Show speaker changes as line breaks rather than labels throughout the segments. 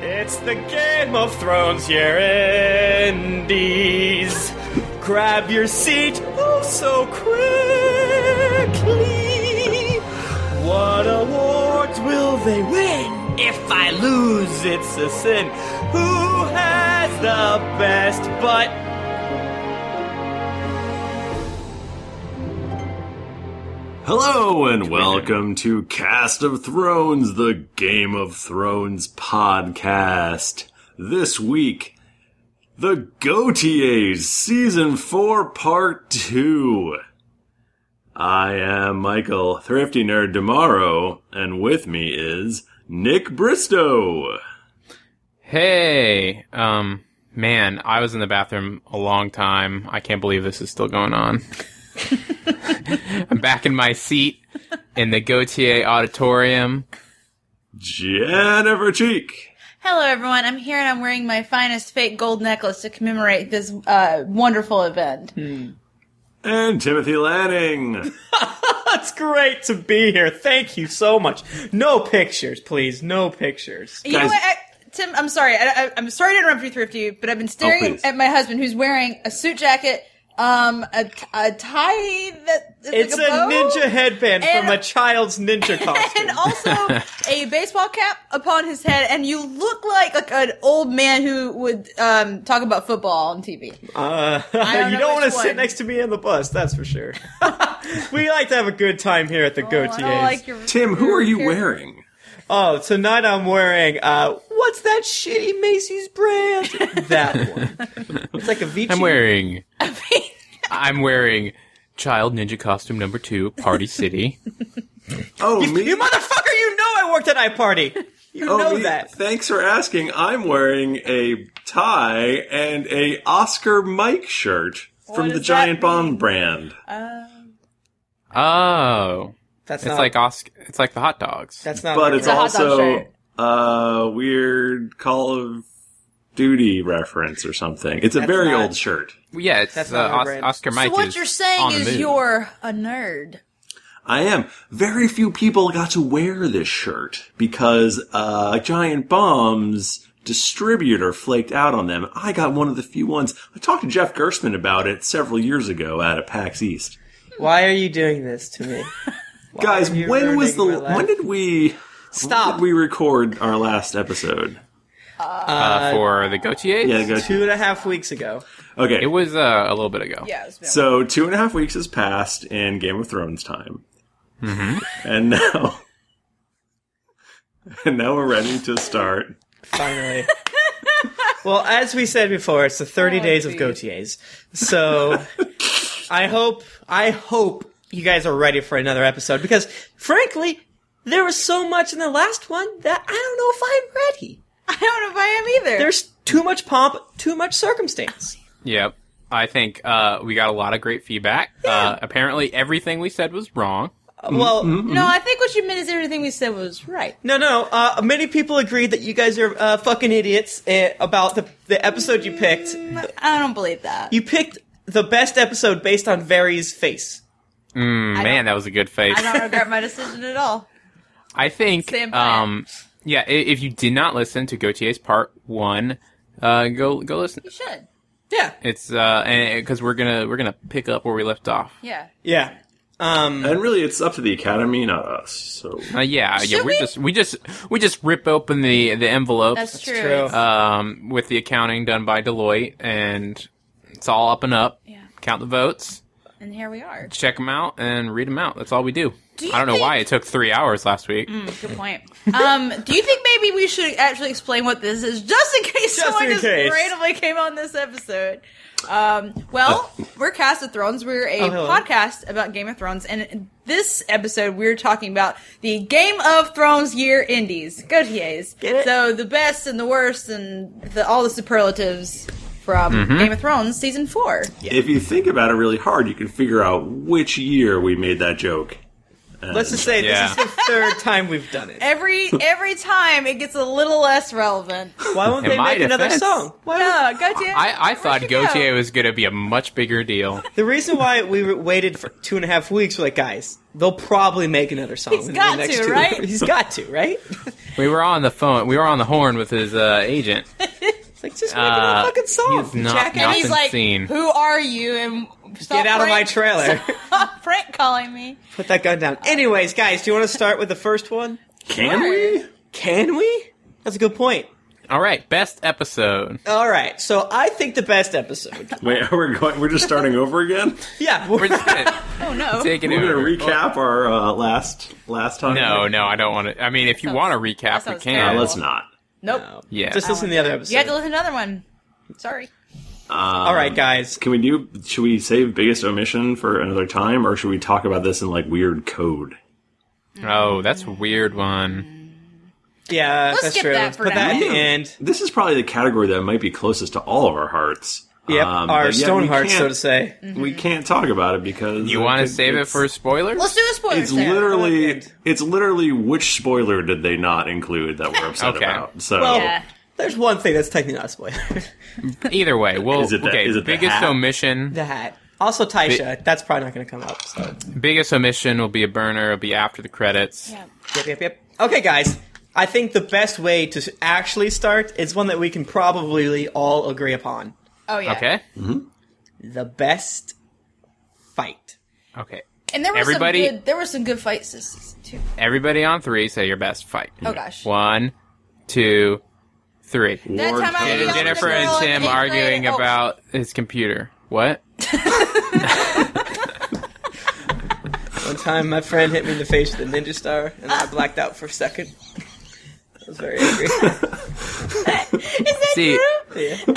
It's the Game of Thrones here indies. Grab your seat, oh so quickly. What awards will they win? If I lose, it's a sin. Who has the best butt?
Hello and welcome to Cast of Thrones, the Game of Thrones podcast. This week, The Gautiers, Season 4, Part 2. I am Michael Thrifty Nerd Tomorrow, and with me is Nick Bristow.
Hey, um, man, I was in the bathroom a long time. I can't believe this is still going on. I'm back in my seat in the Gautier Auditorium.
Jennifer Cheek.
Hello, everyone. I'm here and I'm wearing my finest fake gold necklace to commemorate this uh, wonderful event.
And Timothy Lanning.
It's great to be here. Thank you so much. No pictures, please. No pictures.
You know
Guys-
what, I, Tim? I'm sorry. I, I, I'm sorry to interrupt you, Thrifty, but I've been staring
please.
at my husband who's wearing a suit jacket, um, a, t- a tie that is
It's
like
a
a, bow,
ninja headband
and-
from a child's ninja costume.
and also a baseball cap upon his head, and you look like, like an old man who would um, talk about football on TV.
Uh, you
don't know
don't want to
which
sit
one.
next to me in the bus, that's for sure. we like to have a good time here at the
Oh, I
Gautiers.
don't like your-
Tim, who
your
are you
hair.
wearing?
oh, tonight I'm wearing uh, what's that shitty Macy's brand? that one. It's like a V.
I'm wearing, I'm wearing Child Ninja Costume Number Two, Party City.
Oh, me.
You motherfucker! You know I worked at iParty. You
Oh,
know
me-
that.
Thanks for asking. I'm wearing a tie and a Oscar Mike shirt from
does
the
that
Giant
mean?
Bomb brand.
Oh,
That's
it's
not
like Oscar. It's like the hot dogs.
Uh, That's not.
but it's
a hot dog
also
shirt.
a weird Call of Duty reference or something. It's a
That's
very
not-
old shirt.
Yeah, it's
That's
uh,
not my
Os-
brand.
Oscar Mike.
so what
is
you're
on
saying
the
is
move.
you're a nerd.
I am. Very few people got to wear this shirt because uh, Giant Bomb's distributor flaked out on them. I got one of the few ones. I talked to Jeff Gerstmann about it several years ago out of PAX East.
Why are you doing this to me? Why
Guys,
are you
when was the
ruining my life?
when did we
Stop.
When did we record our last episode?
uh, for the Gautier.
Yeah, go
Two and a half weeks ago.
Okay,
It was uh, a little bit ago.
Yeah. it's been a
so two and a half weeks has passed in Game of Thrones time,
Mm-hmm.
and now and now we're ready to start.
finally. well, as we said before, it's the 30 days of
geez.
Gautiers. So I hope I hope you guys are ready for another episode because frankly, there was so much in the last one that I don't know if I'm ready.
I don't know if I am either.
There's too much pomp, too much circumstance.
Yep. I think uh, we got a lot of great feedback. Uh, apparently, everything we said was wrong.
Well,
no, I think what you meant is everything we said was right.
no, no. Uh, many people agreed that you guys are uh, fucking idiots uh, about the the episode you picked.
I don't believe that.
You picked the best episode based on Varys' face.
Man, that was a good face.
I don't regret my decision at all.
I think,
Stand by
um, yeah, i- if you did not listen to Gautier's part one, uh, go go listen.
You should.
Yeah,
It's uh, because we're gonna we're gonna pick up where we left off.
Yeah.
yeah. Um,
And really, it's up to the Academy, not us. So
Uh, yeah, yeah,
Should
we're
we?
just we just we just rip open the the envelopes.
That's true.
true.
It's-
Um, with the accounting done by Deloitte, and it's all up and up.
Yeah.
Count the votes,
and here we are.
check them out, and read them out. That's all we do.
Do you
I don't know
think- Mm.
why it took three hours last week.
Good point. Um, do you think maybe we should actually explain what this is, just in case
Just
someone
in
just
case.
randomly came on this episode? Um, well, we're Cast of Thrones. We're a
Uh. Oh, hello.
podcast about Game of Thrones, and this episode we're talking about the Game of Thrones year indies, Gautiers.
Get it?
So the best and the worst and the, all the superlatives from
Mm-hmm.
Game of Thrones season four.
if you think about it really hard, you can figure out which year we made that joke.
Let's just say
Yeah.
this is the third time we've done it.
Every every time it gets a little less relevant.
Why won't
In
they
my
make another
defense-
song? Why won't-
No, Gautier.
I, I
where'd
thought
you go?
Gautier was going to be a much bigger deal.
The reason why we were- waited for two and a half weeks, we're like, guys, they'll probably make another song.
He's
within
got
the next
to,
two
right?
hours. He's got to, right?
We were on the phone. We were on the horn with his uh, agent.
It's like, just make
Uh,
another fucking song.
he's not-
Jack,
And
not
he's
been
like,
seen.
"Who are you?" And
get out of my trailer.
Stop prank calling me.
Put that gun down. Anyways, guys, do you want to start with the first one?
Can we?
Can we? That's a good point.
All right, best episode.
All right, so I think the best episode.
Wait, we're going. We're just starting over again.
Yeah,
We're just gonna
Oh no.
take it
We're
over.
going to recap our uh, last last time.
No, no, I don't want to. I mean, if you
sounds-
want to
that
recap, we
sounds
Uh,
can.
terrible.
let's not.
nope.
Yeah.
Just listen to the other episode.
You had to listen to another one. Sorry.
All right, guys.
Can we do? Should we save biggest omission for another time, or should we talk about this in like weird code?
Oh, that's a weird one.
Yeah,
Let's
that's
skip
true.
that
Let's
for
put that
now.
at the end.
This is probably the category that might be closest to all of our hearts.
Yep,
Um,
our
but yet
stone
we
hearts, so
can't-
to say.
We can't talk about it because
You want to
could-
save it
it's-
for spoilers?
Let's do a spoiler.
It's
sound.
literally,
Okay.
it's literally which spoiler did they not include that we're upset
Okay.
about? So
Well,
Yeah.
Oh, There's one thing that's technically not a spoiler.
Either way, well,
Is it the-
okay.
is it the
biggest
hat?
omission.
the hat. Also, Taisha. that's probably not going to come up. So,
Biggest omission will be a burner. It'll be after the credits.
Yeah.
yep, yep, yep. Okay, guys. I think the best way to s- actually start is one that we can probably all agree upon.
Oh yeah.
Okay.
The best fight.
Okay.
And there were
Everybody-
some good. There were some good fights this season too.
Everybody on three, say your best fight.
Oh gosh.
One, two, three.
That
War
time I
Code.
was yelling at the
Jennifer
girl
and
in
Tim
eighth
arguing
grade. Oh,
about his computer. What?
One time, my friend hit me in the face with a ninja star, and I blacked out for a second. I was very angry.
Is that
See,
true?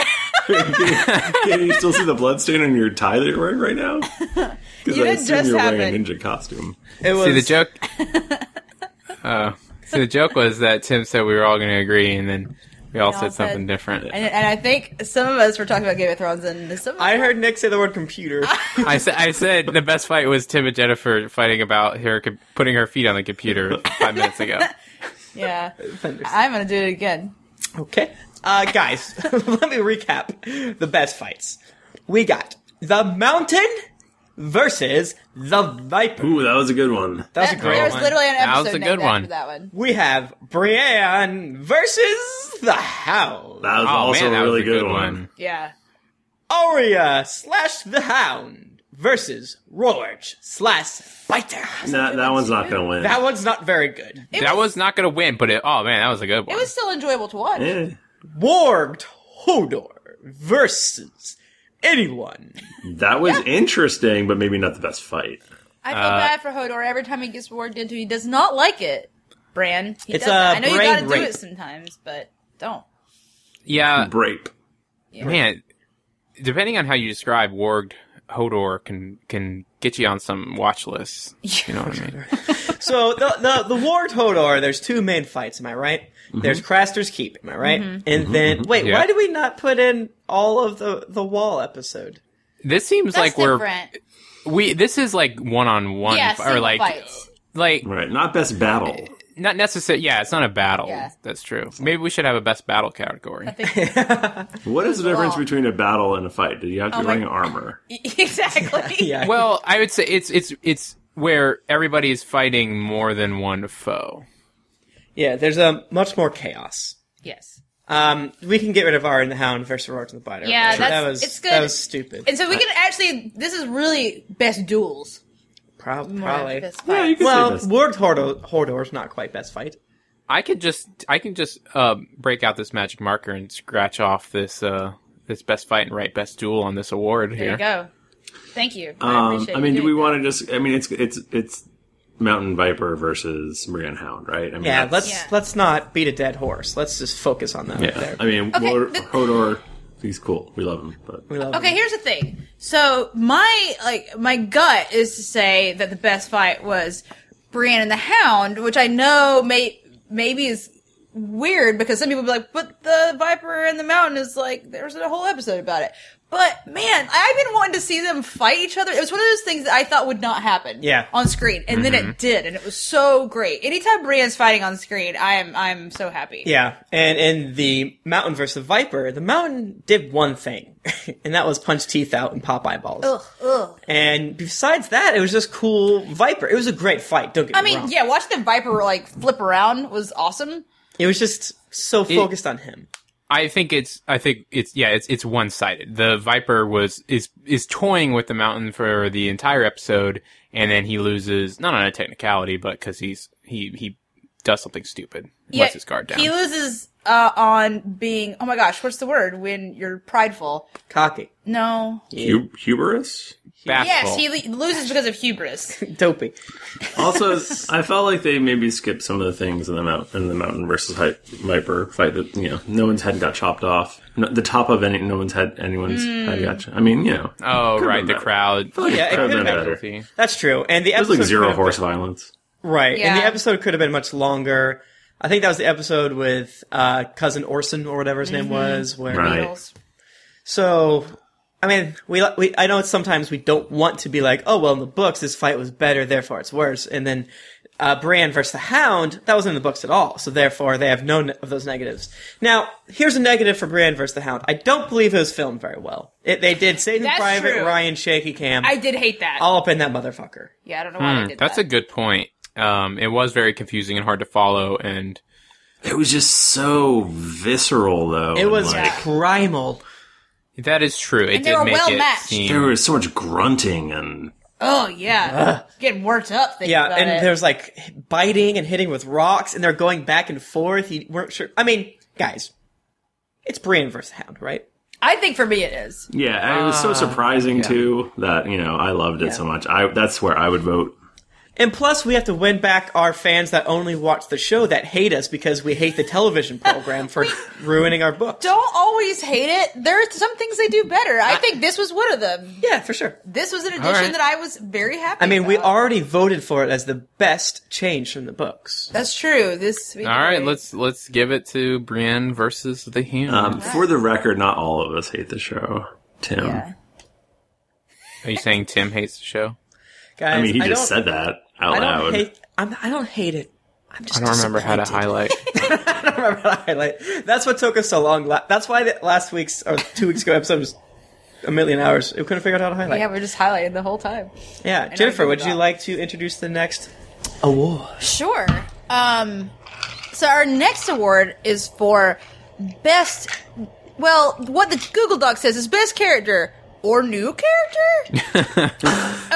Yeah.
Can you still see the blood stain on your tie that you're wearing right now? Because I
didn't
assume
just
you're wearing a
happen.
ninja costume.
It was
see the joke. Oh, so the joke was that Tim said we were all going to agree, and then we all
all
said something
said-
different.
And, and I think some of us were talking about Game of Thrones, and some of us
I heard Nick say the word computer.
I said, I said the best fight was Tim and Jennifer fighting about her co- putting her feet on the computer five minutes ago.
Yeah.
Thunderstruck.
I'm gonna do it again.
Okay. Uh, guys, let me recap the best fights. We got the Mountain versus the Viper.
Ooh, that was a good one.
That was a
That-
great
there was
one.
literally an
That
episode
was a good
named
one.
after that one.
we have Brienne versus the Hound.
That was also
Oh, man, that
a
was
really
a
good,
good
one.
one.
Yeah.
Arya slash the Hound versus Rorge slash Biter.
Nah, that one's not going to win.
That one's not very good.
It
That was not going to win, but it, oh man, that was a good one.
It was still enjoyable to watch.
Eh,
Warged Hodor versus anyone.
that was interesting, but maybe not the best fight.
I feel bad for Hodor every time he gets warged into. He does not like it. Bran. He
It's
doesn't.
a
I know you
brain
gotta do
rape.
it sometimes, but don't.
yeah,
Brape.
man. Depending on how you describe Warged Hodor, can can get you on some watch lists. You know what I mean?
So the the the War Hodor, there's two main fights, am I right?
Mm-hmm.
There's Craster's Keep, am I right? And then wait,
Yeah.
why did we not put in all of the the wall episode?
This seems like
That's
we're
different.
we. This is like one on one,
yeah,
or
single
like
fights.
like
Right, not best battle.
not necessary. Yeah, it's not a battle.
Yeah.
That's true. Maybe we should have a best battle category.
I think,
What is the difference
law.
between a battle and a fight? Do you have to be
Oh, my-
wearing armor?
exactly.
Yeah.
Well, I would say it's it's it's where everybody is fighting more than one foe.
yeah, there's a much more chaos.
Yes.
Um, we can get rid of Arya and the Hound versus Roar to the Biter.
Yeah,
Sure. that
that's-
was
it's good.
that was stupid.
And so we can actually. This is really best duels.
Prob-
more than
probably.
best
Yeah, you
fights.
can
Well,
say best.
War Hodor Hodor's not quite best fight.
I could just I can just uh, break out this magic marker and scratch off this uh, this best fight and write best duel on this award
There
here.
you go. Thank you. I
Um,
appreciate
I mean,
you
do we
doing
want to just? I mean, it's it's it's Mountain Viper versus Marianne Hound, right? I mean,
Yeah,
that's-
let's
Yeah.
let's not beat a dead horse. Let's just focus on that right
Yeah,
there.
I mean,
Okay,
War-
but-
Hodor, he's cool. We love him, but
We love
Okay,
him.
here's the thing. So my like my gut is to say that the best fight was Brienne and the Hound, which I know may maybe is weird because some people be like, but the Viper and the Mountain is like, there's a whole episode about it. But man, I've been wanting to see them fight each other. It was one of those things that I thought would not happen
Yeah. Mm-hmm.
on screen. And then it did, and it was so great. Anytime Brienne's fighting on screen, I am I'm so happy.
Yeah, and in the Mountain versus Viper, the Mountain did one thing, and that was punch teeth out and pop eyeballs.
Ugh, ugh.
And besides that, it was just cool Viper. It was a great fight. Don't get
I
me
mean,
wrong.
yeah, watching the Viper like flip around was awesome.
it was just so focused on him.
I think it's I think it's yeah it's it's one sided. The Viper was is is toying with the mountain for the entire episode, and then he loses not on a technicality, but because he's he he does something stupid, lets his guard down.
He loses uh, on being oh my gosh, what's the word when you're prideful?
Cocky,
No,
Hu- hubris.
yes,
Bashful.
he le- loses because of hubris.
dopey.
Also, I felt like they maybe skipped some of the things in the mountain in the mountain versus Hy- viper fight that you know no one's head got chopped off. No, the top of any no one's head anyone's
Hmm.
head got. ch- I mean, you know.
oh
Could've
right,
been
the
better.
crowd.
I feel like
Yeah, it
could've
could've been
better.
Guilty.
That's true. And the
There's
episode
like zero
could've been-
horse violence.
Right, and
Yeah.
the episode could have been much longer. I think that was the episode with uh, cousin Orson or whatever his
Mm-hmm.
name was. Where
Right.
Beatles.
so, I mean, we, we I know it's sometimes we don't want to be like, oh well, in the books this fight was better, therefore it's worse. And then uh, Bran versus the Hound that wasn't in the books at all, so therefore they have none of those negatives. Now, here's a negative for Bran versus the Hound. I don't believe it was filmed very well. It, they did Satan
That's
Private
true.
Ryan Shaky Cam
I did hate that.
all up in that motherfucker.
yeah, I don't know why I did
Hmm, That's a
that.
good point. Um, it was very confusing and hard to follow, and
It was just so visceral, though.
It
and,
was
like,
primal.
that is true. It
And they
did
were
make
well
it
matched.
seem.
there was so much grunting and
oh yeah, getting worked up thinking
Yeah,
about
and
it.
there's like biting and hitting with rocks, and they're going back and forth. You weren't sure. I mean, guys, it's Brian versus Hound, right?
I think for me it is.
yeah, and it was
Ah,
so surprising too that you know I loved it so much. I that's where I would vote.
And plus, we have to win back our fans that only watch the show that hate us because we hate the television program for ruining our book.
Don't always hate it. There are some things they do better. I, think this was one of them.
Yeah, for sure.
This was an addition
right.
that I was very happy.
I mean, we
about.
already voted for it as the best change from the books.
That's true. This. we
All right,
did.
let's let's give it to Brienne versus the Hound.
Um, For the record, not all of us hate the show. Tim,
Yeah.
Are you saying Tim hates the show?
Guys,
I mean, he
I
just
don't,
said that out
I
loud.
don't hate. I'm, I don't hate it. I'm just
I don't remember how to
disappointed.
highlight.
I don't remember how to highlight. That's what took us so long. La- That's why the last week's or two weeks ago episode was a million hours. We couldn't figure out how to highlight.
Yeah,
Yeah,
we're just highlighting the whole time.
Jennifer,
agree
would
with
you
that.
like to introduce the next award?
Sure. Um, so our next award is for best. Well, what the Google Doc says is best character or new character.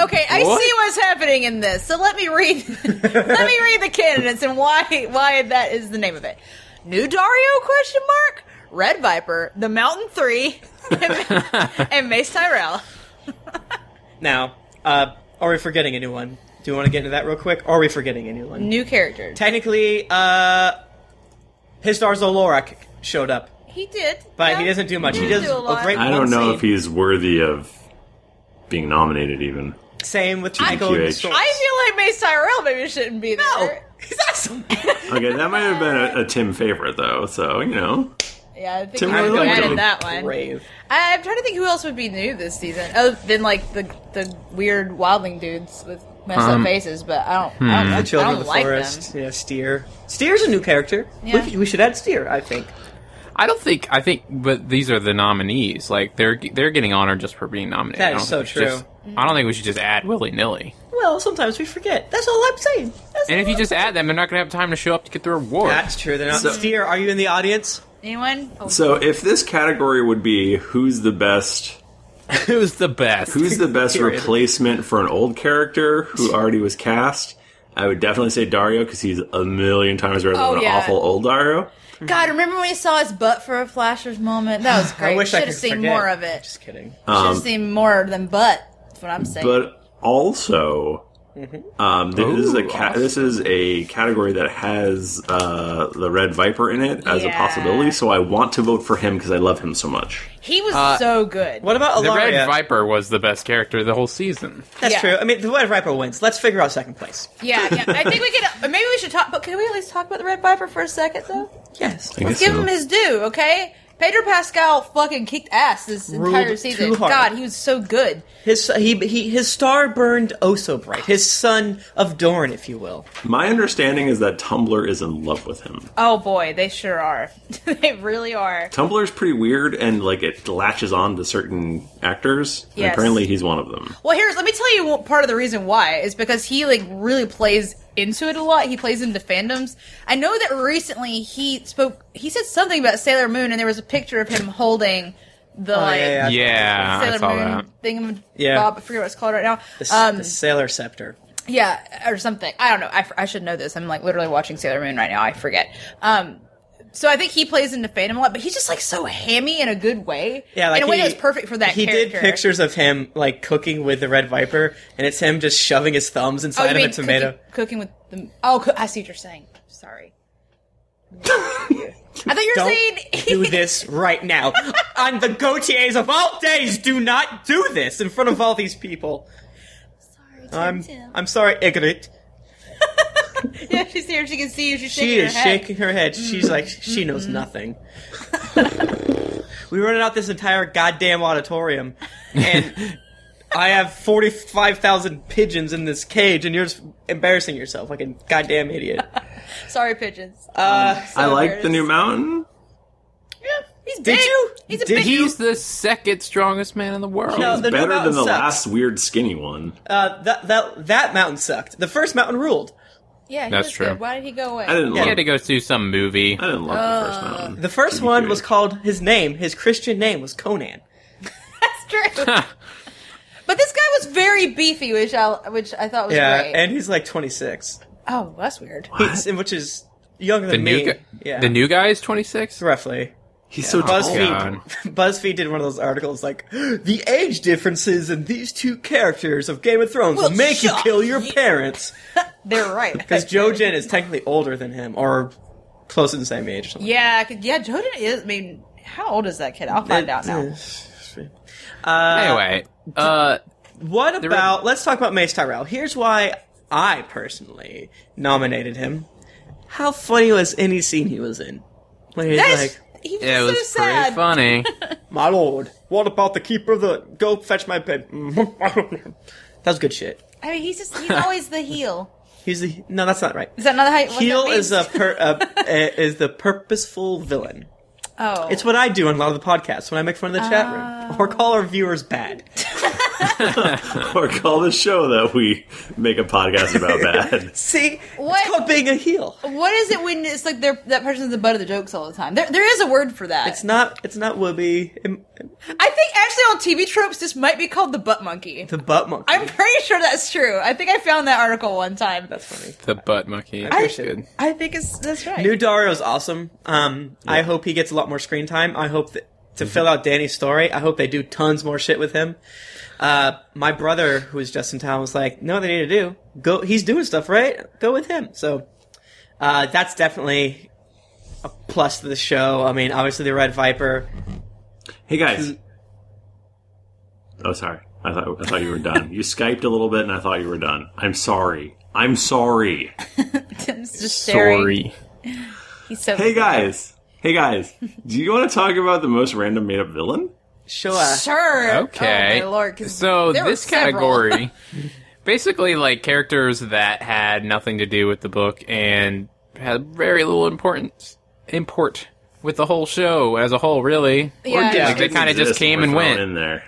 okay, I
What?
see what's happening in this. So let me read. let me read the candidates and why why that is the name of it. New Dario? Question mark. Red Viper, The Mountain Three, and, and Mace Tyrell.
Now, uh, are we forgetting a new one? Do you want to get into that real quick? Are we forgetting a new one?
New character.
Technically, uh, Hisdar Zolorak showed up,
He did,
but he
yeah.
doesn't do much. He
did
does
do a
a
lot.
great.
I don't
one
know
scene.
if he's worthy of being nominated. Even
Same with Michael.
TQH.
Schultz.
I feel like Mace Tyrell maybe shouldn't be there.
No, he's awesome.
okay, that might have been a, a Tim favorite though. So you know,
Yeah, I think
Tim
I
really liked
added
him.
that one.
Brave.
I, I'm trying to think who else would be new this season, other than like the the weird wildling dudes with messed up
Um,
faces. But I don't, I don't,
The children
I
of
don't
the
like
forest.
them.
Yeah, Steer. Steer's a new character.
Yeah.
We, we should add Steer, I think.
I don't think I think, but these are the nominees. Like they're they're getting honored just for being nominated.
That
I don't
is
think
so
we should just- I don't think we should just add willy nilly.
Well, sometimes we forget. That's all I'm saying. That's
And
all
if you
I'm-
just add them, they're not going to have time to show up to get their award.
that's true, they're not
So-
Steer. Are you in the audience?
Anyone? Oh,
so if this category would be who's the best
Who's the best?
Who's the best
Period.
replacement for an old character who already was cast? I would definitely say Dario because he's a million times better
Oh,
than
yeah.
an awful old Dario.
God, remember when you saw his butt for a flasher's moment? That was great.
I wish
Should
I could
have seen
forget.
more of it.
Just kidding.
Should have seen more than butt. That's what I'm saying.
But also, Um, this, is a
Ooh,
ca- this is a category that has uh, the Red Viper in it as a
Yeah.
possibility, so I want to vote for him because I love him so much.
He was so good.
uh, What about
The Red
Alaria?
Viper was the best character the whole season.
That's
Yeah.
true. I mean, the Red Viper wins. Let's figure out second place.
Yeah, yeah. I think we could. Maybe we should talk. But can we at least talk about the Red Viper for a second, though?
Yes.
I guess
Give
so.
him his due, okay? Pedro Pascal fucking kicked ass this
Ruled
entire season.
too hard.
God, he was so good.
His he, he his star burned oh so bright. His son of Doran, if you will.
My understanding is that Tumblr is in love with him.
Oh boy, they sure are. they really are.
Tumblr is pretty weird and like it latches on to certain actors. and
Yes.
apparently he's one of them.
Well, here's let me tell you what, part of the reason why is because he like really plays into it a lot. He plays into fandoms. I know that recently he spoke. He said something about Sailor Moon, and there was a picture of him holding the like
Oh, yeah, Ah, yeah.
yeah, I saw
Sailor
that.
Moon thing.
Yeah.
Bob, I forget what it's called right now.
The, s-
um,
the Sailor Scepter.
Yeah, or something. I don't know. I, f- I should know this. I'm like literally watching Sailor Moon right now. I forget. Um, so I think he plays into fandom a lot, but he's just like so hammy in a good way.
Yeah, like
in a way
he,
that's perfect for that.
He
character.
did pictures of him like cooking with the Red Viper, and it's him just shoving his thumbs
Oh, you
inside of
mean
a tomato.
Cooking, cooking with the. Oh, co- I see what you're saying. Sorry. I thought you were
Don't
saying
do this right now on the Gautiers of all days. Do not do this in front of all these people. I'm I'm sorry, Igrit.
yeah, she's here. She can see you. She's shaking
She is
her head.
shaking her head.
Mm-hmm.
She's like, she knows nothing. we rented out this entire goddamn auditorium, and I have forty-five thousand pigeons in this cage, and you're just embarrassing yourself like a goddamn idiot.
Sorry, pigeons.
Uh,
So
I like the
embarrassed.
new mountain.
Yeah, he's big.
Did you?
He's a
Did
big.
you?
He's the second strongest man in the world.
No,
It's
Oh, the new
better than
mountain
the
sucks.
last weird skinny one.
uh, that that that mountain sucked. The first mountain ruled.
Yeah, he
That's
was
true.
Good. Why did he go away?
I didn't
Yeah.
He
love
had to go do some movie.
I didn't love the first mountain.
The first one was called his name. His Christian name was Conan.
That's true. but this guy was very beefy, which I which I thought was
Yeah,
great.
and he's like 26,
oh, that's weird.
he's, which is younger
The
than
new,
me.
gu-
yeah,
the new guy is twenty six.
roughly.
He's so tall.
Oh,
BuzzFeed, BuzzFeed did one of those articles like the age differences in these two characters of Game of Thrones will
Well,
make you
shut
kill your
you-
parents
They're right.
because Jojen is technically older than him or close to the same age. Or something.
yeah, 'cause- yeah, Joden is. I mean, how old is that kid? I'll find out now.
Oh Anyway, uh,
What
were-
about? Let's talk about Mace Tyrell. Here's why I personally nominated him. How funny was any scene he was in? Where he's
That's,
like,
he was
it
so
was
sad.
pretty funny.
"My lord, what about the keeper of the? Go fetch my pen." that was good shit.
I mean, he's just he's always the heel.
He's the no, that's not right.
Is that another height?
Heel is a, per, a, a is the purposeful villain.
oh,
It's what I do on a lot of the podcasts when I make fun of the chat room or call our viewers bad.
or call the show that we make a podcast about bad.
See,
What?
it's called being a heel.
what is it when it's like they're that person's the butt of the jokes all the time? There, there is a word for that.
It's not. It's not Whoopi. Im-
I think actually on TV tropes this might be called the butt monkey.
The butt monkey.
I'm pretty sure that's true. I think I found that article one time.
That's funny.
the butt monkey.
I-
That's good.
I think it's that's right.
New Dario's awesome. Um, I hope he gets a lot more screen time. I hope that to fill out Danny's story, I hope they do tons more shit with him. Uh, my brother, who was just in town, was like, "No, they need to do go. He's doing stuff, right? Go with him." So uh, that's definitely a plus to the show. I mean, obviously the Red Viper.
Hey guys. Oh, sorry. I thought I thought you were done. You skyped a little bit, and I thought you were done. I'm sorry. I'm sorry.
Tim's just staring.
Sorry.
He's so
Hey guys. Hey guys. Do you want to talk about the most random made up villain?
Show us.
Sure.
Okay.
Oh, my lord. 'cause
so
there were
this
several.
category, basically, like characters that had nothing to do with the book and had very little importance import with the whole show as a whole, really.
Yeah.
Yeah.
Like, they kind of just came and
We're thrown
went.
in there.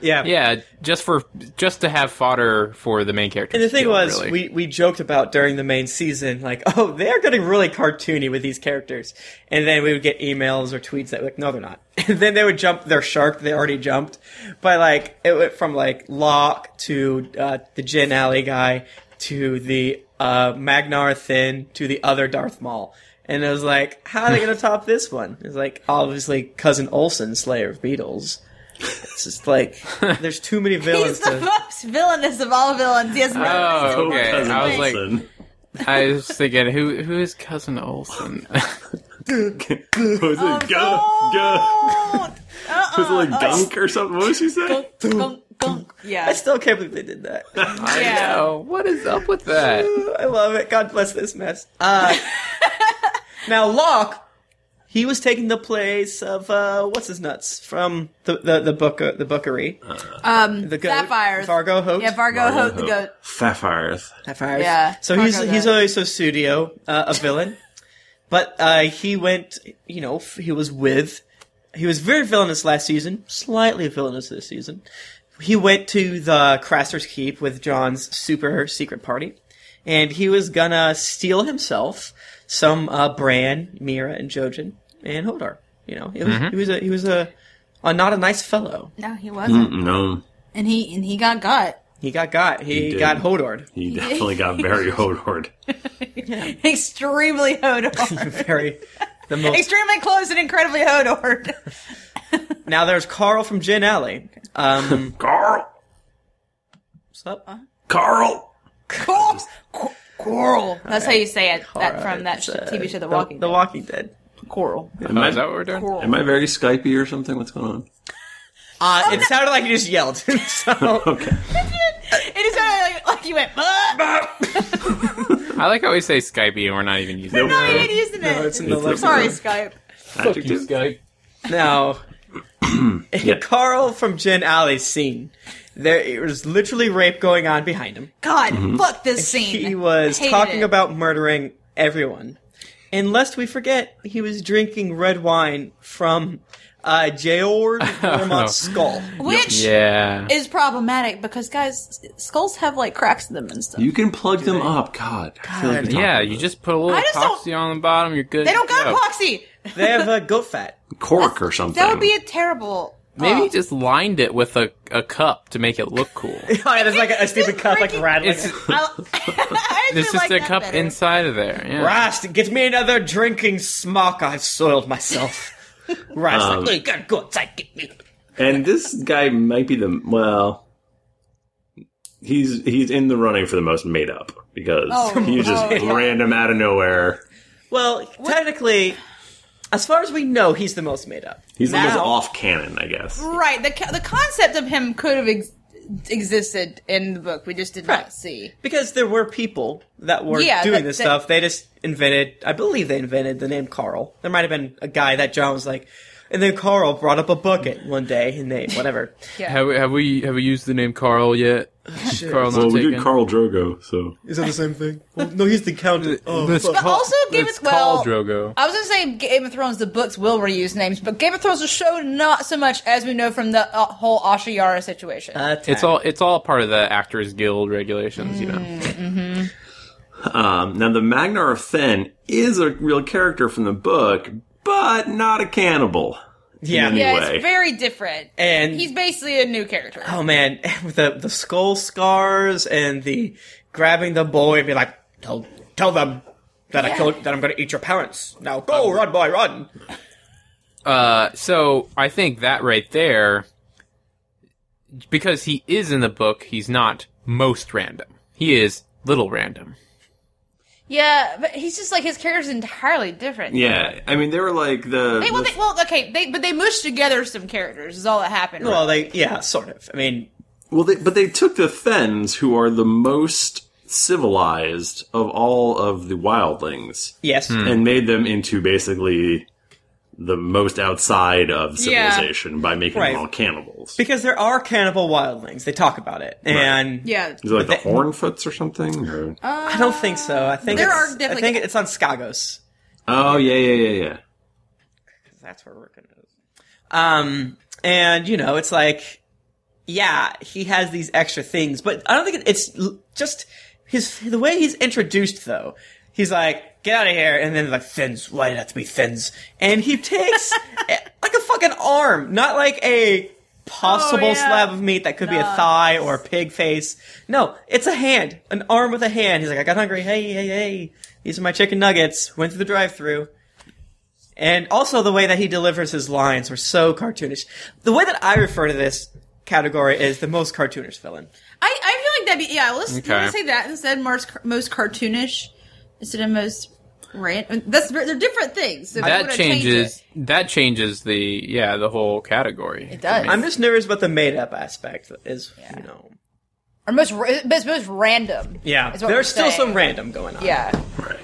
Yeah,
Yeah, just for just to have fodder for the main character.
And the thing was, we, we joked about during the main season, like, oh, they're getting really cartoony with these characters. And then we would get emails or tweets that were like, no, they're not. And then they would jump their shark that they already jumped. But like, it went from like Locke to uh, the Jin Alley guy to the uh, Magnar Thin to the other Darth Maul. And it was like, how are they going to top this one? It's like, obviously, Cousin Olsen, Slayer of Beatles. It's just like, there's too many
He's
villains
the
to.
most most villainous of all villains. Yes,
Oh,
Rose.
okay.
Cousin
I was like-
Olsen.
I was thinking, who who is cousin Olson?
was it
Oh,
Gu- Gu-
don't. Uh-uh.
was it like dunk or something? What did she say?
Gunk, gunk, gunk.
I
Yeah.
still can't believe they did that.
I
Yeah.
know. What is up with that?
I love it. God bless this mess. Uh, now Locke, he was taking the place of uh, what's his nuts from the the the book uh, the bookery.
Um,
The goat,
Sapphires.
Fargo Hope.
Yeah, Fargo Hope
Oh,
the goat.
Fafireth.
Sapphires.
Yeah,
So
Fargo
he's he's
does.
always so studio uh, a villain, but uh, he went. You know, f- he was with. He was very villainous last season. Slightly villainous this season. He went to the Craster's Keep with John's super secret party, and he was gonna steal himself some uh, Bran, Mira, and Jojen and Hodor. You know, it was, he was a he was a, a not a nice fellow.
No, he wasn't.
Mm, No,
And he and he got got.
He got got. He,
did.
got Hodor.
he definitely got very hodored.
Extremely Hodor.
Very. The most
Extremely close and incredibly Hodor.
Now there's Carl from Gin Alley. Um,
Carl!
what's up?
Carl!
Oh,
Coral. Cor- Coral. That's how you say it. That
All
from
right,
that sh-
it's, uh,
TV show, The Walking
The
Dead.
Walking Dead.
Coral.
Am
Oh,
I,
is that what we're doing?
am I very Skypey or something? What's going on?
Oh,
Uh, it sounded like you just yelled. so,
Okay.
It is sounded like, like you went. "Bah!"
I like how we say Skype and we're not even using
Nope.
No, you ain't using it.
No, it's in
the left
Sorry,
word.
Skype.
it.
Adjective.
Skype.
now, Carl from Gin Alley's scene. There it was literally rape going on behind him.
God, fuck this scene.
He was
Hated
talking
it.
about murdering everyone. And lest we forget, he was drinking red wine from uh, Georg Mormont's skull.
which
Yeah.
is problematic because guys, s- skulls have like cracks in them and stuff.
You can plug them up. God. I feel like we talked
yeah,
about
you
it.
just put a little
I just don't-
epoxy on the bottom, you're good.
they don't
to
got
go.
epoxy.
They have uh, goat fat.
cork or something.
That would be a terrible.
Maybe
oh.
you just lined it with a, a cup to make it look cool.
Oh, yeah, there's like a, a stupid cup like
freaking-
rattling.
It's
I, I actually
there's just
like
a
that
cup
better.
inside of there. Yeah.
Rast, get me another drinking smock. I've soiled myself. Rast,
Um,
like, "Oh, you gotta go outside, get me.
And this guy might be the well. He's he's in the running for the most made up because
Oh,
he just
oh, yeah.
random out of nowhere.
Well, technically, as far as we know, he's the most made up.
He's the most
Now-
off canon, I guess.
Right. The co- the concept of him could have ex- existed in the book. We just did not
Right.
see.
Because there were people that were
Yeah,
doing
that-
this
that-
stuff. They just invented, I believe they invented the name Carl. There might have been a guy that John was like, and then Carl brought up a bucket one day and they, whatever.
Have we, have we have we used the name Carl yet? Is Carl not
Well, we
taken?
did Carl Drogo, so
Is that the same thing? no, he's the Oh, count.
Let's
But
call-
also Game
let's
of- well-
call Drogo.
I was gonna say Game of Thrones. The books will reuse names, but Game of Thrones the show not so much as we know from the uh, whole Asha Yara situation.
It's all it's all part of the Actors Guild regulations, you
Mm.
know.
um, now the Magnar of Fen is a real character from the book, but not a cannibal.
Yeah.
Yeah.
yeah,
anyway.
it's very different.
And
He's basically a new character.
Oh man, with the the skull scars and the grabbing the boy and be like, tell tell them that I killed that I'm gonna eat your parents. Now go, run boy, run.
Uh, so I think that right there, because he is in the book, he's not most random. He is little random.
Yeah, but he's just like his character's entirely different.
Yeah, I mean they were like the.
They, well,
the-
they, well, okay, they but they mushed together some characters. Is all that happened.
Well, they yeah, sort of. I mean,
Well, they, but they took the Fens, who are the most civilized of all of the wildlings,
yes,
and made them into basically the most outside of
Yeah.
civilization by making
Right.
them all cannibals.
because there are cannibal wildlings. They talk about it, and
yeah,
Is it like
But
the Hornfoots or something? or-
I don't think so. I think
There
it's,
are
I
definitely-
think it's on Skagos.
oh yeah, yeah, yeah, yeah.
That's where we're gonna. Um, and you know, it's like, yeah, he has these extra things, but I don't think it- it's l- just his the way he's introduced though. He's like, get out of here, and then like fins. Why did it have to be fins? And he takes eh, like a fucking arm, not like a possible
Oh, yeah.
slab of meat that could be a thigh or a pig face. No, it's a hand, an arm with a hand. He's like, I got hungry. Hey, hey, hey. These are my chicken nuggets. Went through the drive-through. And also the way that he delivers his lines were so cartoonish. The way that I refer to this, category is the most cartoonish villain.
I, I feel like that'd be yeah. Let's,
Okay.
let's say that instead. Most most cartoonish instead of most random. That's they're different things. So if you
that
wanna change
changes.
it-
that changes the yeah the whole category. It
does.
I'm just nervous about the made up aspect. Is you know,
or most ra- but it's most random.
yeah,
is what
there's
we're
still
saying.
some random going on.
Yeah,
Right.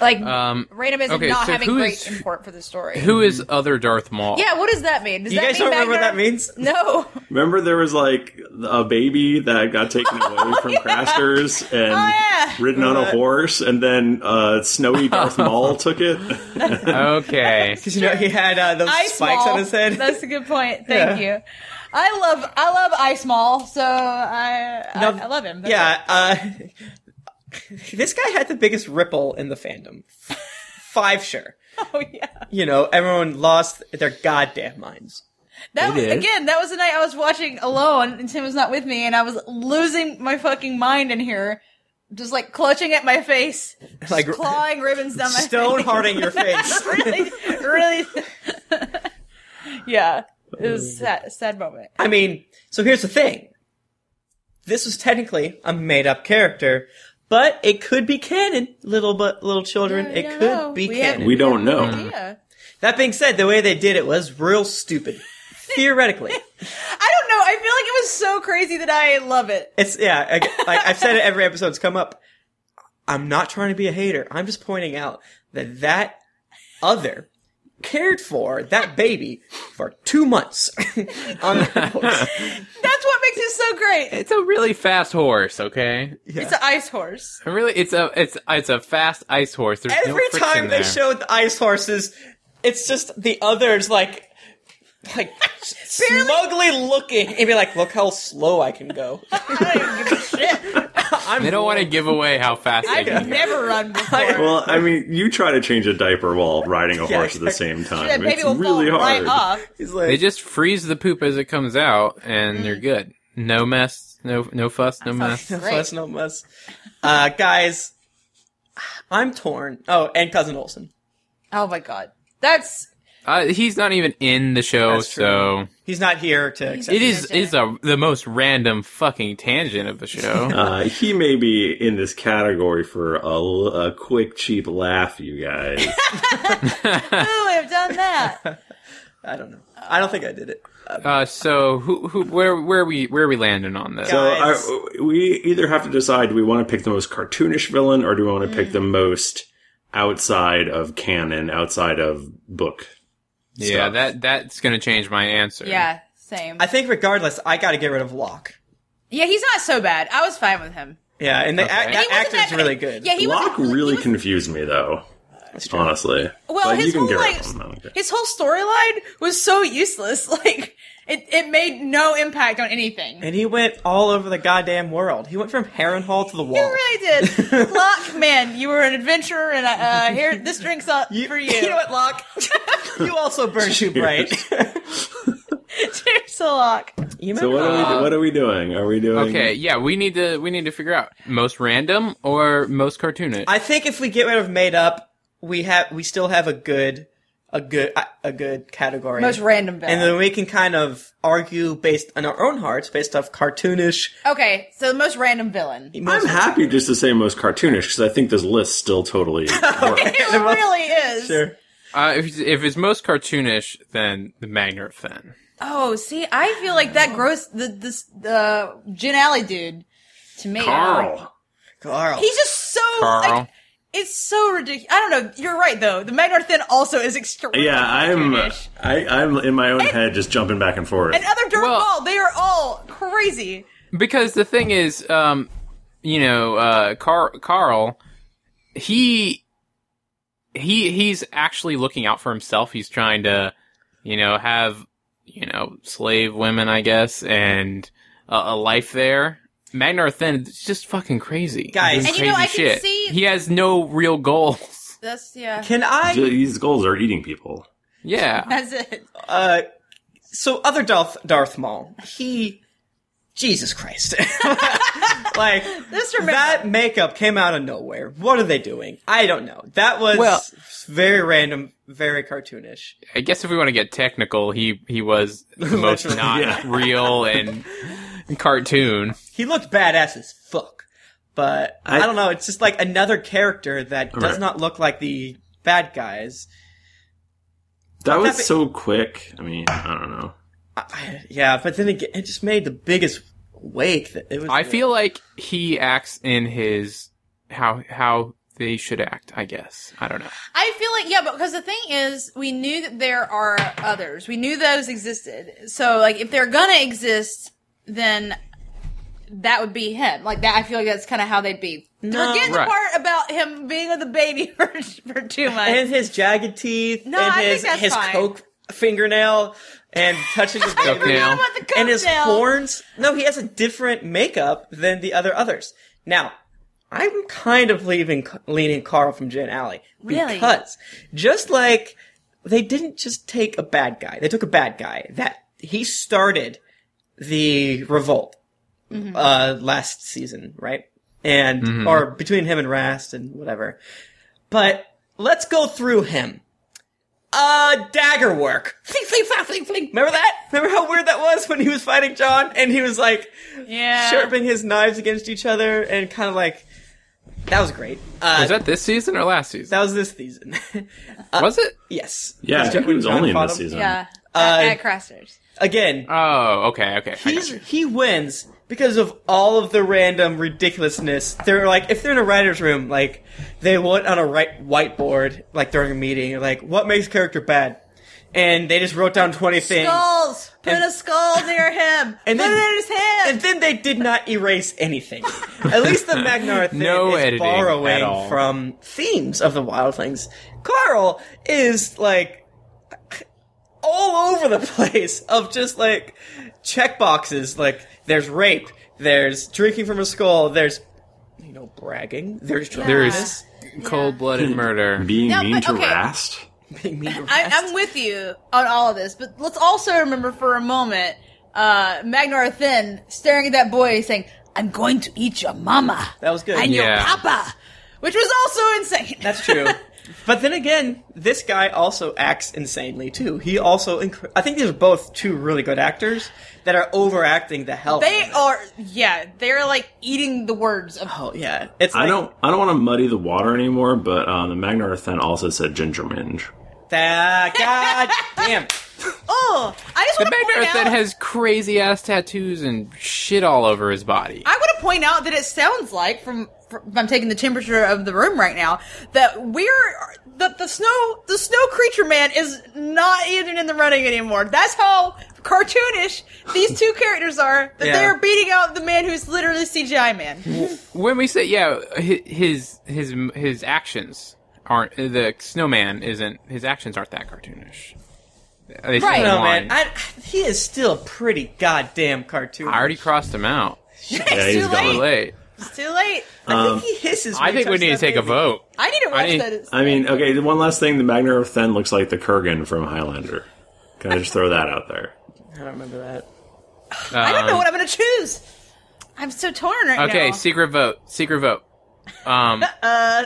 like
Um,
random is
okay,
not
so
having
who
great
is-
import for the story.
Who is other Darth Maul?
Yeah, what does that mean? Does
you
that
guys don't
mean
remember what
Magnar?
that means?
No.
Remember there was like a baby that got taken away from Crasters and
yeah.
ridden on a horse, and then uh, Snowy Darth Maul took it.
Okay.
Because you know he had uh, those
Ice
spikes
Mall.
on his head.
That's a good point. Thank
Yeah.
you. I love I love Ice Mall, so I
Now-
I, I love him. That's
yeah, uh, this guy had the biggest ripple in the fandom. Five sure.
it. Oh yeah.
You know, everyone lost their goddamn minds.
That
It
was,
is.
again, that was the night I was watching alone and Tim was not with me and I was losing my fucking mind in here. Just like clutching at my face,
Like
clawing ribbons down my
stone hard in your face.
really, really. yeah, it was a sad, sad moment.
I mean, so here's the thing. This was technically a made up character, but it could be canon, little but little children.
Yeah, we
it
don't
could
know.
be
We
canon.
haven't-
We don't
Mm.
know.
Yeah,
that being said, the way they did it was real stupid. Theoretically,
I don't know. I feel like it was so crazy that I love it.
it's yeah. I, like I've said it every episode's come up. I'm not trying to be a hater. I'm just pointing out that that other cared for that baby for two months on the horse.
That's what makes it so great.
It's a really fast horse, okay?
It's an ice horse.
A Really, it's a it's it's a fast ice horse. There's no
every
friction
time they
there.
showed the ice horses, it's just the others like like smugly looking and be like, look how slow I can go.
I don't even give a shit.
I'm
they don't want to give away how fast they
I've
can.
never run before.
Well, I mean, you try to change a diaper while riding a
Yeah,
horse at the
exactly.
same
Yeah,
time.
baby
it's
will
really
fall
hard.
right off.
He's like,
They just freeze the poop as it comes out, and you're good. No mess, no no fuss, no mess.
no fuss, no muss. Uh, guys, I'm torn. Oh, and cousin Olsen.
Oh my god, that's
Uh, he's not even in the show,
That's true.
so
He's not here to accept.
it is is a the most random fucking tangent of the show.
Uh, he may be in this category for a, l- a quick, cheap laugh, you guys.
ooh, I've done that.
I don't know. I don't think I did it.
Uh, so who who where where are we where are we landing on this?
So
Guys.
are, we either have to decide do we want to pick the most cartoonish villain or do we want to pick the
Mm.
most outside of canon, outside of book?
yeah,
stuff?
that that's gonna change my answer.
Yeah, same.
I think regardless, I got to get rid of Locke.
yeah, he's not so bad. I was fine with him.
Yeah, and the
Okay.
act,
He
that
He wasn't
actor's
that-
really good.
Yeah, he
Locke
was
really confused me though, honestly.
Well,
Like,
his
you can
whole
get rid
like,
of him, I don't care.
his whole storyline was so useless. Like it, it made no impact on anything. It
And he went all over the goddamn world. He went from Heron Hall to the wall.
really did. Locke, man, you were an adventurer, and I, uh, here this drink's up for you.
You know what, Locke? you also burn too bright.
Cheers to Locke.
You
So what
remember-
are we what are we doing? Are we doing
Okay, yeah, we need to we need to figure out most random or most cartoonish.
I think if we get rid of made up, we have we still have a good a good a good category.
Most random villain.
and then we can kind of argue based on our own hearts, based off cartoonish.
okay, so the most random villain. It
I'm happy just to say most cartoonish because I think this list still totally works.
really is.
Sure.
Uh, if, it's- if it's most cartoonish, then the Magnar Fen.
Oh, see, I feel like that gross the this the Gin Alley dude to me.
Carl.
Carl.
He's just so
Carl.
like it's so ridiculous. I don't know. You're right though. The Magnar Thin also is extremely
Yeah, I'm uh,
cartoonish.
I, I'm in my own head just jumping back and forth.
and other Dirt
Well-
Ball. They are all crazy.
Because the thing is, um, you know, uh, Car- Carl, he, he, he's actually looking out for himself. He's trying to, you know, have, you know, slave women, I guess, and a, a life there. Magnar Thin is just fucking crazy.
Guys.
He's
And
you know,
crazy
I can
shit.
see-
He has no real goals.
That's yeah.
Can I?
These goals are eating people.
Yeah.
That's it.
Uh, so other Darth Darth Maul. He Jesus Christ. like
Just remember-
that makeup came out of nowhere. What are they doing? I don't know. That was
Well-
very random, very cartoonish.
I guess if we want to get technical, he he was the most
Literally,
not
yeah.
real and cartoon.
He looked badass as fuck. But I,
I-
don't know, it's just like another character that does
Right.
not look like the bad guys.
That was
Nothing-
so quick. I mean, I don't know.
I- I, yeah, but then again, it just made the biggest wake that it was
I feel like he acts in his how how they should act. I guess I don't know.
I feel like yeah, but because the thing is, we knew that there are others. We knew those existed. So like, if they're gonna exist, then that would be him. Like that, I feel like that's kind of how they'd be. Forget the
Right.
part about him being with the baby for, for two months.
and his jagged teeth
No,
and
I think
his
that's
his
fine.
coke fingernail and touching the
Coke
baby.
nail.
Forgot about the
and his
cocktail.
horns. No, he has a different makeup than the other others. Now, I'm kind of leaving leaning Carl from Jen Alley
Really?
because just like they didn't just take a bad guy, they took a bad guy that he started the revolt uh, last season, right? And or between him and Rast and whatever. But let's go through him. Uh, dagger work. Fling, fling, fling, fling, fling. Remember that? Remember how weird that was when he was fighting John and he was like
Yeah.
sharpening his knives against each other and kind of like that was great. Uh,
Was that this season or last season?
that was this season. uh,
was it?
yes.
Yeah, I
Because
think
John-
it was
John
only in
fought
this
him.
season.
Yeah.
Uh,
at, at Craster's.
Again,
Oh, okay, okay. I got
he's,
you.
he wins because of all of the random ridiculousness. They're like, if they're in a writer's room, like, they went on a right whiteboard, like, during a meeting, like, what makes character bad? And they just wrote down 20 things.
Skulls. Put
And-
a skull near him.
And
Put
then-
it in his hand.
And then they did not erase anything. at least the Magnar thing
No
is
editing at
borrowing
all.
from themes of the Wildlings. Carl is, like, all over the place of just like checkboxes. Like there's rape, there's drinking from a skull, there's you know bragging, there's
There
drunkenness,
is cold-blooded murder.
Being
No,
mean
but-
to
okay.
Rast.
being mean to
I,
rest.
I'm with you on all of this, but let's also remember for a moment uh, Magnar Thin staring at that boy saying, I'm going to eat your mama.
That was good.
And your
Yeah.
papa. Which was also insane.
That's true. But then again, this guy also acts insanely too. He also, inc- I think these are both two really good actors that are overacting the hell. out of
they
it.
are, yeah, they're like eating the words of
Oh yeah, it's.
I
like-
don't. I don't want to muddy the water anymore. But um, the Magnar Thin also said ginger minge.
Ah, God damn. it.
Oh, I just
The
want to point
Magnar
out.
that has crazy ass tattoos and shit all over his body.
I want to point out that it sounds like from. from- If I'm taking the temperature of the room right now, that we're that the snow the snow creature man is not even in the running anymore. That's how cartoonish these two characters are. That
Yeah.
they are beating out the man who's literally CGI man.
when we say yeah, hi- his his his actions aren't the snowman isn't his actions aren't that cartoonish. They
Right.
seem
No
aligned.
man, I, he is still pretty goddamn cartoon.
I already crossed him out.
Yeah,
it's
he's
too late.
got it.
Too late.
It's too late.
I
Um,
think he hisses.
I
when he
think we
touches
need to
that
take a
baby.
vote.
I need to watch
I need-
that.
I mean, okay. The one last thing, the Magnar Thin looks like the Kurgan from Highlander. Can I just throw that out there?
I don't remember that.
I don't know what I'm going to choose. I'm so torn right
Okay,
now.
secret vote. Secret vote. Um,
uh,
I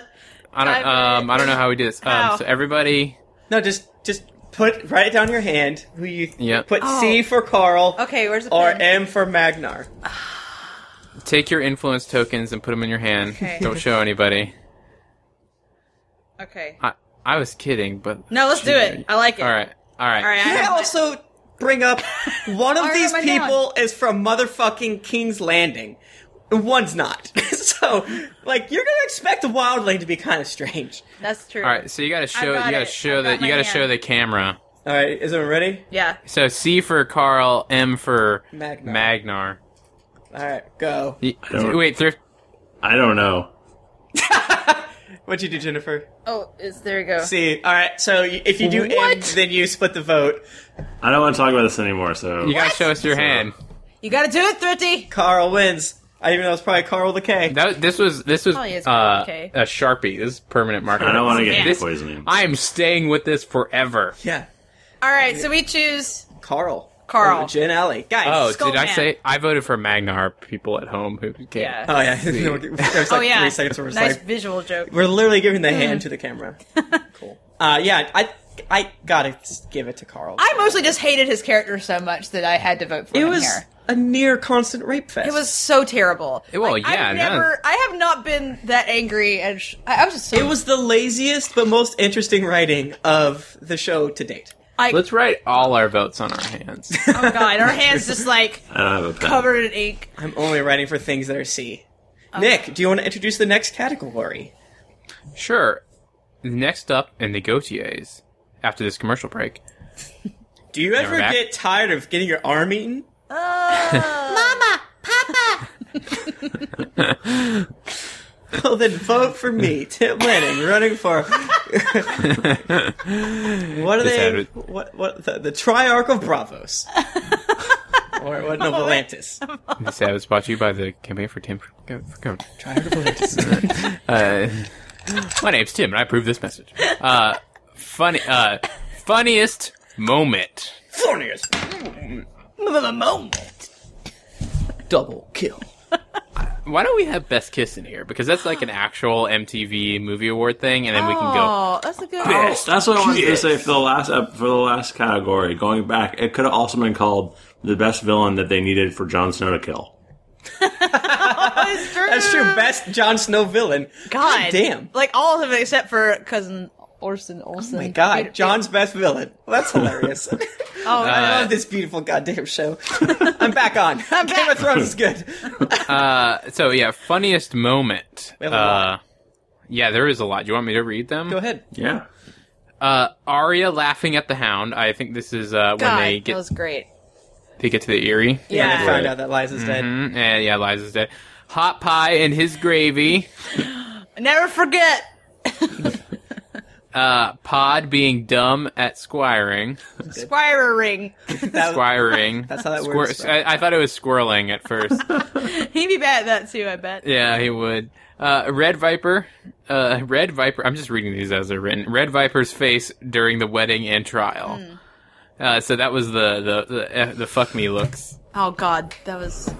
don't.
Tyler.
Um, I don't know how we do this.
How?
Um, so everybody,
No, just just put write it down your hand. Who you
Yep.
put
Oh.
C for Carl.
okay, where's the
Or
pen?
M for Magnar.
take your influence tokens and put them in your hand.
Okay.
Don't show anybody.
okay,
I, I was kidding, but
no, let's do it. I like it.
all right, all right.
all right. I
Can I
have it.
also bring up one of
I
these
wrote mine
people is from motherfucking King's Landing. and One's not. so, like, you're gonna expect a wildling to be kind of strange.
That's true.
All right, so you gotta show. You
got
gotta
it.
show
I've got
that.
my
You gotta
hand.
show the camera.
All right, is everyone ready?
Yeah.
So C for Carl, M for
Magnar.
Magnar.
All right, go.
Y-
don't-
Wait, thrift.
I don't know.
What'd you do, Jennifer?
Oh, is there you go.
C. All right, so y- if you do M,
What?
then you split the vote.
I don't want to talk about this anymore. So
You
What?
gotta show us your hand.
You gotta do it, Thrifty.
Carl wins. I even know it's probably Carl with a K.
That this was this was
Probably is
uh,
okay.
a sharpie. This is permanent marker.
I don't want to get
This-
poisoning.
I am staying with this forever.
yeah,
All right, so we choose
Carl.
Carl.
Jen Alley. Guys.
Oh,
Skull
did I
Man.
say I voted for Magnar? People at home who can't.
Yeah.
Oh yeah, there was like
oh yeah.
three seconds where it was
nice
like
visual joke.
we're literally giving the hand to the camera. cool. Uh, yeah, I I gotta give it to Carl.
I mostly just hated his character so much that I had to vote for
it
him
was
here.
a near constant rape fest.
It was so terrible.
Well,
Like,
yeah,
I've
no.
never. I have not been that angry, and sh- I, I was just. So,
It was the laziest but most interesting writing of the show to date.
I,
Let's write all our votes on our hands.
oh god, our hands just like
I don't have a pen.
covered in ink.
I'm only writing for things that are C. Nick, do you want to introduce the next category?
sure. Next up in the Gautiers, after this commercial break.
Do you ever
back.
get tired of getting your arm eaten?
Mama, Papa.
Well, then vote for me, Tim Lanning, running for. what are
This
they?
ad
What what the, the Triarch of Bravos? or what? No, Volantis.
This ad was brought to you by the campaign for Tim. Go, go.
Triarch of Volantis.
Uh, my name's Tim, and I approve this message. Uh, funny, uh, funniest moment.
Thorniest.
The moment.
Double kill.
Why don't we have best kiss in here? Because that's like an actual MTV movie award thing, and then we can go.
Oh, that's a good.
That's what I wanted to say for the last ep- for the last category. Going back, it could have also been called the best villain that they needed for Jon Snow to kill.
That's true.
That's true. Best Jon Snow villain.
God
damn. Oh
Like all of them except for cousin Orson Olsen.
My God, John's best villain. Well, that's hilarious.
Oh,
I
Uh,
love this beautiful goddamn show. I'm back on.
I'm
Game
back.
of Thrones is good.
Uh, so yeah, funniest moment.
We have a
Uh,
lot.
yeah, there is a lot. Do you want me to read them?
Go ahead.
Yeah.
Uh, Arya laughing at the Hound. I think this is uh, when
God,
they get
that was great.
they get to the Erie.
Yeah. When
Yeah.
they found out that Liza's dead.
Mm, and yeah, Liza's dead. Hot pie and his gravy.
Never forget.
Uh, Pod being dumb at squiring.
Squire ring.
That was,
Squiring.
That's how that
Squir-
word is spelled.
I, I thought it was squirreling at first.
He'd be bad at that too. I bet.
yeah, he would. Uh, Red Viper. Uh, Red Viper. I'm just reading these as they're written. Red Viper's face during the wedding and trial.
Hmm.
Uh, so that was the the the, eh, the fuck me looks.
Oh God, that was.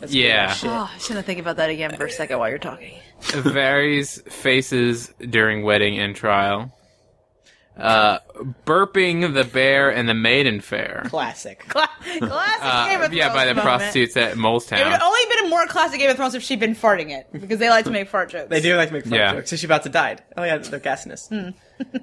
that's
Yeah.
shit.
Oh, I shouldn't think about that again for a second while you're talking.
Varies faces during wedding and trial. Uh, burping the bear and the maiden fair.
Classic.
Cla- classic Game
Uh,
of
yeah,
Thrones
by the
moment.
prostitutes at
It would
Molestown.
have only been a more classic Game of Thrones if she'd been farting it because they like to make fart jokes.
They do like to make fun
Yeah.
jokes. So she about to die. Oh yeah, they're gassing us.
Hmm.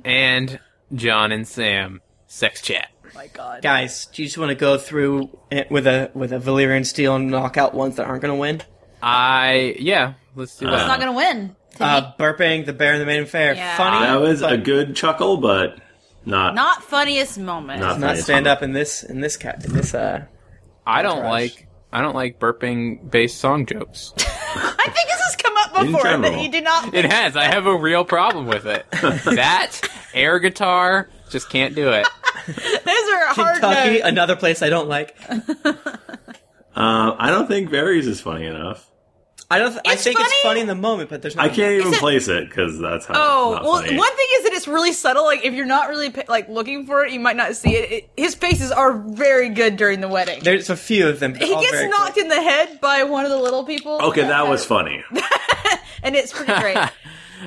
and John and Sam sex chat.
Oh my God.
Guys, do you just want to go through it with a with a Valyrian steel and knock out ones that aren't going to win?
I yeah, let's do
It's
that.
not gonna win.
Um,
Uh, burping the bear and the maiden fair.
Yeah.
Funny.
That was a
but
good chuckle, but not
Not funniest moment.
Not-
Not stand up in this in this cat in this uh.
I don't
Trash.
like I don't like burping based song jokes.
I think this has come up before that
general.
you do not.
It has. I have a real problem with it. that air guitar just can't do it.
Those are hard
Kentucky,
notes.
another place I don't like.
Uh, I don't think Varys is funny enough.
I don't. Th- I
It's
think
funny.
it's funny in the moment, but there's not.
I can't even
that-
place it because that's how.
Oh
not
well, one
funny.
thing is that it's really subtle. Like if you're not really pa- like looking for it, you might not see it. it his faces are very good during the wedding.
There's a few of them. but
he
all
gets
very
knocked in the head by one of the little people.
Okay, that was funny.
and it's pretty great.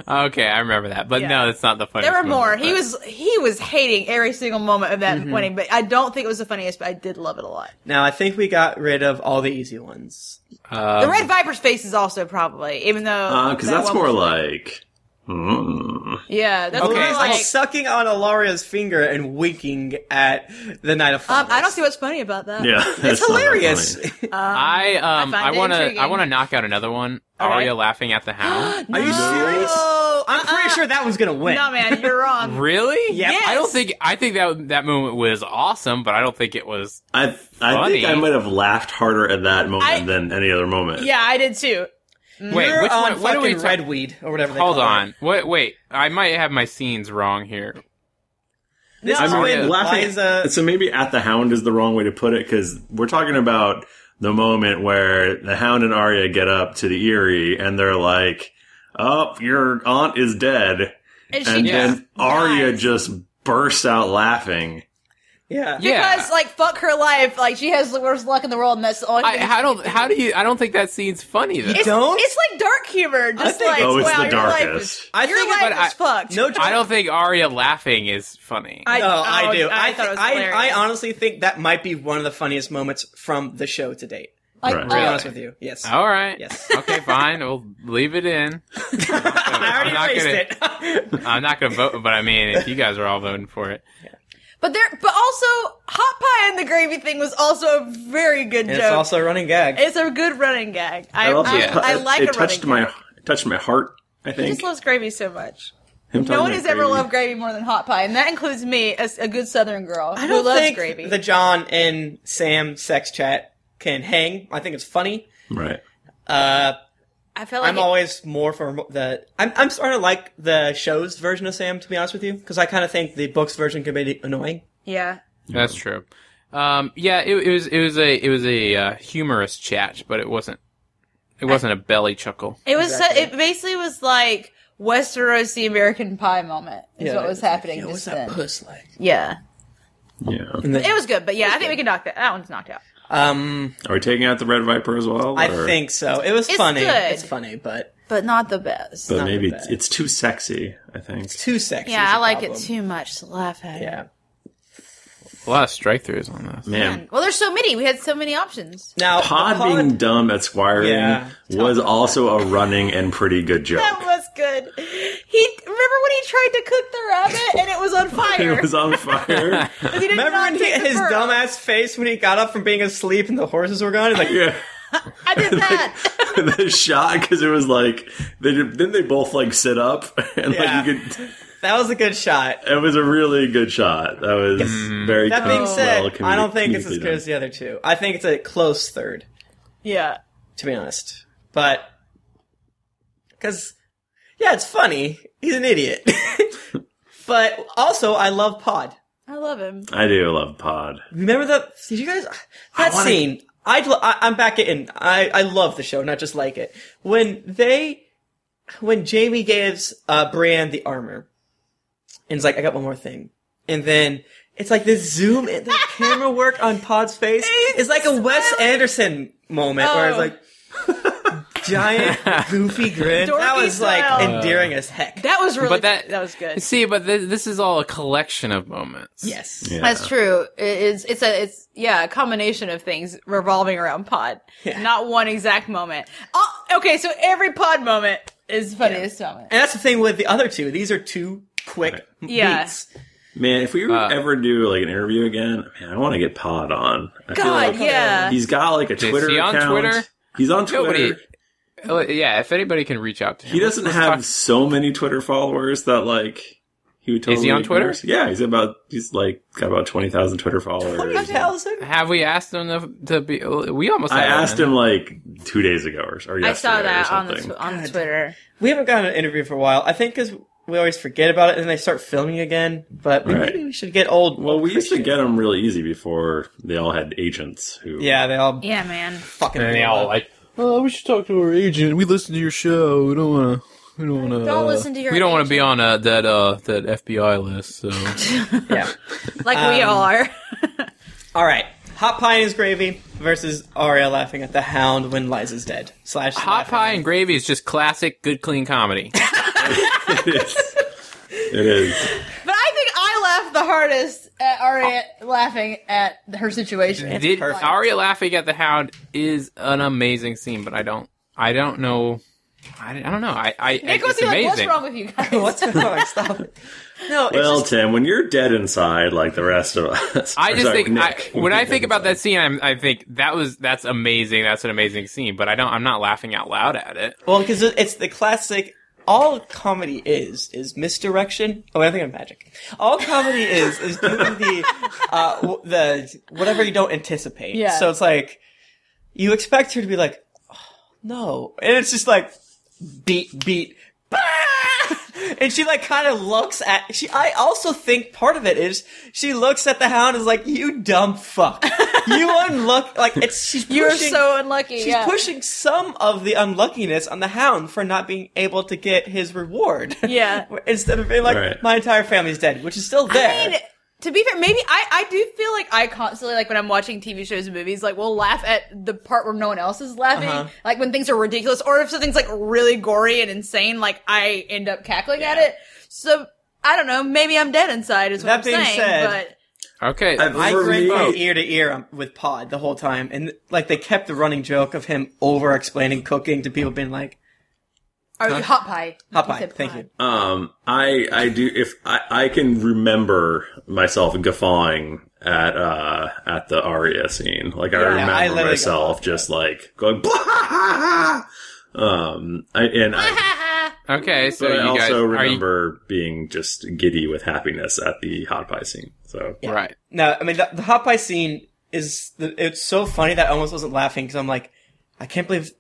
Okay, I remember that. But
Yeah.
no, that's not the funniest.
There were
moment,
more. He
but-
was he was hating every single moment of that wedding, but I don't think it was the funniest. But I did love it a lot.
Now I think we got rid of all the easy ones.
um,
The Red Viper's face is also probably, even though
Because
that
Uh, that's
one
more
was-
like. mm.
yeah, that's
Okay,
more like.
sucking on Alaria's finger and winking at the Night of Fire.
Um, I don't see what's funny about that.
Yeah,
It's
that's not that
hilarious.
funny.
I um
I
I
find it
want to I
intriguing.
want to knock out another one.
Okay.
Arya laughing at the hound.
Are you serious?
No, Uh-uh.
I'm pretty sure that one's gonna win.
No, man, you're wrong.
really?
Yep.
Yes.
I don't think I think that that moment was awesome, but I don't think it was
I I
Funny.
think I might have laughed harder at that moment
I-
than any other moment.
Yeah, I did too.
Wait,
You're
which
on
one? What are we
fucking
talk-
redweed or whatever. They
Hold
call
on.
It.
Wait, wait. I might have my scenes wrong here.
This
No.
is
I mean,
when
laughing.
Liza.
So maybe at the hound is the wrong way to put it because we're talking about the moment where the hound and Arya get up to the Erie and they're like, "Oh, your aunt is dead,"
And she
and
Yeah.
then Arya
dies.
just bursts out laughing.
Yeah.
Yeah.
Because like fuck her life, like she has the worst luck in the world, and that's the only.
I,
thing-
I don't. How do you? I don't think that scene's funny though.
it's,
don't?
It's like dark humor, just
think-
like
Oh, it's
wow,
the
your life
darkest.
is-
I
your
think
life
about-
is fucked.
No, joke.
I don't think Arya laughing is funny.
I-
No, I,
oh,
do.
I
I,
thought it was
thi- I,
hilarious.
I honestly think that might be one of the funniest moments from the show to date.
like,
Right.
To be
oh,
honest with you, yes.
All right.
Yes.
Okay, fine. We'll leave it in.
I
I'm not
already erased it.
I'm not going to vote, but I mean, if you guys are all voting for it,
But there, but also hot pie and the gravy thing was also a very good
and
joke.
it's also a running gag.
It's a good running gag. I, I,
also
I,
tou-
like
it
a
touched
running
my
gag.
it touched my heart. I
He
think
just loves gravy so much.
Him
No
talking
one
about
has ever
gravy.
loved gravy more than hot pie, and that includes me, as a good Southern girl
I
who
don't
loves
think
gravy.
the John and Sam sex chat can hang. I think it's funny.
Right.
Uh,
I feel like
I'm
it-
always more for the. I'm, I'm starting to like the show's version of Sam, to be honest with you, because I kind of think the book's version can be annoying.
yeah.
that's true. Um, yeah, it, it was it was a it was a uh, humorous chat, but it wasn't it wasn't a belly chuckle.
It was so,
Exactly.
it basically was like Westeros the American Pie moment is
Yeah,
what
it
was
was like,
happening
"Yo,
just
what's that
then.
puss like?
Yeah.
Yeah.
And then-
It was good, but yeah, I think we can knock that. That one's knocked out.
um,
Are we taking out the red viper as well?
I
or-
think so. It was
It's
funny.
good.
It's funny, but
But not the best.
But
not
maybe
that
it's,
bad.
it's too sexy. I think.
too sexy. is
yeah,
a
I like
problem.
it too much to laugh at. it.
Yeah.
A lot of strike throughs on this.
Man,
Well, there's so many. We had so many options.
Now,
Pod
the pod-
being dumb at squiring
Yeah.
was also a running and pretty good joke.
That was good. He remember when he tried to cook the rabbit and it was on fire.
It was on fire.
'Cause he did
Remember
not
when he,
take the
his
pearl.
dumbass face when he got up from being asleep and the horses were gone? He's like,
yeah.
I did that.
the shot because it was like they did, then they both like sit up and
Yeah.
like you could
that was a good shot.
it was a really good shot that was very
That being
com-
said,
Oh, well, comedi-
I don't think it's as
comedically
good
done.
as the other two. I think it's a close third,
yeah.
to be honest. But because yeah, it's funny. He's an idiot, but also I love Pod.
I love him.
I do love Pod
Remember that? Did you guys that
I wanna-
scene? I'd, lo- I, I'm back in. I I love the show, not just like it. When they, when Jamie gives uh, Bran the armor, and it's like, I got one more thing, and then it's like this zoom in, the camera work on Pod's face is like a Wes Anderson moment where it's
Oh.
like. Giant goofy grin. that
Dorky
was like
smile.
endearing as heck.
That was really.
But that-
that was good.
See, but th- this is all a collection of moments.
yes.
Yeah.
That's true. It- It's it's a it's yeah a combination of things revolving around pod, not one exact moment. Oh, okay, so every pod moment is funniest moment.
And that's the thing with the other two. These are two quick
Yeah.
beats.
man if we
Uh,
ever do like an interview again man I want to get Pod on I feel
God,
like
yeah.
he's got like a Twitter
he on
account
Twitter?
he's on Twitter
Nobody. Oh, Yeah, if anybody can reach out to him,
he doesn't
let's- let's
have
talk-
so many Twitter followers that like he would totally
Is he on Twitter?
yeah he's about he's like got about twenty thousand Twitter followers
What the hell is it?
Have we asked him to, to be? We almost.
I
had
asked him like two days ago or, or yesterday.
I saw
or
that on
something.
the tw- on
God.
Twitter.
We haven't gotten an interview for a while. I think because we always forget about it and they start filming again. But we-
Right.
maybe we should get old.
Well, we used to
Christian.
get them real easy before they all had agents who.
Yeah, they all
Yeah, man.
fucking.
And they
blow
all
up.
like.
Oh, we should talk to our agent. We listen to your show. We don't want to. We don't uh, want to.
Don't listen to your.
We don't want to be on uh, that uh, that FBI list. So
yeah.
like we
um,
are.
All right, hot pie and his gravy versus Arya laughing at the Hound when Liza's dead. Slash
hot
laughing
pie and gravy is just classic, good, clean comedy.
it is. It is.
but I think I laughed the hardest at Arya
Uh,
laughing at her situation.
Did
perfect.
Arya laughing at the hound is an amazing scene, but I don't, I don't know, I, I don't know. I, I
Nick was
it's
like, "What's
amazing.
wrong with you guys?"
at- What's wrong? Stop it. No, it's
Well,
just,
Tim, when you're dead inside, like the rest of us.
I
or
just
sorry,
think
Nick,
I, when I
you're
think
dead
about that
inside.
scene, I'm, I think that was that's amazing. That's an amazing scene, but I don't. I'm not laughing out loud at it.
well, because it's the classic. All comedy is is misdirection. Oh, wait, I think I'm magic. All comedy is is doing the uh, w- the whatever you don't anticipate.
Yeah.
So it's like you expect her to be like, "Oh, no, and it's just like beat beat. bah! And she like kind of looks at she. I also think part of it is she looks at the hound and is like, "You dumb fuck, you unluck." Like it's she's
You are
pushing-
so unlucky.
She's
yeah.
pushing some of the unluckiness on the hound for not being able to get his reward.
Yeah.
Instead of being like,
Right.
my entire family's dead, which is still there.
I mean, to be fair, maybe I, I do feel like I constantly like when I'm watching TV shows and movies, like we'll laugh at the part where no one else is laughing,
Uh-huh.
like when things are ridiculous, or if something's like really gory and insane, like I end up cackling at it. So I don't know, maybe I'm dead inside is what
That
I'm
being
saying.
said-
but
Okay.
I've-
I
For
grinned
me-
from ear to ear um, with Pod the whole time, and like they kept the running joke of him over explaining cooking to people, being like,
are you hot pie?
"Hot
You
pie,
said
thank
pie.
you."
Um, I I do if I, I can remember myself guffawing at uh at the Aria scene. Like I remember
I literally
myself just like going blah. Um, I, and I,
okay. So
but I
you guys
also
are you,
remember being just giddy with happiness at the hot pie scene. So
right?
No, I mean the, the hot pie scene is the, it's so funny that I almost wasn't laughing because I'm like, I can't believe,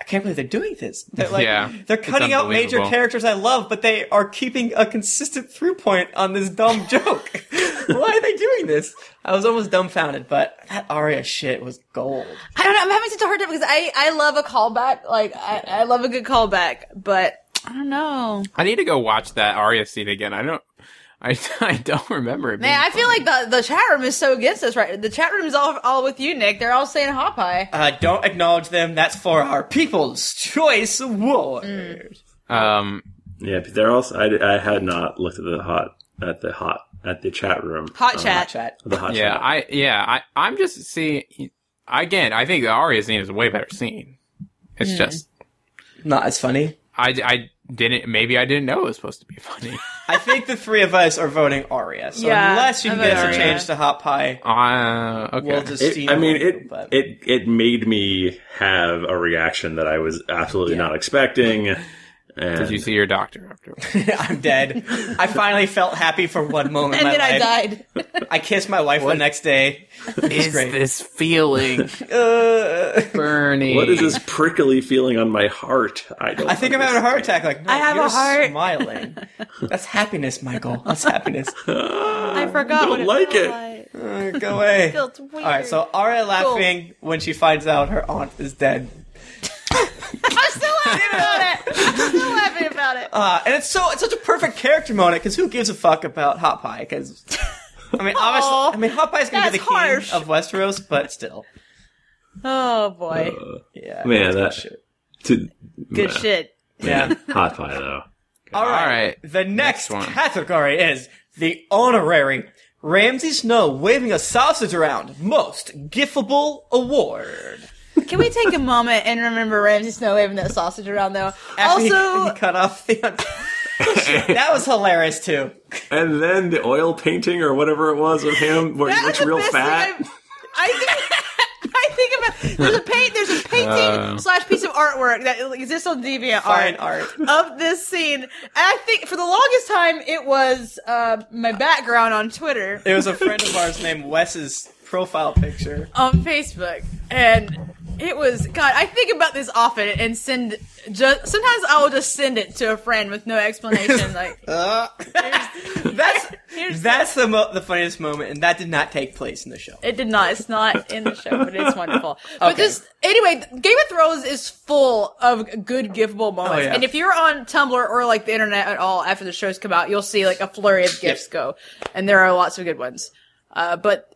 I can't believe they're doing this. They're like,
Yeah,
they're
it's
cutting out major
unbelievable.
characters I love, but they are keeping a consistent through point on this dumb joke. Why are they doing this? I was almost dumbfounded, but that Aria shit was gold.
I don't know. I'm having such a hard time because I, I love a callback. Like I, I love a good callback, but I don't know.
I need to go watch that Arya scene again. I don't. I, I don't remember it.
Man,
being
I feel like the, the chat room is so against us right. The chat room is all all with you, Nick. They're all saying hot pie.
Uh, don't acknowledge them. That's for our People's Choice Award.
Um,
yeah, but they're also I, I had not looked at the hot at the hot at the chat room
Hot
Um,
chat.
Chat.
the hot
yeah,
chat.
I yeah, I I'm just seeing again. I think the Arya scene is a way better scene. It's just
Not as funny.
I I didn't maybe I didn't know it was supposed to be funny.
I think the three of us are voting Aria. So
Yeah,
unless you
I'm
can get us
voting
a
Aria.
change to Hot Pie,
Uh, okay.
we'll just.
It, I
steamroll
mean,
you,
it,
but-
it it made me have a reaction that I was absolutely not expecting. And
Did you see your doctor afterwards?
I'm dead. I finally felt happy for one moment. in my
And then I
life.
died.
I kissed my wife the next day.
Is
great.
this feeling
Uh,
burning?
what is this prickly feeling on my heart? I don't.
I think I'm having a heart attack. Like no,
I have a
you're
heart.
Smiling. That's happiness, Michael. That's happiness.
I forgot. what
don't like
felt
it.
Like.
Uh, go away.
Felt weird.
All right. So Aria laughing when she finds out her aunt is dead.
I'm still laughing about it. I'm still laughing about it.
Uh, and it's so it's such a perfect character moment because who gives a fuck about Hot Pie? Because I mean, obviously,
Aw,
I mean, Hot Pie's gonna be
that's
the king
harsh.
of Westeros, but still,
Oh boy,
yeah,
Man, that-
that's shit.
To,
good
nah,
shit.
yeah.
hot pie though.
All right.
All right.
The next,
one.
category is the honorary Ramsay Snow waving a sausage around most giftable award.
Can we take a moment and remember Ramsay Snow waving that sausage around though?
After he- he,
also,
cut off the. that was hilarious too.
And then the oil painting or whatever it was of him, where
that was
he looks
the
real
best
fat.
thing I've- I think. I think about there's a paint there's a painting
Uh.
slash piece of artwork that exists on DeviantArt.
Fine art.
of this scene. And I think for the longest time it was uh, my background on Twitter,
It was a friend of ours named Wes's profile picture.
on Facebook, and it was God. I think about this often and send. Just sometimes I will just send it to a friend with no explanation. Like
That's
here's
that's the mo- the funniest moment, and that did not take place in the show.
It did not. It's not in the show, but it's wonderful. But
Okay.
just anyway, Game of Thrones is full of good giftable moments.
Oh, yeah.
And if you're on Tumblr or like the internet at all after the shows come out, you'll see like a flurry of gifts go, and there are lots of good ones. Uh, but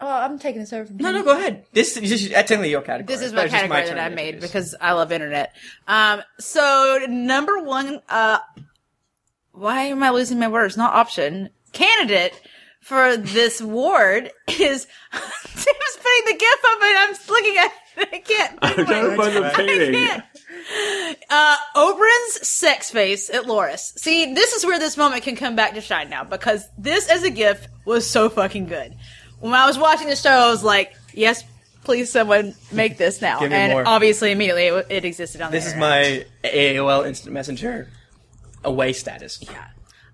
oh, I'm taking this over from
No, no, go ahead. This is just, that's technically your category.
this is
That
my
was just
category
turn
that I
to
made
introduce.
because I love internet. Um, so number one, uh, why am I losing my words? Not option. Candidate for this ward is Tim's putting the gif up and I'm looking at it. I can't.
I'm trying to find the painting.
can't. Uh, Oberon's sex face at Loris. See, this is where this moment can come back to shine now because this as a gift was so fucking good. When I was watching the show, I was like, yes, please someone make this now.
Give me
and
more.
obviously, immediately it, w- it existed on
This
the
is
internet.
my AOL Instant Messenger away status.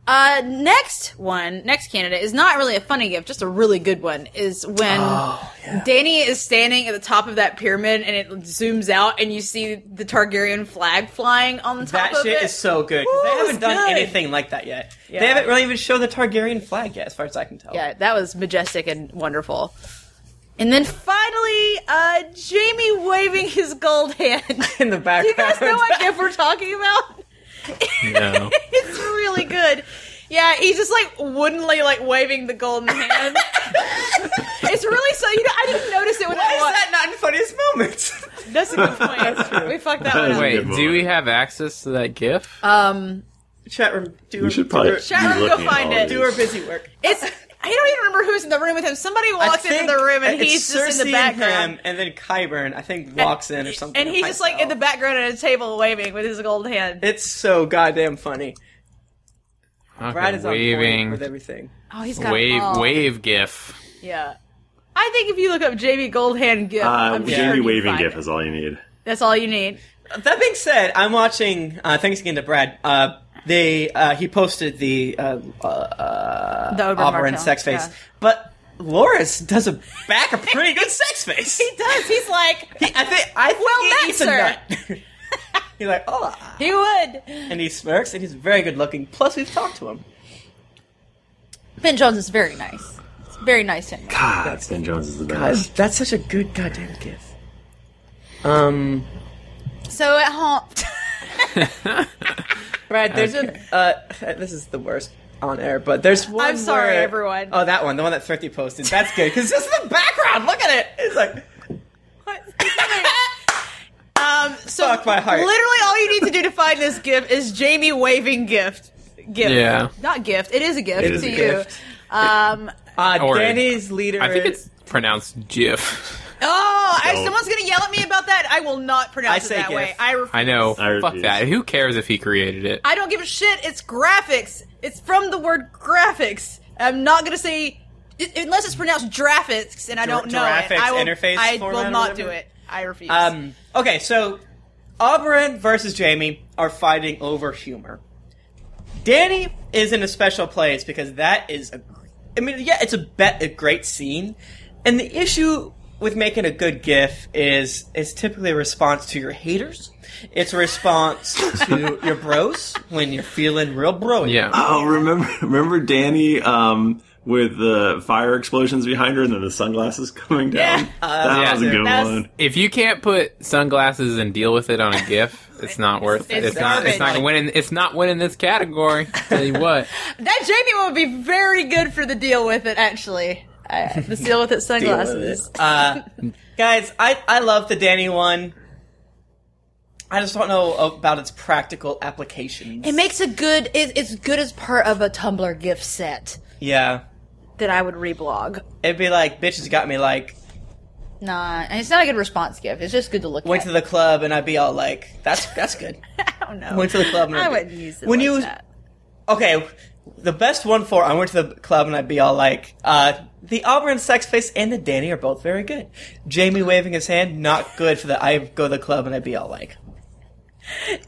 Uh, next one, next candidate is not really a funny gift, just a really good one. Is when
Oh,
Danny is standing at the top of that pyramid and it zooms out and you see the Targaryen flag flying on the top
That
of
shit
it.
is so good. 'cause
Ooh,
they
it was
haven't done
good.
anything like that yet.
Yeah.
They haven't really even shown the Targaryen flag yet, as far as I can tell.
yeah, that was majestic and wonderful. And then finally, uh, Jamie waving his gold hand.
In the
Do you
background.
guys know what gift we're talking about?
No.
it's really good. Yeah, he's just like woodenly like waving the golden hand. it's really so you know I didn't notice it when
Why
I
is
watched.
that not in funniest moments?
That's a good point. We fucked that
That
one up.
is good.
Wait,
Give
do we
one.
have access to that GIF?
Um,
Chat room, do
We
her,
should probably
do, her,
Sharon,
be
go
looking at
find
all
it.
these.
do her busy work.
it's I don't even remember who's in the room with him. Somebody
I
walks into
think
the room and
it's
he's just in
Cersei
the background.
And, him, and then Kyburn, I think, walks in or something.
And he's just like in the background at a table waving with his golden hand.
It's so goddamn funny.
Fucking
Brad is on point with
waving,
everything.
Oh, he's got
wave,
oh,
wave GIF.
Yeah. I think if you look up JB Goldhand GIF,
Uh,
I'm sure
Jamie
you
waving
find
gif
it.
is all you need.
That's all you need.
That being said, I'm watching. Uh, thanks again to Brad. Uh, they uh, he posted the uh, uh,
The Oberyn
Oberyn
Martell,
sex face,
yeah.
but Loris does a back a pretty good sex face.
He does. He's like,
I think I think
Well
he
met,
eats a
sir.
nut. He's like, oh,
he would.
and he smirks, and he's very good looking. Plus, we've talked to him.
Ben Jones is very nice. It's very nice to him.
God, Ben Ah, Jones is the
That's,
best.
that's such a good goddamn gift. Um,
So at home,
Brad, there's an uh, this is the worst on air, but there's one.
I'm sorry,
where-
everyone.
Oh, that one, the one that Thrifty posted. That's good because just the background. Look at it. It's like
um, so
Fuck my heart.
Literally, all you need to do to find this gift is Jamie waving gift. Gift.
Yeah.
Not gift. It is a gift
It
is
to
a
you.
gift.
Um.
uh,
Or-
Danny's leader.
I think
is-
it's pronounced GIF.
Oh, I,
Don't.
someone's gonna yell at me about that. I will not pronounce
I
it
say
that
gif.
way. I refuse.
I know.
I
Fuck
refuse.
that. Who cares if he created it?
I don't give a shit. It's graphics. It's from the word graphics. I'm not gonna say i- unless it's pronounced graphics, and I
Dra-
don't know it.
graphics
I will,
interface
I
format
will
or
not
whatever?
do it. I refuse.
Um, okay, so Oberyn versus Jamie are fighting over humor. Danny is in a special place because that is a. I mean, yeah, it's a bet a great scene, and the issue with making a good GIF is it's typically a response to your haters. It's a response to your bros when you're feeling real bro.
Yeah.
Oh, remember remember Danny um, with the fire explosions behind her and then the sunglasses coming down?
Yeah.
that
yeah.
was a good
That's-
one.
If you can't put sunglasses and deal with it on a GIF, it's not worth it.
it's
It's not. It's not
garbage.
winning. It's not winning this category. Tell you what.
that Jamie one would be very good for the deal with it. Actually, I, the deal with it sunglasses.
Uh, guys, I, I love the Danny one. I just don't know about its practical applications.
It makes a good. It, it's good as part of a Tumblr gift set
yeah.
that I would reblog.
It'd be like, bitches got me like,
Nah, and it's not a good response gift. It's just good to look
went
at.
to the club and I'd be all like, that's that's good.
I don't know.
Went to the club and
I
I'd be-
wouldn't use it.
When
like
you-
that.
Okay, the best one for I went to the club and I'd be all like, uh, the Auburn sex face and the Danny are both very good. Jamie waving his hand, not good for the I go to the club and I'd be all like,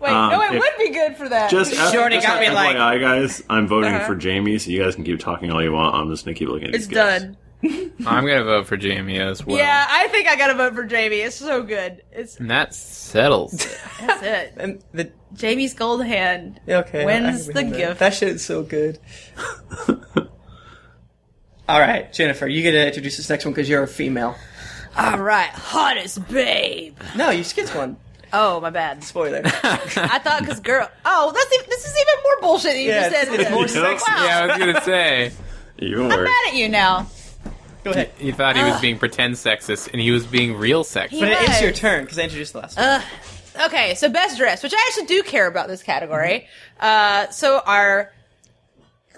Wait,
Um,
no, it
if-
would be good for that.
Just uh,
already
just
got me, like-
FYI, guys, I'm voting for Jamie, so you guys can keep talking all you want. I'm just gonna keep looking at
Uh-huh. it's
these gifs.
done.
I'm gonna vote for Jamie as well.
Yeah, I think I gotta vote for Jamie. It's so good. It's
And that settles. it.
that's it.
and the
Jamie's gold hand.
okay,
When's
I can
the
remember.
gift?
That shit's so good. all right, Jennifer, you get to introduce this next one because you're a female.
All right, hottest babe.
No, you skipped one.
Oh my bad.
Spoiler.
I thought because girl. Oh, that's even, this is even more bullshit than you
Yeah,
just said.
it's- it's
isn't
more
it?
sexy.
Wow.
Yeah, I was gonna say.
Even
I'm
worse.
mad at you now.
Go ahead.
He thought he was being pretend sexist, and he was being real sexist.
But it is
Yes.
your turn because I introduced the last one.
Okay, so best dress, which I actually do care about this category. Uh, so our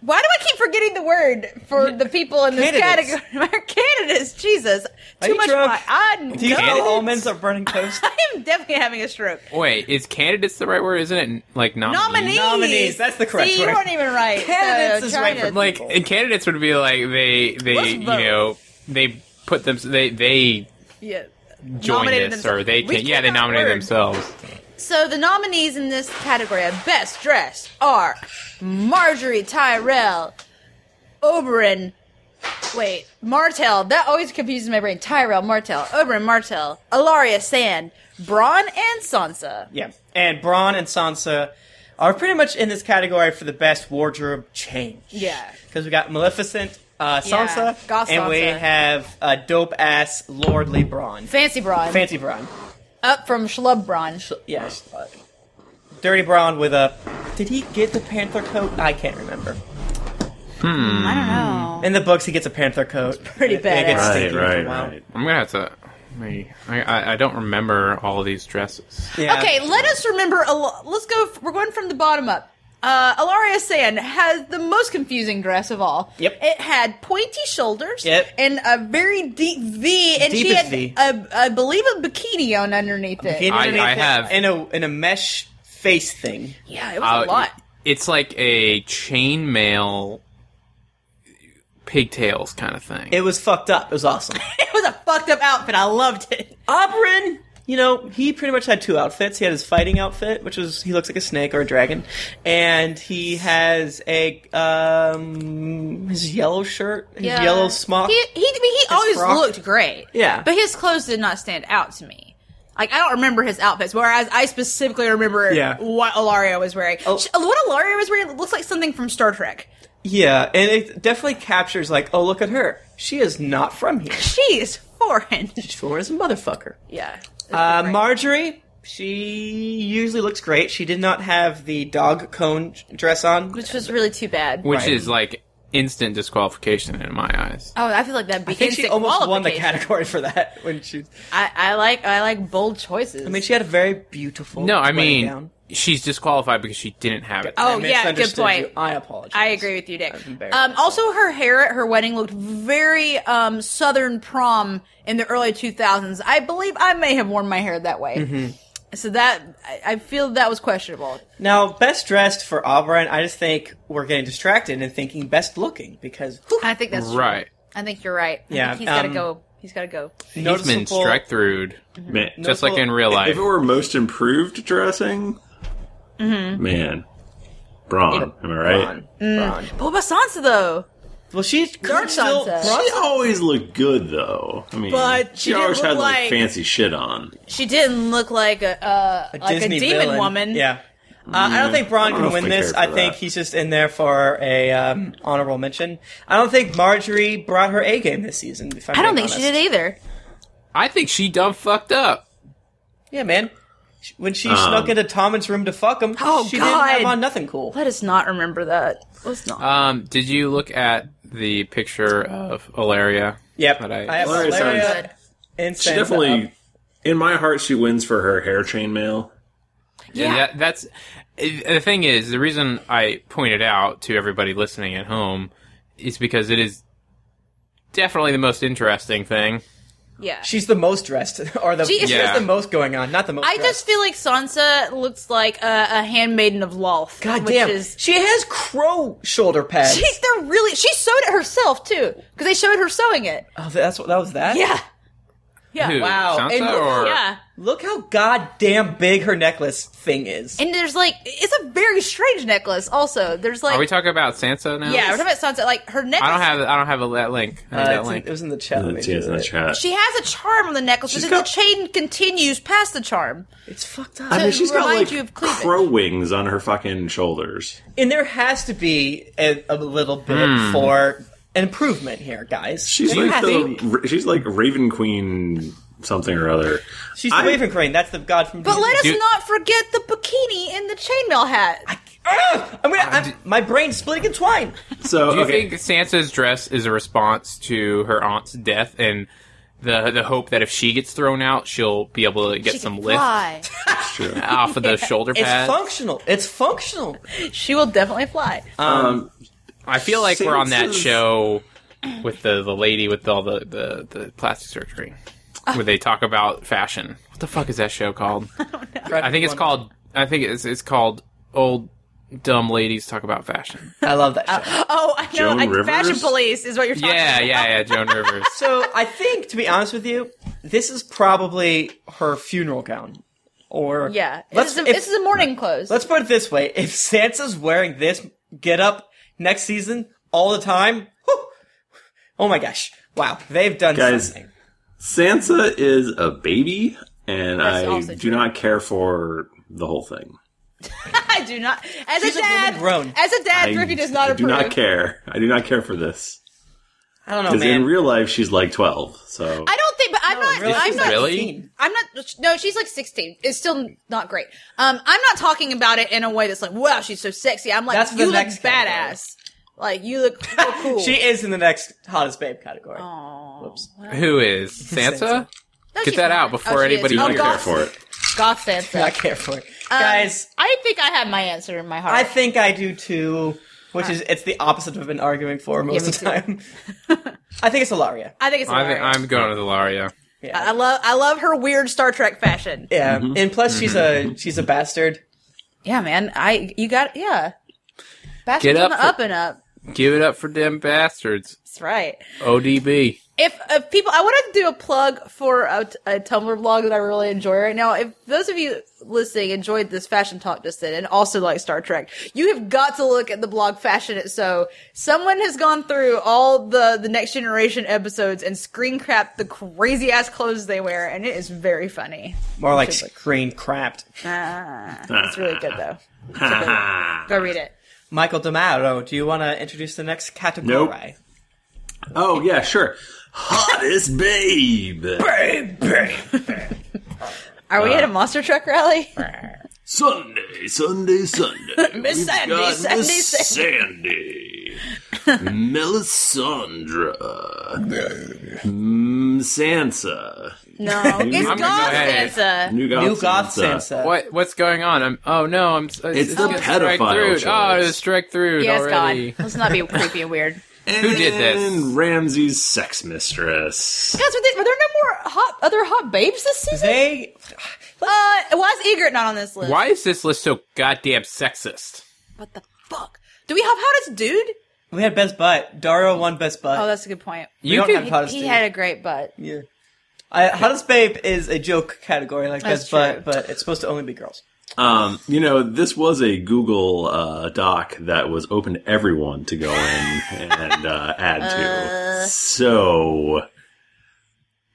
why do I keep forgetting the word for the people in this
Candidates.
category? Our candidates, Jesus,
Are
too
you
much.
drunk?
wine. I
Do you
know.
know almonds are burning toast?
I am definitely having a stroke.
Wait, is candidates the right word? Isn't it like
Nominees.
Nominees, that's the correct
See, you
word.
weren't even right.
Candidates
So,
is
trying
right for
to-
like and candidates would be like they
Let's
they you
vote.
know they put them they they
yeah,
join
nominated
this
themselves.
or they
We
can yeah they
cannot
nominate
word.
themselves
So the nominees in this category of best dress are Marjorie Tyrell, Oberyn. Wait, Martell. That always confuses my brain. Tyrell, Martell, Oberyn, Martell, Alaria Sand, Braun, and Sansa.
Yeah, and Braun and Sansa are pretty much in this category for the best wardrobe change.
Yeah.
because we got Maleficent uh,
Yeah,
Sansa,
goth
and we
Sansa.
have uh, dope ass lordly Braun,
Fancy Braun,
fancy Braun.
up from Schlub Braun.
Yes, uh, dirty Braun with a. Did he get the panther coat? I can't remember.
I don't know.
In the books, he gets a panther coat.
pretty
It- it gets
badass.
stinky for a while.
I'm gonna have to. I, I, I don't remember all of these dresses.
Yeah.
Okay, let us remember. Al- Let's go. We're going from the bottom up. Uh, Alaria Sand has the most confusing dress of all.
Yep.
It had pointy shoulders
Yep.
and a very deep V, and she
Deepest
had,
V.
a- I believe, a bikini on underneath it.
He
I-
underneath
I
it
have-
in a in a mesh face thing.
Yeah, it was
Uh,
a lot.
It's like a chainmail pigtails kind of thing.
It was fucked up. It was awesome.
It was a fucked up outfit. I loved it.
Oberyn, you know, he pretty much had two outfits. He had his fighting outfit, which was he looks like a snake or a dragon, and he has a um his yellow shirt, his yellow smock.
He he, I mean, he always
frock.
looked great.
Yeah.
but his clothes did not stand out to me. Like I don't remember his outfits, whereas I specifically remember
Yeah. Oh.
what Alaria was wearing. She- What Alaria was wearing looks like something from Star Trek.
yeah, and it definitely captures like, oh look at her, she is not from here.
She is foreign.
She's foreign as a motherfucker.
yeah.
Uh,
Right.
Marjorie, she usually looks great. She did not have the dog cone dress on.
Which was really too bad.
which
Right.
is like instant disqualification in my eyes.
Oh, I feel like that
I think
begins
she almost won the category
category.
for that when she.
I, I like I like bold choices.
I mean, she had a very beautiful.
No, I
wedding
mean
gown.
she's disqualified because she didn't have it.
Oh
I
yeah, good
misunderstood
point.
you. I apologize.
I agree with you, Dick.
I'm embarrassed.
Um, also, her hair at her wedding looked very um, Southern prom in the early 2000s. I believe I may have worn my hair that way.
Mm-hmm.
So that I, I feel that was questionable.
Now, best dressed for Auburn, I just think we're getting distracted and thinking best looking because
I think that's true.
Right.
I think you're right. I
Yeah,
think he's got to
um,
go. He's got to go.
He's been
noticeable-
strike through
Mm-hmm.
Man,
just like in real life.
if it were most improved dressing,
Mm-hmm.
man, Braun, am I right?
Braun, Braun.
But what about Sansa though?
Well, she
Mm. Dark
could still.
Sansa.
Braun-
She always looked good though. I mean,
But she
she,
didn't
always
look
had like,
like-
fancy shit on.
She didn't look like a, uh, like
Disney
a demon
villain.
woman.
Yeah. Uh, I don't think Braun
I Mm. don't know
can
if
win
we
this.
care
I
for
think
that.
he's just in there for a um, honorable mention. I don't think Marjorie brought her A game this season. If I'm
I don't
being
think she
honest.
did either.
I think she dumb fucked up.
Yeah, man. She- When
Um,
she snuck into Tommen's room to fuck him,
Oh,
she
God.
didn't have on nothing cool.
Let us not remember that. Let's
Uh,
not.
Um, did you look at the picture of Alaria?
Yep.
But I-
I have
Hilarious
Hilaria
sounds-
and
She
Sansa
definitely,
up.
in my heart, she wins for her hair chainmail.
Yeah. that, that's the thing is the reason I pointed out to everybody listening at home is because it is definitely the most interesting thing.
yeah.
She's the most dressed, or the
She is-
she
Yeah.
has the most going on, not the most.
I just
dressed.
feel like Sansa looks like a, a handmaiden of Lolth.
God
which
damn,
Is,
she has crow shoulder pads.
she, they're really. She sewed it herself too, because they showed her sewing it.
oh, that's what that was. That
Yeah. Yeah.
Who,
wow.
Sansa
And-
or
Yeah.
Look how goddamn big her necklace thing is.
And there's like, it's a very strange necklace. Also, there's like,
are we talking about Sansa now?
yeah, we're talking about Sansa. Like her necklace.
I don't have I don't have a, that link. I need
Uh,
that
it's in-
link.
it was in the chat.
That's in the chat.
She has a charm on the necklace,
She's
but
got-
the chain continues past the charm.
It's fucked up.
I mean, she's got
remind
like
you of cleavage.
crow wings on her fucking shoulders.
and there has to be a, a little bit for improvement here, guys.
Hmm. She's
you
like
happy?
the, she's like Raven Queen something or other.
She's the
I-
Raven Crane. That's the god from.
But let us
Do-
not forget the bikini and the chainmail hat.
Ah! I'm gonna. I'm, my brain's splitting in twine.
So
Do you
okay,
think Sansa's dress is a response to her aunt's death and the the hope that if she gets thrown out, she'll be able to get
She
some
can
lift
fly.
sure.
off of those shoulder
It's
Uh,
pads?
functional. It's functional.
she will definitely fly.
Uh,
um,
I feel like we're on that
Sansa's-
show with the, the lady with all the, the, the plastic surgery
Ah.
where they talk about fashion. What the fuck is that show called? I think it's called. I think it's it's called old dumb ladies talk about fashion.
I love that show.
oh, I know.
Joan
I-
Rivers?
Fashion police is what you're talking
yeah,
about.
yeah, yeah. Joan Rivers.
So I think, to be honest with you, this is probably her funeral gown. Or
Yeah,
let's
this, is a,
if-
this is a morning clothes.
let's put it this way: if Sansa's wearing this get up next season all the time, whew, oh my gosh, wow, they've done
Guys,
something.
Sansa is a baby, and
That's
I
also
do
true.
not care for the whole thing.
I do not. As
She's
a
a
dad,
woman grown.
as a dad,
I
Griffey does not
do
approve.
not care. I do not care for this
I don't know,
because
man.
in real life she's like twelve. So
I don't think, but I'm not.
really?
I'm
She's
not.
like
Really?
15.
I'm not. No, she's like 16. It's still not great. Um, I'm not talking about it in a way that's like, wow, she's so sexy. I'm like,
That's the
you look
next category.
badass. Like you look so cool.
She is in the next hottest babe category.
Aw.
Whoops.
Who is Sansa?
Sansa.
No,
Get
she's
that out
not.
before
she is.
anybody
oh,
Not
wonders.
care
Goth,
for it.
Goth
I
Sansa.
care for it.
Um,
Guys,
I think I have my answer in my heart.
I think I do too. Which is it's the opposite of an arguing for most
me
of the time. I think it's Ilaria.
I think it's.
I think
Ilaria.
I'm going with Ilaria.
Yeah.
I I love I love her weird Star Trek fashion.
yeah. And plus she's a she's a bastard.
Yeah, man. I you got yeah. Bastards
Get up
on the
for-
up and up.
Give it up for them bastards.
That's right.
ODB.
If, if people, I want to do a plug for a, a Tumblr blog that I really enjoy right now. If those of you listening enjoyed this fashion talk just then and also like Star Trek, you have got to look at the blog Fashion It So. Someone has gone through all the, the Next Generation episodes and screen crapped the crazy ass clothes they wear, and it is very funny.
More like
She's like-
screen crapped.
Ah, it's really good though.
Ha
Go read it.
Michael D'Amato, do you want to introduce the next category?
Nope. ha. oh yeah, sure. Hottest babe.
Are we at a monster truck rally?
Sunday, Sunday, Sunday.
Miss
We've
Sandy,
got
Sandy,
Miss Sandy. Melisandre. Mm, Sansa.
No, it's
I'm gonna
Goth
go
ahead.
Sansa.
New Goth,
New Goth
Sansa.
Sansa.
What what's going on? I'm oh no, I'm it's,
the
gonna strike
pedophile
through.
choice.
Oh, it's strike through
Yes,
already.
God. Let's not be creepy and weird.
And
did this?
Ramsey's sex mistress.
Guys, were, they, were there no more hot other hot babes this season?
They
uh, why is Egret not on this list?
Why is this list so goddamn sexist?
What the fuck? Do we have hottest dude?
we had best butt. Dario won best butt.
Oh, that's a good point.
we
You
don't have
could
hottest
he
dude.
had a great butt.
yeah. I, hottest babe is a joke category like
That's
best butt,
true.
but it's supposed to only be girls.
Um, you know, this was a Google uh, doc that was open to everyone to go in and uh, add to. So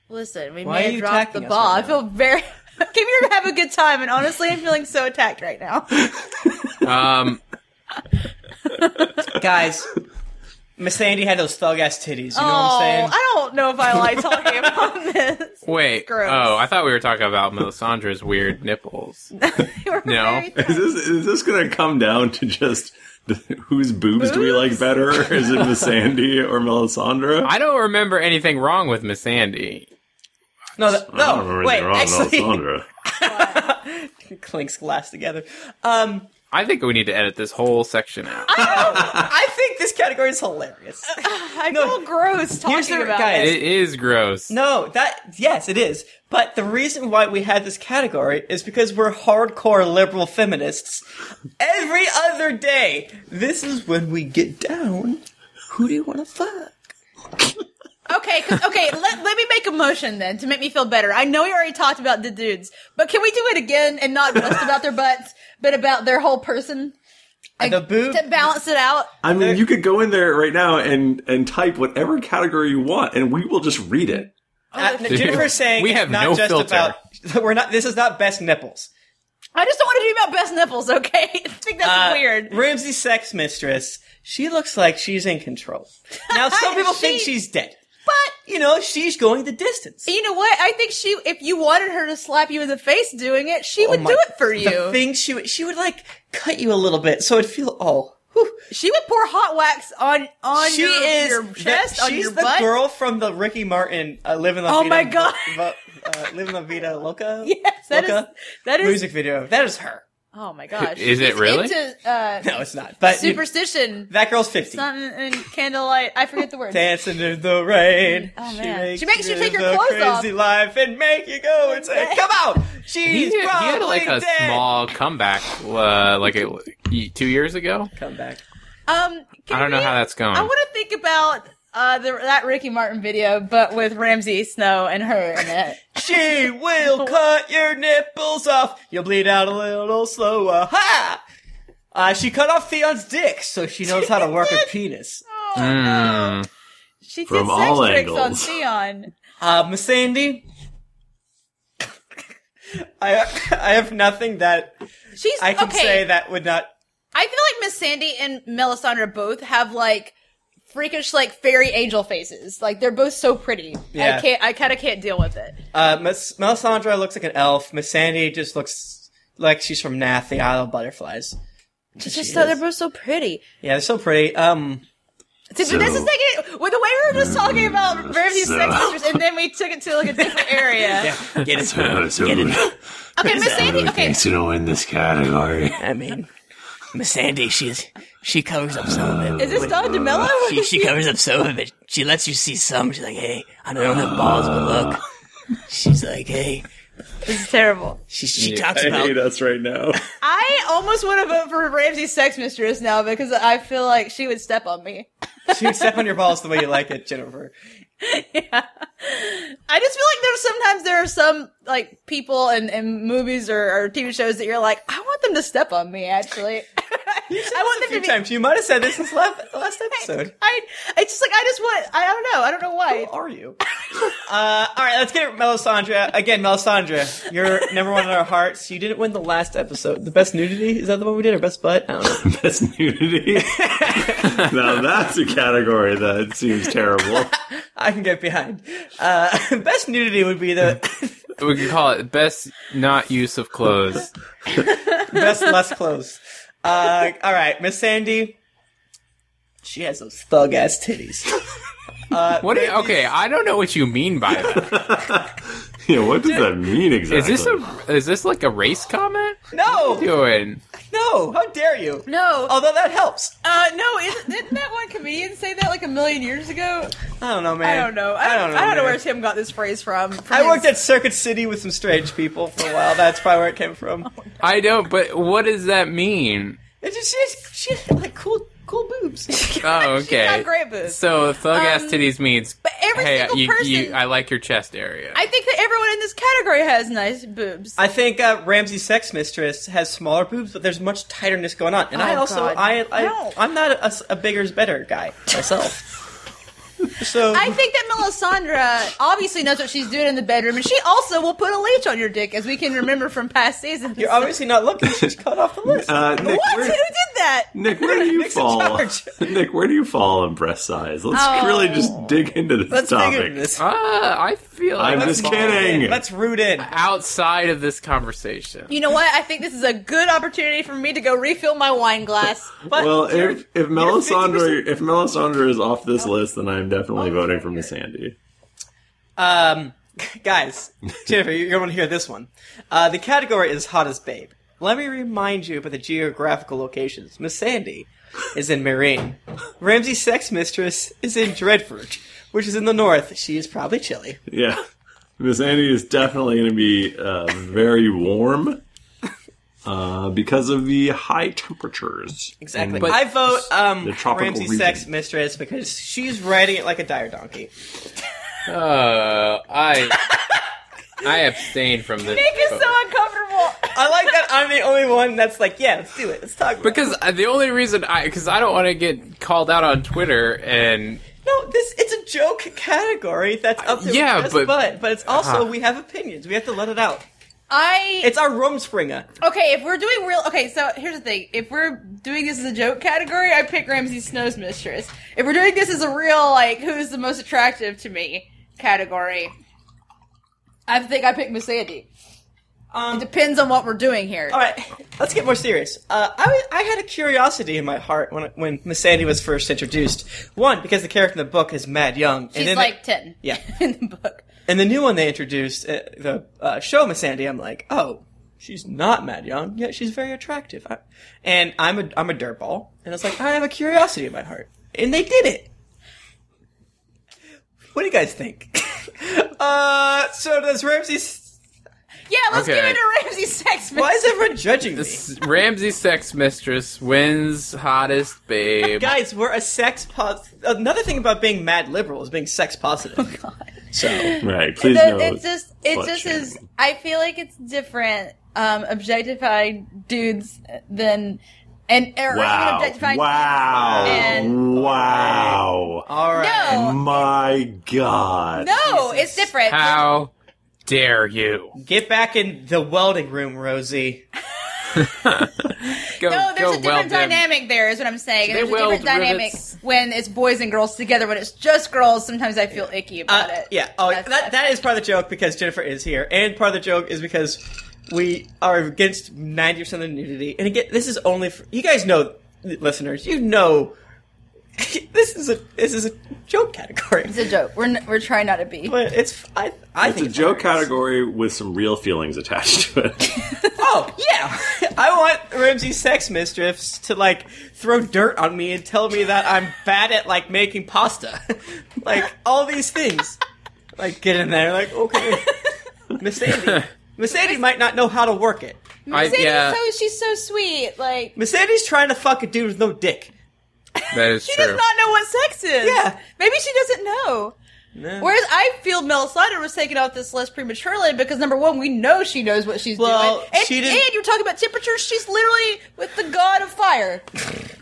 Listen, we
Why are
may
you
have dropped the
attacking us
ball.
right
I feel very. Came here to have a good time, and honestly, I'm feeling so attacked right now.
um
Guys, Miss Sandy had those thug ass titties. You know what I'm
oh,
saying?
I don't know if I like talking about this.
wait.
Gross.
Oh, I thought we were talking about Melisandre's weird nipples.
You were
No.
very-
is this is this going to come down to just the, whose boobs, do we like better? Is it Miss Sandy or Melisandre?
I don't remember anything wrong with Miss Sandy.
no, th-
I don't
no.
remember
Oh, Wait,
anything wrong with
actually,
Melisandre.
clinks glass together. Um,
I think we need to edit this whole section out.
I think this category is hilarious.
I
No.
feel gross
Here's
Uh, talking
the-
about
guys,
it.
it is gross.
No, that yes, it is. But the reason why we had this category is because we're hardcore liberal feminists. Every other day, this is when we get down. Who do you want to fuck?
Okay, 'cause- okay. Let, let me make a motion then to make me feel better. I know we already talked about the dudes, but can we do it again and not just about their butts, but about their whole person And
Uh, The boob.
to balance it out?
I mean, you could go in there right now and and type whatever category you want, and we will just read it.
Uh, Jennifer's saying
We
it's
have
not
no
just
filter.
about. We're not. This is not best nipples.
I just don't want to do about best nipples. Okay, I think that's
Uh,
weird.
Ramsey's sex mistress. She looks like she's in control. Now, some people think
She-
she's dead, but you know she's going the distance.
You know what? I think she, if you wanted her to slap you in the face doing it, she would
Oh my-
do it for
The
you.
thing she would, she would like cut you a little bit, so it'd feel oh. whew.
she would pour hot wax on on
she
your,
is
your
the-
chest, on
she's
your
the
butt.
girl from the Ricky Martin uh, "Living La
Oh
Vida
my God.
Vo- uh, "Living La Vida Loca."
Yes, that is
Loca
that is.
music video. That is her.
Oh my gosh,
Is it
She's
really?
into, uh,
No, it's not. But you-
superstition?
that girl's fifty.
Something in candlelight. I forget the words.
Dancing in the rain.
Oh, man. She makes you
live
take your
a
clothes
crazy
off.
life and make you go insane. Come out.
He,
She's
did- he
probably
had like a
dead.
small comeback, uh, like it, two years ago.
Come back.
Um, can
I don't know
we-
how that's going.
I want to think about uh the, that Ricky Martin video, but with Ramsey Snow and her in it.
She will cut your nipples off. You'll bleed out a little slower. Ha! Uh, she cut off Theon's dick, so she knows how to work a penis.
Mm.
Oh, She did
From
sex
all
tricks on
angles.
Theon.
Uh, Miss Sandy, I I have nothing that
She's
I can
okay.
say that would not.
I feel like Miss Sandy and Melisandre both have like freakish, like fairy angel faces. Like they're both so pretty.
Yeah.
I can't. I kind of can't deal with it.
Uh, Miss Melisandre looks like an elf. Miss Sandy just looks like she's from Nath, the Isle of Butterflies.
It's
She
just that they're
is.
both so pretty.
Yeah, they're so pretty. Um,
Dude, but this is
So-
taking it with the way we were just talking about very few
so-
sex pictures, and then we took it to like a different area.
get it.
so,
Get it.
Okay, Miss Sandy. Okay,
you know, in this category.
I mean, Miss Sandy, she's she covers up some of
is this Don DeMello?
She, she covers up some of it. She lets you see some. She's like, hey, I don't have balls, but look. She's like, hey.
this is terrible.
She, she talks
I
about
hate us right now.
I almost want to vote for Ramsey's sex mistress now because I feel like she would step on me.
she step on your balls the way you like it, Jennifer.
I just feel like there's sometimes there are some like people and, and movies or, or TV shows that you're like, I want them to step on me. Actually, I want
A few
them to be.
times you might have said this since last, last episode.
I it's just like I just want. I don't know. I don't know why.
Who are you? uh, all right, let's get Melisandre again. Melisandre, you're number one in our hearts. You didn't win the last episode. The best nudity is that the one we did, or best butt? I don't know.
That's nudity. now that's a category that seems terrible.
I can get behind. Uh, best nudity would be the
We can call it best not use of clothes.
best less clothes. Uh, all right, Miss Sandy. She has those thug ass titties. Uh,
What? do you- okay, I don't know what you mean by that.
Yeah, what does that mean exactly?
Is this a is this like a race comment?
No,
Doing
no, how dare you?
No,
Although that helps.
uh, no. Isn't, didn't that one comedian say that like a million years ago?
I don't know,
I
man.
don't know. I don't, I don't
man.
know. where Tim got this phrase from. From
I
his-
worked at Circuit City with some strange people for a while. That's probably where it came
Oh
from.
I don't. But what does that mean?
It's just, she, has, she had like cool, cool boobs.
Oh,
She's got
okay.
great boobs.
So thug ass
Um,
titties means.
but every
hey,
single
you,
person-
you, I like your chest area.
I think that everyone in this category has nice boobs.
I think uh, Ramsey's sex mistress has smaller boobs, but there's much tighterness going on. And I
Oh,
also,
God.
I, I,
No.
I'm not a, s- a bigger's better guy myself. so
I think that Melisandre obviously knows what she's doing in the bedroom, and she also will put a leech on your dick, as we can remember from past seasons.
you're obviously not looking. She's cut off the list.
Uh,
what?
Nick,
Who
Where,
did that?
Nick, where do you
Nick's in
fall?
charge.
Nick, where do you fall on breast size? Let's
Oh.
really just dig into this
Let's dig
topic.
into this.
Ah, I feel.
I'm
like
just
I'm
kidding.
Let's root in.
Outside of this conversation,
You know what? I think this is a good opportunity for me to go refill my wine glass. But
Well, if if Melisandre
50%
if Melisandre is off this list, then I'm definitely voting for Miss Sandy.
Um, guys, Jennifer, you're going to hear this one. Uh, the category is hottest babe. Let me remind you about the geographical locations. Miss Sandy is in Marine. Ramsey's sex mistress is in Dreadfort, which is in the north. She is probably chilly.
Yeah, Miss Sandy is definitely going to be uh, very warm uh, because of the high temperatures.
Exactly.
But-
I vote um,
Mm, The tropical
Ramsey's
region.
sex mistress because she's riding it like a dire donkey.
uh, I I abstain from this.
Nick is
vote.
so uncomfortable.
I like that I'm the only one that's like, yeah, let's do it. Let's talk about it.
Because uh, the only reason I, because I don't want to get called out on Twitter, and
No, this it's a joke category that's up there
Yeah,
with just
but-
butt, but it's also
Uh-huh.
we have opinions. We have to let it out.
I
It's our Rumspringer.
Okay, if we're doing real, okay, so here's the thing: if we're doing this as a joke category, I pick Ramsey Snow's mistress. If we're doing this as a real, like, who's the most attractive to me category, I think I pick Miss Sandy.
Um,
Depends on what we're doing here.
all right, let's get more serious. Uh, I was- I had a curiosity in my heart when when Miss Sandy was first introduced. One because the character in the book is Mad Young,
She's
then
like ten.
Yeah.
in the book.
and the new one they introduced uh, the uh, show Miss Sandy. I'm like, oh, she's not Mad Young, yet she's very attractive. I, and I'm a I'm a dirtball, and I was like, I have a curiosity in my heart, and they did it. What do you guys think? uh, so does Ramsey?
Yeah, let's give
Okay.
it to Ramsey sex mistress.
Why is everyone judging me?
s- Ramsey sex mistress wins hottest babe.
Guys, we're a sex pos. Another thing about being mad liberal is being sex positive. So
Right? Please
The-
no.
it's just it
slut
just
shaming.
is i feel like it's different um objectifying dudes than and or even
wow!
objectifying
Wow!
and-
wow!
all right,
no
My God!
no it's different
How dare you?
get back in the welding room, Rosie.
Go,
no there's
go
a different
weld them.
dynamic there is what i'm saying
They
there's a
weld
different dynamic
rivets.
when it's boys and girls together when it's just girls sometimes i feel icky about
Uh,
it
yeah. Oh,
That's-
that that is part of the joke because Jennifer is here, and part of the joke is because We are against 90% of the nudity. And again, this is only for you guys know, listeners, you know, this is a this is a joke category.
It's a joke. We're n- we're trying not to be.
But it's I I
It's
think
a joke
hilarious.
category with some real feelings attached to it.
Oh yeah, I want Ramsey sex mistress to like throw dirt on me and tell me that I'm bad at like making pasta, like all these things. Like get in there, like okay, Miss Andy. Miss Andy might not know how to work it.
I,
Sadie's
yeah,
so she's so sweet. Like
Miss Andy's trying to fuck a dude with no dick.
that is
she
true.
does not know what sex is.
Yeah.
maybe she doesn't know.
No.
Whereas I feel Mel Slider was taken off this list prematurely because number one, we know she knows what she's
Well,
doing, and,
she didn't-
and you're talking about temperatures. She's literally with the god of fire.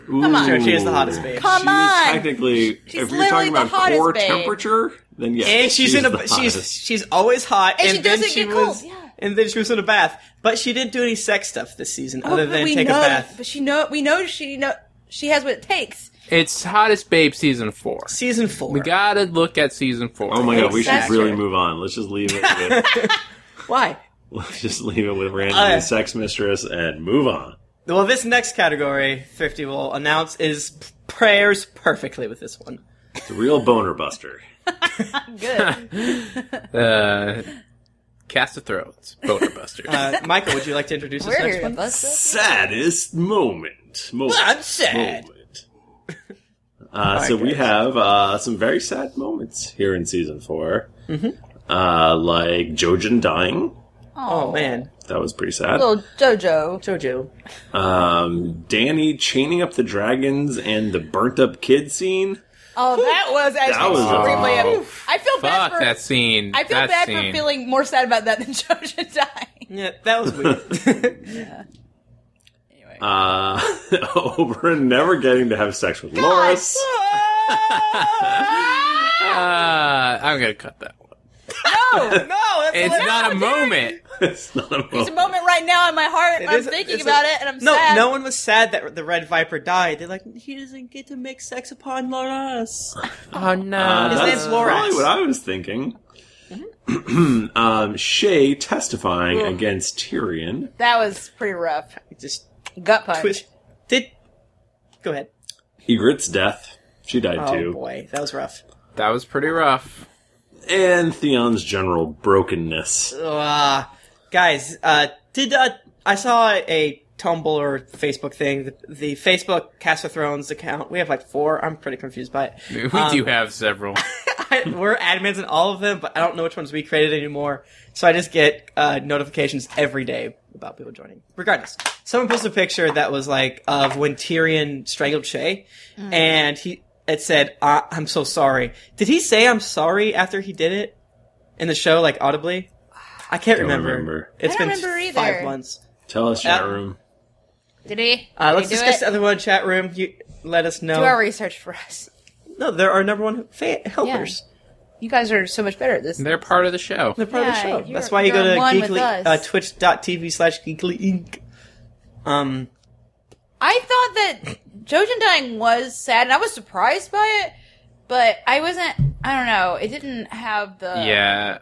Come
on. Sure,
she is the hottest babe.
Come
She's
on.
technically,
She's
if you're
literally
talking
the
about
hottest
core
babe.
temperature, then yes,
and she's, in
the
a she's
hottest.
she's always hot,
And she
then
doesn't
she
get
was,
cold, yeah.
and then she was in a bath. But she didn't do any sex stuff this season, other
Oh, but
than
we
take
know,
a bath.
But she know we know she know she has what it takes.
it's hottest babe season four.
Season four.
We gotta look at season four.
Oh my god, we should
Exactly.
really move on. Let's just leave it. With,
Why?
let's just leave it with Randy
Uh,
the sex mistress and move on.
Well, this next category, 50 will announce, is p- prayers perfectly with this one.
It's a real boner buster.
Good.
Uh, Cast of Thrones, Boner Busters.
Uh, Michael, would you like to introduce this
We're
next
here.
one?
Let's-
Saddest moment. moment
I'm sad.
Moment. Uh, so we
guys.
have uh, some very sad moments here in season 4
Mm-hmm.
uh, like Jojen dying.
Oh, man.
That was pretty sad.
Little JoJo.
Jojo.
Um, Danny chaining up the dragons and the burnt up kid scene.
Oh, that was actually
That was
extremely.
awful.
up- I feel bad
Fuck
for.
that scene.
I feel
that
bad
scene.
for feeling more sad about that than JoJo dying.
Yeah, that was weird.
Anyway.
Uh, Oberyn never getting to have sex with Loris.
Uh, I'm gonna cut that one.
no,
no, that's
It's
all I-
not a moment.
It's not a
it's a
moment.
moment right now in my heart.
It
I'm
is-
thinking
it's a-
about it, and I'm
no,
sad.
no one was sad that the Red Viper died. They're like, he doesn't get to make sex upon Loras.
Oh no.
Uh,
His
that's
name's Lorax.
probably what I was thinking.
Mm-hmm.
um, Shay testifying
Mm.
against Tyrion.
That was pretty rough.
Just
Gut punch.
twitch. Did. Go ahead.
Egret's death. She died
Oh,
too.
boy. That was rough.
that was pretty rough.
And Theon's general brokenness.
Uh, guys, uh, did uh, I saw a Tumblr or Facebook thing? The, the Facebook Cast of Thrones account. We have like four. I'm pretty confused by it.
We
Um,
do have several.
I, we're admins in all of them, but I don't know which ones we created anymore. So I just get uh, notifications every day about people joining. Regardless, someone posted a picture that was like of when Tyrion strangled Shay,
Mm.
and he it said, I- "I'm so sorry." Did he say "I'm sorry" after he did it in the show, like audibly? I can't
Don't
remember.
remember.
It's
I don't
been
remember either.
five months.
Tell us, chat
Uh,
room.
Did he?
Uh,
Did
let's
he do
discuss
it?
the other one in chat room. You let us know.
Do our research for us.
no, they're our number one fa- helpers.
You guys are so much better at this.
They're part of the show.
They're part
Yeah,
of the show.
you're-
That's why you go
you're
to
on one with
geekly,
us.
uh, twitch.tv slash geekly inc. Um,
I thought that Jojen dying was sad, and I was surprised by it, but I wasn't. I don't know. It didn't have the.
yeah.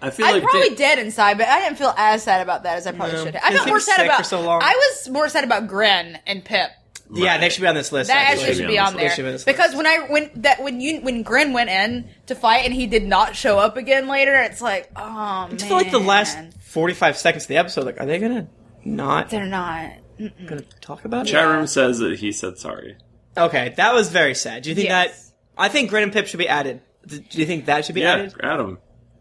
I feel
I'm
like
probably
they-
dead inside, but I didn't feel as sad about that as I probably
No.
should. have. I
Because
felt
he
more
was
sad
sick for
about.
so long.
I was more sad about Gren and Pip.
yeah, they should be on this list.
That
actually.
actually should be on
They
there
should be on this
because
list.
when I when that when you when Gren went in to fight and he did not show up again later, it's like oh man.
I just feel like the last 45 seconds of the episode, like, are they gonna not
They're not.
gonna talk about
Chat
it?
room says that he said sorry.
Okay, that was very sad. Do you think
Yes.
that, I think Grin and Pip should be added. Do do you think that should be
Yeah,
added?
Adam.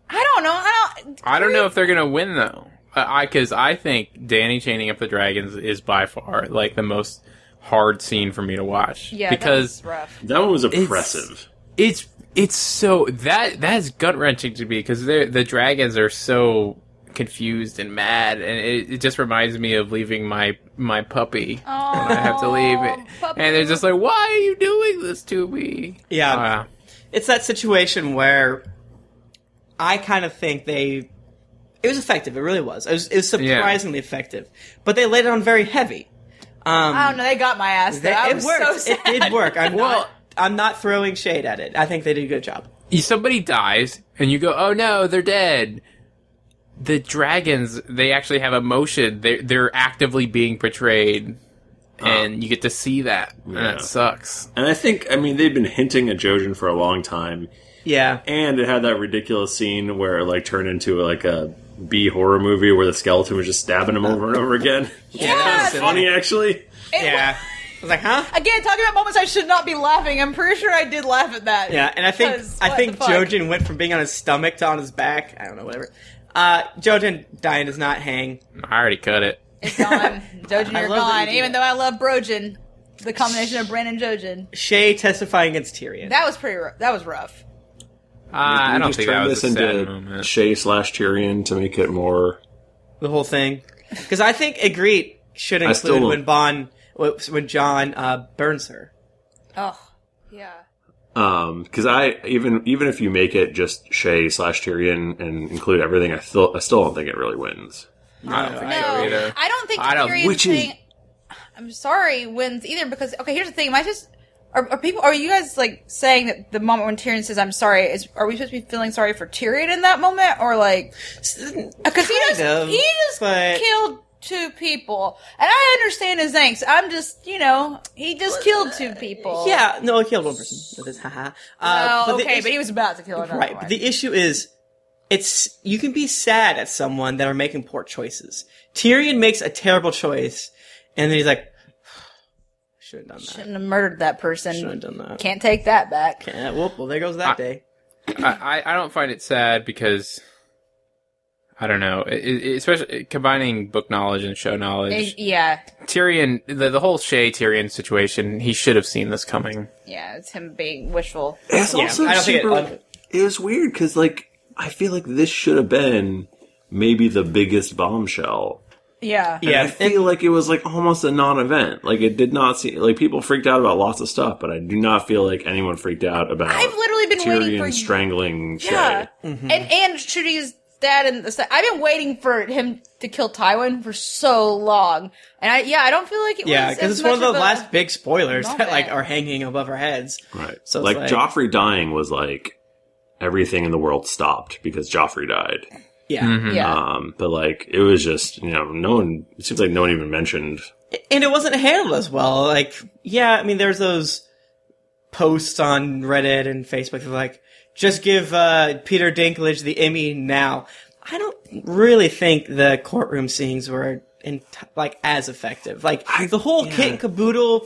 I don't know. I don't.
I don't know if they're gonna win though. I because I think Danny chaining up the dragons is by far like the most hard scene for me to watch.
Yeah, that
because
was rough.
That one was oppressive.
it's it's so that that is gut wrenching to me because the dragons are so confused and mad, and it, it just reminds me of leaving my my puppy. when I have to leave it,
puppy.
and they're just like, "Why are you doing this to me?"
Yeah.
Uh,
it's that situation where I kind of think they it was effective. It really was. It was, it was
Yeah.
surprisingly effective, but they laid it on very heavy. Um,
I don't know. They got my ass. Though.
they-
I
it
was
worked.
so sad.
It did work. I'm
Well-
not. I'm not throwing shade at it. I think they did a good job.
if somebody dies and you go, "Oh no, they're dead." the dragons they actually have emotion. They they're actively being portrayed, and you get to see that, and
Yeah.
it sucks.
And I think, I mean, they've been hinting at Jojen for a long time,
Yeah.
and it had that ridiculous scene where it, like turned into like a B horror movie where the skeleton was just stabbing him over and over again.
Yeah, that was
Yes!
silly.
Funny, actually.
It-
Yeah. I was like, huh?
Again, talking about moments I should not be laughing. I'm pretty sure I did laugh at that.
Yeah, and I think
Because
I
what
think
the fuck?
Jojen went from being on his stomach to on his back. I don't know, whatever. Uh, Jojen dying does not hang.
I already cut it.
It's gone. Jojen,
I
you're
love that you
gone.
do
Even
that.
though I love Brojen, the combination of Bran and Jojen,
Shay testifying against Tyrion.
that was pretty. Rough. That was rough.
Uh, I
We
don't
just
think that
turned
was a
this
sad
into
moment.
Shay slash Tyrion to make it more.
the whole thing, because I think Egret should
I still
include
don't-
when Bon when John uh, burns her.
Oh, yeah.
Um, because I even even if you make it just Shay slash Tyrion and include everything, I still I still don't think it really wins.
I don't think
No,
so either.
I don't think
I don't-
Tyrion
Which is-
thing. I'm sorry, wins either because okay, here's the thing. Am I just are, are people? Are you guys like saying that the moment when Tyrion says "I'm sorry" is are we supposed to be feeling sorry for Tyrion in that moment or like because he
Kind
just
of,
he just
but-
killed two people and I understand his angst. I'm just you know he just killed two people.
uh, Yeah, no, he killed one person with his haha. Uh,
Well,
the
okay,
issue-
but he was about to kill another
right.
one.
But the issue is, it's you can be sad at someone that are making poor choices. Tyrion makes a terrible choice, and then he's like, should have done that.
Shouldn't have murdered that
Should have
person.
done that.
Can't take that back.
Yeah, whoop, well, there goes that
I-
day.
I, I I don't find it sad because I don't know, it, it, especially combining book knowledge and show
Eh,
knowledge.
yeah,
Tyrion, the, the whole Shay Tyrion situation, he should have seen this coming.
yeah, it's him being wishful.
It's
Yeah,
also
I don't think it-
super.
uh,
It, was weird because like I feel like this should have been maybe the biggest bombshell.
Yeah.
And
Yeah,
I feel like it was like almost a non-event. Like it did not seem like people freaked out about lots of stuff, but I do not feel like anyone freaked out about.
I've literally been waiting
Tyrion
for
strangling Shay.
Yeah,
Mm-hmm.
and and shooting his dad and the se- I've been waiting for him to kill Tywin for so long, and I yeah I don't feel like it
Yeah,
was
because
as
it's one of
much
the
a-
last big spoilers that
moment.
like are hanging above our heads.
Right.
So
So
it's like-
like, Joffrey dying was like everything in the world stopped because Joffrey died.
Yeah,
Mm-hmm.
yeah
Um, but like it was just you know no one. It seems like no one even mentioned.
and it wasn't handled as well. Like, yeah, I mean, there's those posts on Reddit and Facebook of like, just give uh, Peter Dinklage the Emmy now. I don't really think the courtroom scenes were in like as effective. Like the whole kit and caboodle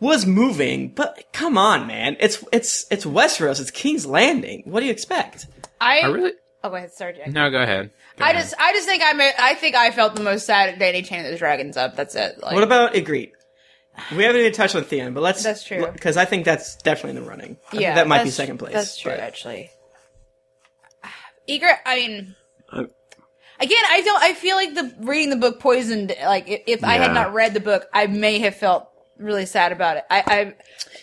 was moving, but come on, man, it's it's it's Westeros, it's King's Landing. What do you expect?
I,
I really
oh wait sorry Jack.
no. Go ahead. Go
I
ahead.
just I just think I ma- I think I felt the most sad at Danny chaining the dragons up that's it like
What about Igreet? We haven't even touched on Theon, but let's
That's true.
because I think that's definitely in the running. I think
yeah
that might be
that's-
second place.
that's true
but-
actually Egret I mean.
I-
Again, I don't. I feel like the reading the book poisoned. Like if, if I had
Yeah.
not read the book, I may have felt really sad about it. I, I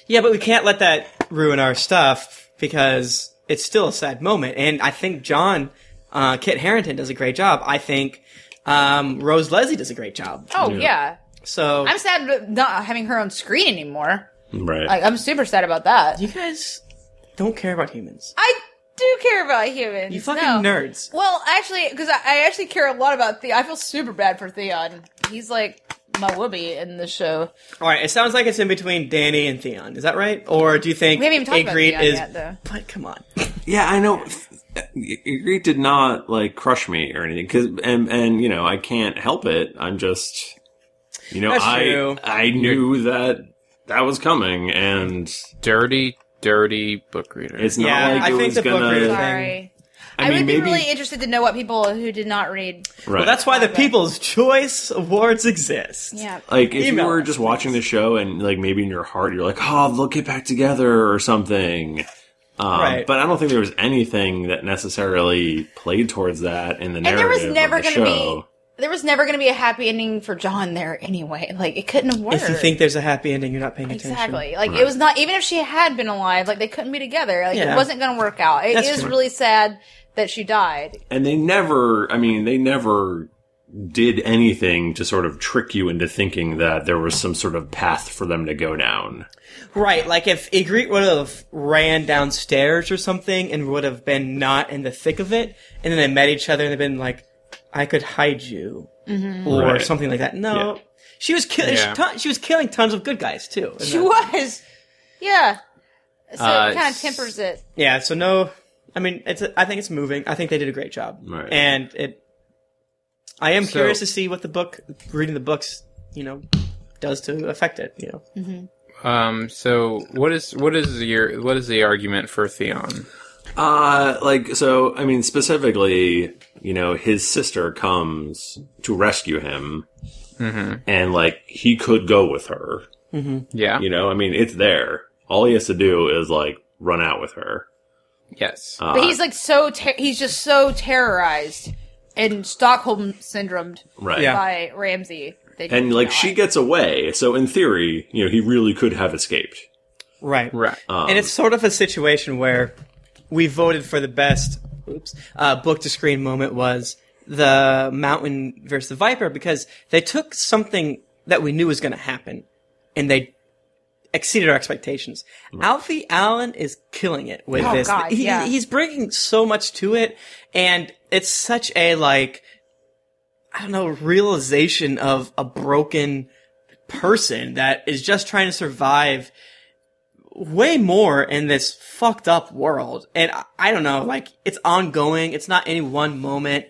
Yeah, but we can't let that ruin our stuff because it's still a sad moment. And I think John, uh, Kit Harrington does a great job. I think um, Rose Leslie does a great job.
Oh yeah.
So
I'm sad about not having her on screen anymore.
Right.
Like I'm super sad about that.
you guys don't care about humans.
I do care about humans.
You fucking
no.
nerds.
Well, actually, because I, I actually care a lot about Theon. I feel super bad for Theon. He's like my Whoopi in the show.
All right, it sounds like it's in between Danny and Theon. Is that right? Or do you think
We haven't even talked about
Igreet
Theon
is?
yet, though.
But come on,
yeah, I know. Greed did not like crush me or anything because and and you know I can't help it. I'm just you know
That's
I
true.
I knew that that was coming and
dirty, dirty book reader.
it's not
Yeah,
like
I
it
think
was
the book
gonna.
really-
Sorry. I,
I mean,
would be
maybe
really interested to know what people who did not read.
right.
well, that's why the People's Choice Awards exist.
Yeah.
Like if
Email
you were
us,
just watching the show and like maybe in your heart you're like, oh, they'll get back together or something. Um,
Right.
But I don't think there was anything that necessarily played towards that in the
And there
narrative.
was never
going
going to be. There was never going to be a happy ending for John there anyway. Like it couldn't have worked.
If you think there's a happy ending, you're not paying attention.
Exactly. Like it was not even if she had been alive, like they couldn't be together. Like
Yeah.
it wasn't going to work out. It
That's
is
true.
really sad that she died.
And they never. I mean, they never did anything to sort of trick you into thinking that there was some sort of path for them to go down.
Right, like if Igrit would have ran downstairs or something and would have been not in the thick of it, and then they met each other and they've been like, I could hide you or
Right.
something like that. No.
Yeah.
She was killing.
Yeah.
She, ton- she was killing tons of good guys too. in
She
that-
was. Yeah. So
Uh,
it kind of
s-
tempers it.
Yeah, so no, I mean, it's. A, I think it's moving. I think they did a great job,
Right.
and it. I am
So-
curious to see what the book, reading the books, you know, does to affect it. You know,
Um. So what is what is your what is the argument for Theon?
Uh, like, so, I mean, specifically, you know, his sister comes to rescue him. And, like, he could go with her.
Yeah.
You know, I mean, it's there. All he has to do is, like, run out with her.
Yes.
Uh,
But he's like so ter- he's just so terrorized and Stockholm syndromed
right.
Yeah.
by Ramsey. that he
And, like,
cannot.
she gets away. So, in theory, you know, he really could have escaped.
right,
right.
and it's sort of a situation where we voted for the best oops uh, book to screen moment was the mountain versus the viper because they took something that we knew was going to happen and they exceeded our expectations alfie allen is killing it with
Oh,
this
God,
He-
yeah.
he's bringing so much to it and it's such a like i don't know realization of a broken person that is just trying to survive way more in this fucked up world. And I, I don't know, like, it's ongoing. It's not any one moment.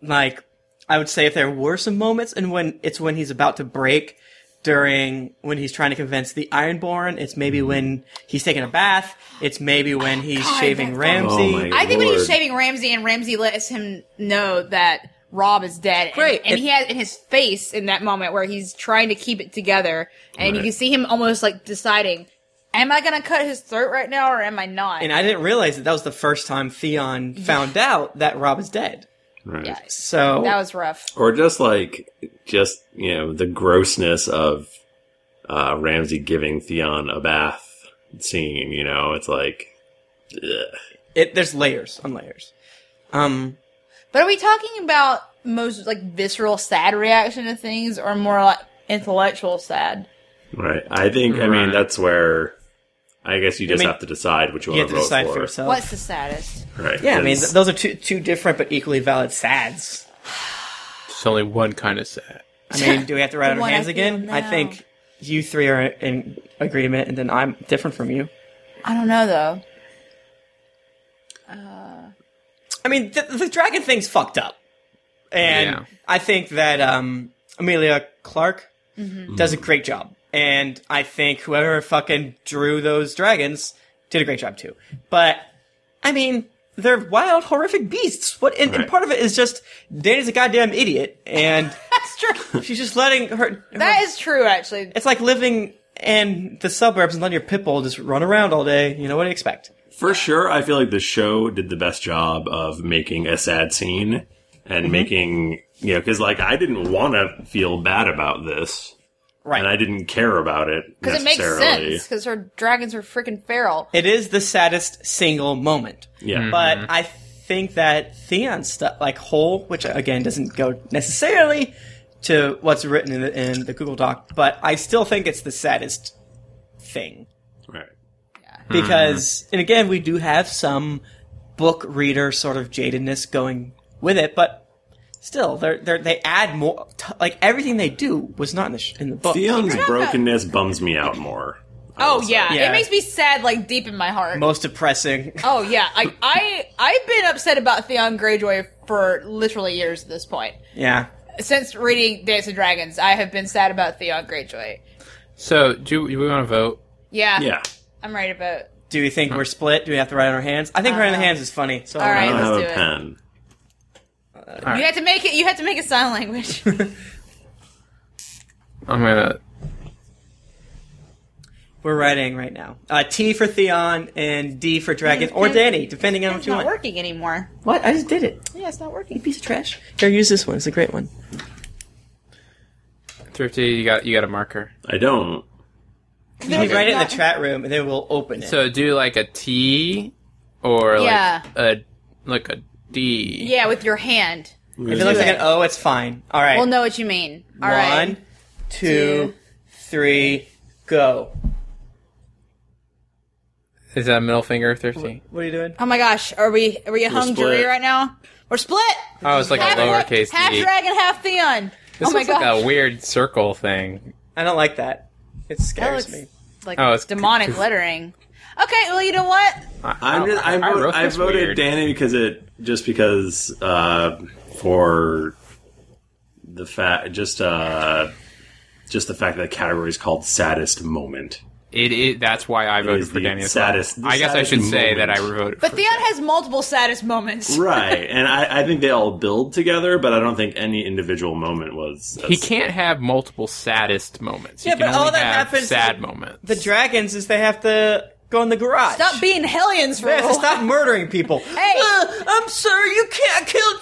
Like, I would say if there were some moments and when it's when he's about to break during when he's trying to convince the Ironborn, it's maybe when he's taking a bath, it's maybe when he's
Mm-hmm. God,
shaving
that-
Ramsey.
Oh my
I think when he's
Lord.
shaving Ramsey and Ramsey lets him know that Rob is dead. and-
Right.
And, he has in his face in that moment where he's trying to keep it together and you
Right.
can see him almost like deciding, Am I gonna cut his throat right now or am I not?
And I didn't realize that that was the first time Theon found out that Rob is dead.
Right.
Yeah.
So
that was rough.
or just like just you know the grossness of uh ramsey giving theon a bath scene you know it's like ugh.
it, there's layers on layers. Um,
But are we talking about most like visceral sad reaction to things or more like intellectual sad?
right i think i mean
Right.
that's where i guess you just
mean,
have to decide which you,
you have to
want to vote
decide
for,
for yourself.
What's the saddest?
right
Yeah, I mean, th-
it's-
those are two two different but equally valid sads.
It's only one kind of sad.
I mean, do we have to write out our
The one I
hands again?
feel
I
now.
think you three are in agreement, and then I'm different from you.
I don't know though.
I mean, the, the dragon thing's fucked up, and
Yeah.
I think that um, Amelia Clark
Mm-hmm.
does a great job, and I think whoever fucking drew those dragons did a great job too. But I mean, they're wild, horrific beasts. What? And, and
Right.
part of it is just Danny's a goddamn idiot, and
That's true.
she's just letting her. her
that is true actually.
It's like living in the suburbs and letting your pit bull just run around all day. You know what do you expect?
for sure i feel like the show did the best job of making a sad scene and
Mm-hmm.
making you know because like i didn't want to feel bad about this
Right.
and i didn't care about it
Because it makes
necessarily.
sense because her dragons are freaking feral.
it is the saddest single moment.
yeah
But I think that Theon stuff, like whole, which again doesn't go necessarily to what's written in the, in the Google Doc, but I still think it's the saddest thing.
right Mm-hmm.
because and again we do have some book reader sort of jadedness going with it but still they're, they're they add more t- like everything they do was not in the, sh- in the book
Theon's brokenness bums me out more. I
Oh
would say.
yeah.
Yeah.
it makes me sad like deep in my heart.
most depressing
oh yeah, I I I've been upset about Theon Greyjoy for literally years at this point.
yeah
Since reading Dance of Dragons, I have been sad about Theon Greyjoy.
So do, do we want to vote?
Yeah,
Yeah.
I'm right about.
do you think we're split do we have to write on our hands i think writing on the hands is funny so
Uh, All
I
right,
don't
let's
have
do
a
it.
pen.
You had to make it. You had to make a sign language.
I'm gonna.
we're writing right now uh, t for theon and d for dragon or danny depending on what
it's
you
not
want
working anymore.
what i just did it
Yeah, it's not working.
piece of trash here use this one it's a great one
Thrifty, you got you got a marker.
I don't.
you can write it in the chat room and then we'll open it
So do like a T, or
Yeah.
like a like a D.
Yeah, with your hand.
if it looks like an o it's fine all right
We'll know what you mean. All right.
One, two, three, go.
Is that a middle finger? Thirsty.
What are you doing?
Oh my gosh, are we are we a hung
split.
jury right now? We're split.
Oh, it's like a
half,
lowercase
half
e.
d.
dragon, half Theon.
This
oh my
looks like
gosh,
a weird circle thing.
I don't like that. It
that
scares
looks
me.
like
Oh, it's c-
demonic
'cause-
lettering. Okay, well you know what?
I'm just, I,
Oh, I
vote-
wrote
I
this
voted
weird.
Danny because it just because uh, for the fact just uh, just the fact that the category is called saddest moment.
It, it that's why I voted
is
for
the
Danny. as
saddest-
well.
the
I guess I
saddest
should say that I
moment.
voted.
But
for
Theon has multiple saddest moments.
right, and I, I think they all build together, but I don't think any individual moment was.
He can't have multiple saddest moments. He
Yeah,
can
but all
only
that
have
happens is
sad
that
moments.
The dragons is they have to go in the garage.
Stop being hellions for
They have
a
to
while.
stop murdering people.
Hey.
Uh, I'm sorry, you can't kill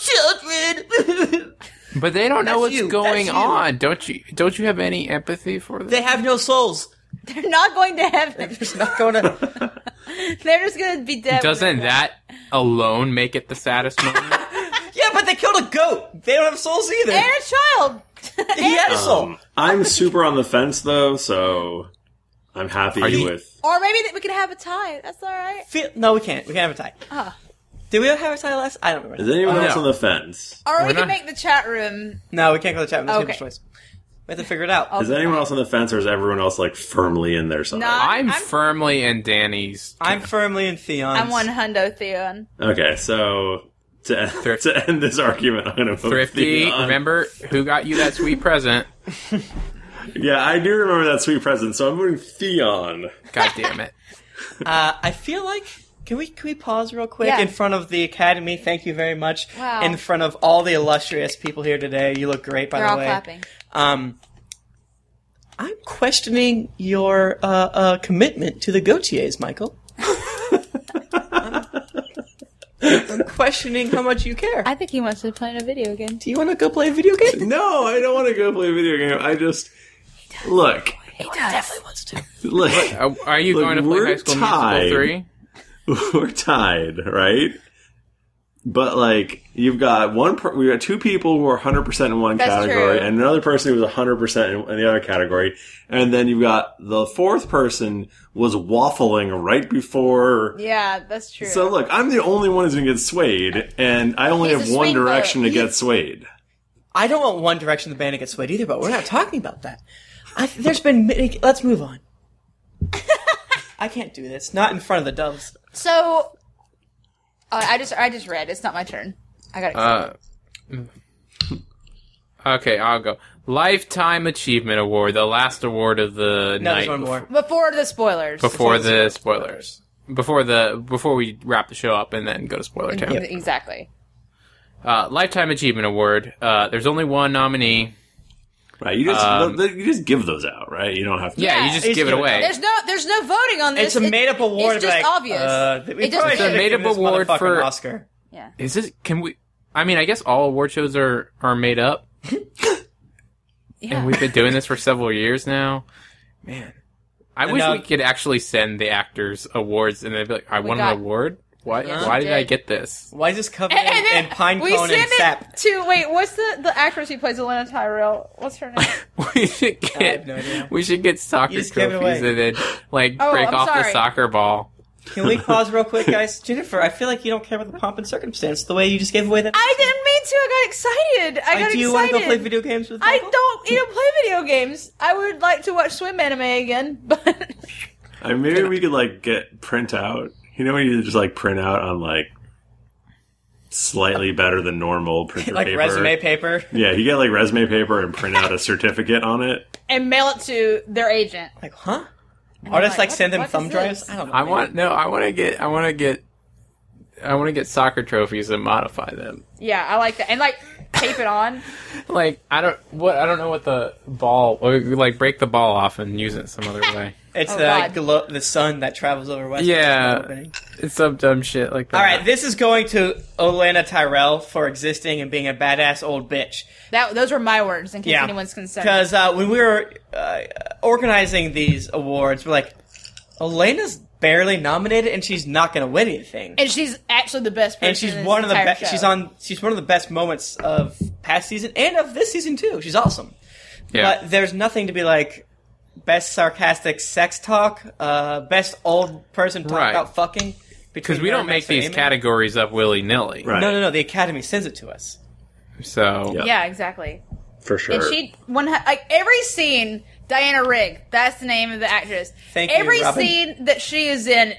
children.
but they don't know
That's
what's
you.
going
That's you.
on. Don't you? Don't you have any empathy for them?
they have no souls.
They're not going to heaven.
It's not going to.
They're just going to be dead.
Doesn't that alone make it the saddest moment?
Yeah, but they killed a goat. They don't have souls either.
and a child.
he had a soul.
Um, I'm super on the fence though, so I'm happy
you-
with.
or maybe that we could have a tie. That's all right.
Fe- no, we can't. We can't have a tie.
Ah.
Did we have a tie last? I don't
Is
remember.
anyone
Oh,
else
no.
on the fence?
Or
Why
we
not?
can make the chat room.
No, we can't go to the chat. That's
Okay. Oh.
people's choice. We have to figure it out.
Is anyone else on the fence, or is everyone else like firmly in their side?
Nah.
I'm,
I'm-
firmly in Danny's.
I'm firmly in Theon's.
I'm one hundo Theon.
Okay, so to, to end this argument, I'm going to vote
Thrifty,
Theon.
remember who got you that sweet present?
Yeah, I do remember that sweet present, so I'm voting Theon.
God damn it.
Uh, I feel like can we can we pause real quick
Yeah.
in front of the academy? Thank you very much.
Wow.
In front of all the illustrious people here today, you look great. By
They're
the
all
way,
clapping.
um, I'm questioning your uh, uh, commitment to the Gautiers, Michael. I'm, I'm questioning how much you care.
I think he wants to play a video again.
Do you want to go play a video game?
No, I don't want to go play a video game. I just look,
He definitely wants to.
look,
Are Oh, are you
Look,
going to play
we're
High School
tied.
Musical 3?
we're tied, right? But like, you've got one, per- we got two people who are 100 percent in one
That's
category,
true.
and another person who was 100 percent in in the other category, and then you've got the fourth person was waffling right before.
Yeah, that's true.
So look, I'm the only one who's gonna get swayed, and I only
He's
have
a
one
swing vote.
direction to
He-
get swayed.
I don't want One Direction the band to get swayed either, but we're not talking about that. I, there's been many. Let's move on. I can't do this. Not in front of the doves.
so uh, I just I just read. It's not my turn. I got excited.
Uh, okay, I'll go. Lifetime Achievement Award, the last award of the
No,
night
there's one more.
before the spoilers.
before the spoilers. Before the before we wrap the show up and then go to spoiler town.
Exactly.
Uh, Lifetime Achievement Award. Uh, there's only one nominee.
Right, you just
Um,
th- th- you just give those out, right? You don't have to.
Yeah,
Yeah.
you just
It's
give it
good.
away.
There's no there's no voting on this.
It's a
It-
made up award.
It's just
like,
obvious.
Uh, we
It just-
probably
It's a
should've
made-up
given this
award
motherfucker
for-
an Oscar.
yeah.
Is this can we? I mean, I guess all award shows are are made up,
Yeah.
and we've been doing this for several years now. Man, I wish
now-
we could actually send the actors awards, and they'd be like, "I won
got-
an award. Why?
Yeah,
why
we
did, I
did.
get this?
Why is this covered
And- and
in,
then
in pine
we
cone
send
and
it
sap?
To wait, what's the the actress who plays Elena Tyrell? What's her name?
we should get.
no idea.
we should get soccer
You
trophies
just gave it away.
and then like
Oh,
break
I'm
off the
sorry.
soccer ball.
Can we pause real quick, guys? Jennifer, I feel like you don't care about the pomp and circumstance the way you just gave away that.
I didn't mean to. I got excited. I got
Like, do you
excited.
want to go play video games with?
I
Michael?
don't. You know, play video games. I would like to watch swim anime again, but
I mean, maybe we could like get print out. You know, when you just like print out on like slightly better than normal printer
Like
paper.
resume paper.
Yeah, you get like resume paper and print out a certificate on it.
and mail it to their agent.
Like, huh? Or just like
like, what
send
the
them
fuck
thumb
is
drives.
this?
I don't know.
I want no. I want to get. I want to get. I want to get soccer trophies and modify them.
Yeah, I like that. And like tape it on.
Like I don't what I don't know what the ball or like break the ball off and use it some other way.
It's uh, the
Oh, God.
glo- the sun that travels over west.
yeah, it's some dumb shit like that.
All right, this is going to Olana Tyrell for existing and being a badass old bitch.
That those were my words. In case
Yeah.
anyone's concerned.
Because uh, when we were uh, organizing these awards, we're like, Elena's barely nominated and she's not going to win anything.
and she's actually the best person.
and she's
in this
one of the
entire
best.
show.
She's on. She's one of the best moments of past season and of this season too. She's awesome.
yeah.
But there's nothing to be like. best sarcastic sex talk, uh, best old person talk
Right.
about fucking.
Because we don't make these categories up willy nilly.
Right.
No, no, no. The Academy sends it to us.
So
Yeah.
Yeah, exactly.
for sure.
And she one hu- like every scene. Diana Rigg, that's the name of the actress.
Thank you,
every
Robin.
scene that she is in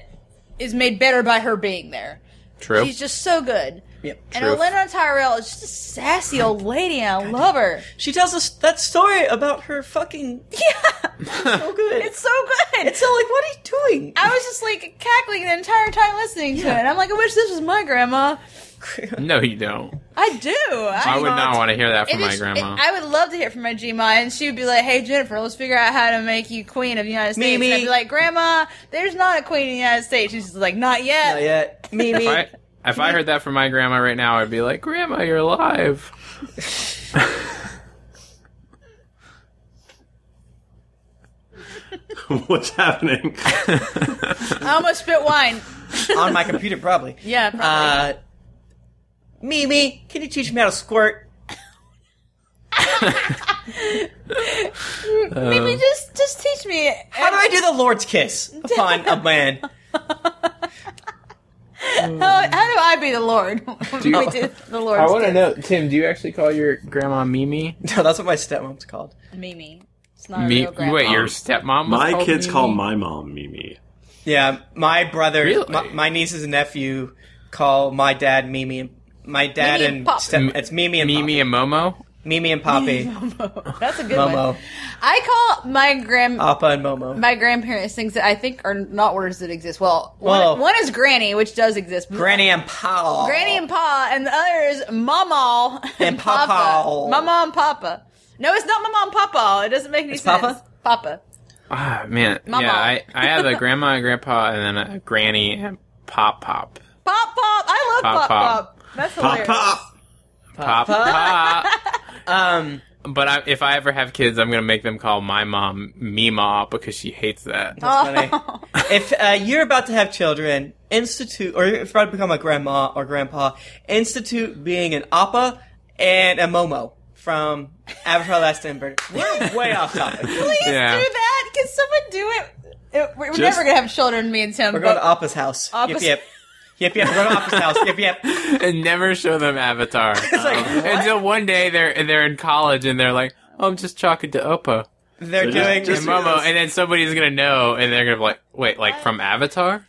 is made better by her being there.
true.
She's just so good.
Yep.
And
True.
Elena Tyrell is just a sassy old lady, and I love her.
She tells us that story about her fucking.
Yeah,
so good.
it's so good.
It's all like, what are you doing?
I was just like cackling the entire time listening to it. I'm like, I wish this was my grandma.
no, you don't.
I do.
I would not want to hear that
It
from my
is-
grandma.
it- I would love to hear from my Gma, and she would be like, "Hey Jennifer, let's figure out how to make you queen of the United States."
me.
And I'd be like, "Grandma, there's not a queen in the United States." And she's like, "Not yet."
Not yet. Mimi.
if I if I heard that from my grandma right now, I'd be like, "Grandma, you're alive."
What's happening?
I almost spit wine.
on my computer, probably.
Yeah, probably.
Uh, Mimi, can you teach me how to squirt?
Maybe just just teach me.
How do I do the Lord's kiss upon a man?
How, how do I be the Lord?
Do you-
we do the
Um,
Lord's kiss.
know, Tim. Do you actually call your grandma Mimi?
No, that's what my stepmom's called.
Mimi. It's not a
Me-
real grandma.
wait, your
Um,
stepmom? Was
my
called
kids
Mimi?
call my mom Mimi.
Yeah, my brother,
Really?
my, my nieces and nephew call my dad Mimi. My dad
Mimi and
and
Pop.
step,
M-
it's Mimi and
Mimi
Poppy.
and Momo.
Mimi and Poppy,
That's a good
Momo,
one. I call my grand
Appa and Momo.
my grandparents things that I think are not words that exist. Well,
Well-
one, one is Granny, which does exist.
Granny and Paul.
Granny and Pa, and the other is Mama
And Papa.
Mama and Papa. No, it's not Mama and Papa. It doesn't make any
It's
sense.
Papa?
Papa.
Ah, man.
Mama.
Yeah, I, I have a grandma and grandpa, and then a granny and pop pop.
Pop Pop. I love Pop
Pop,
Pop.
Pop.
That's
Pop
hilarious.
pop.
Pop pop.
Um,
but I, if I ever have kids, I'm going to make them call my mom Mima because she hates that.
Oh.
That's funny. if uh, you're about to have children, institute, or if you're about to become a grandma or grandpa, institute being an appa and a momo from Aberfrost and Bird. We're way off topic.
Please
Yeah.
do that. Can someone do it? It- we're
Just-
never gonna have children, me and Tim.
We're going
but-
to appa's house. Yep,
Appa's-
yep. Yep, yep. We're going to appa's house. Yep, yep.
and never show them Avatar.
like,
Um,
what?
until one day they're they're in college and they're like, "Oh, I'm just talking to Oppo
They're
They're just-
doing
just-
and Momo,"
Yes.
and then somebody's gonna know, and they're gonna be like, "Wait, like from Avatar?"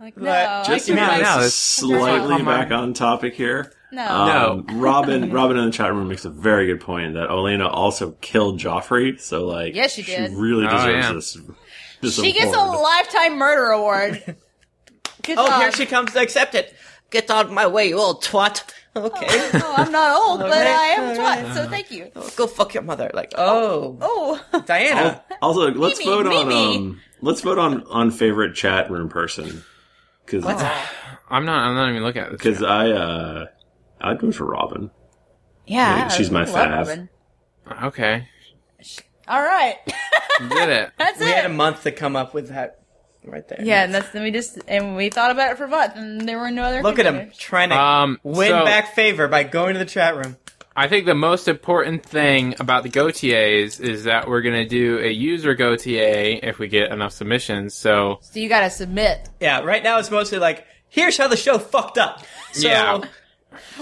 like, no,
Right.
I
Just
can
to
no,
get
like-
no,
us
it's-
slightly
it's-
back on topic here.
No.
Um,
No.
Robin Robin in the chat room makes a very good point that Olena also killed Joffrey, so like
Yes, she did.
really
Oh,
deserves
yeah.
this. this
She gets a
award.
lifetime murder award. Good
Oh,
job.
here she comes to accept it. Get out of my way, you old twat. Okay.
Oh, I'm not old, but
right,
I am
all
twat, so thank you.
Go fuck your mother. Like, oh,
Oh,
Diana.
Also, let's
Mimi,
vote on
Mimi.
um, let's vote on on favorite chat room person because
I'm not. I'm not even looking at this.
because I uh I'd go for Robin.
yeah,
She's my
I love
fav.
Robin.
Okay,
All right,
did it.
that's
We had a
it.
month to come up with that right there.
Yeah, and that's then we just and we thought about it for a month, and there were no other.
Look at him
contenders.
trying to
Um,
win
so-
back favor by going to the chat room.
I think the most important thing about the Gautiers is that we're gonna do a user Gautier if we get enough submissions. So
So you gotta submit.
Yeah, right now it's mostly like, here's how the show fucked up. So
Yeah.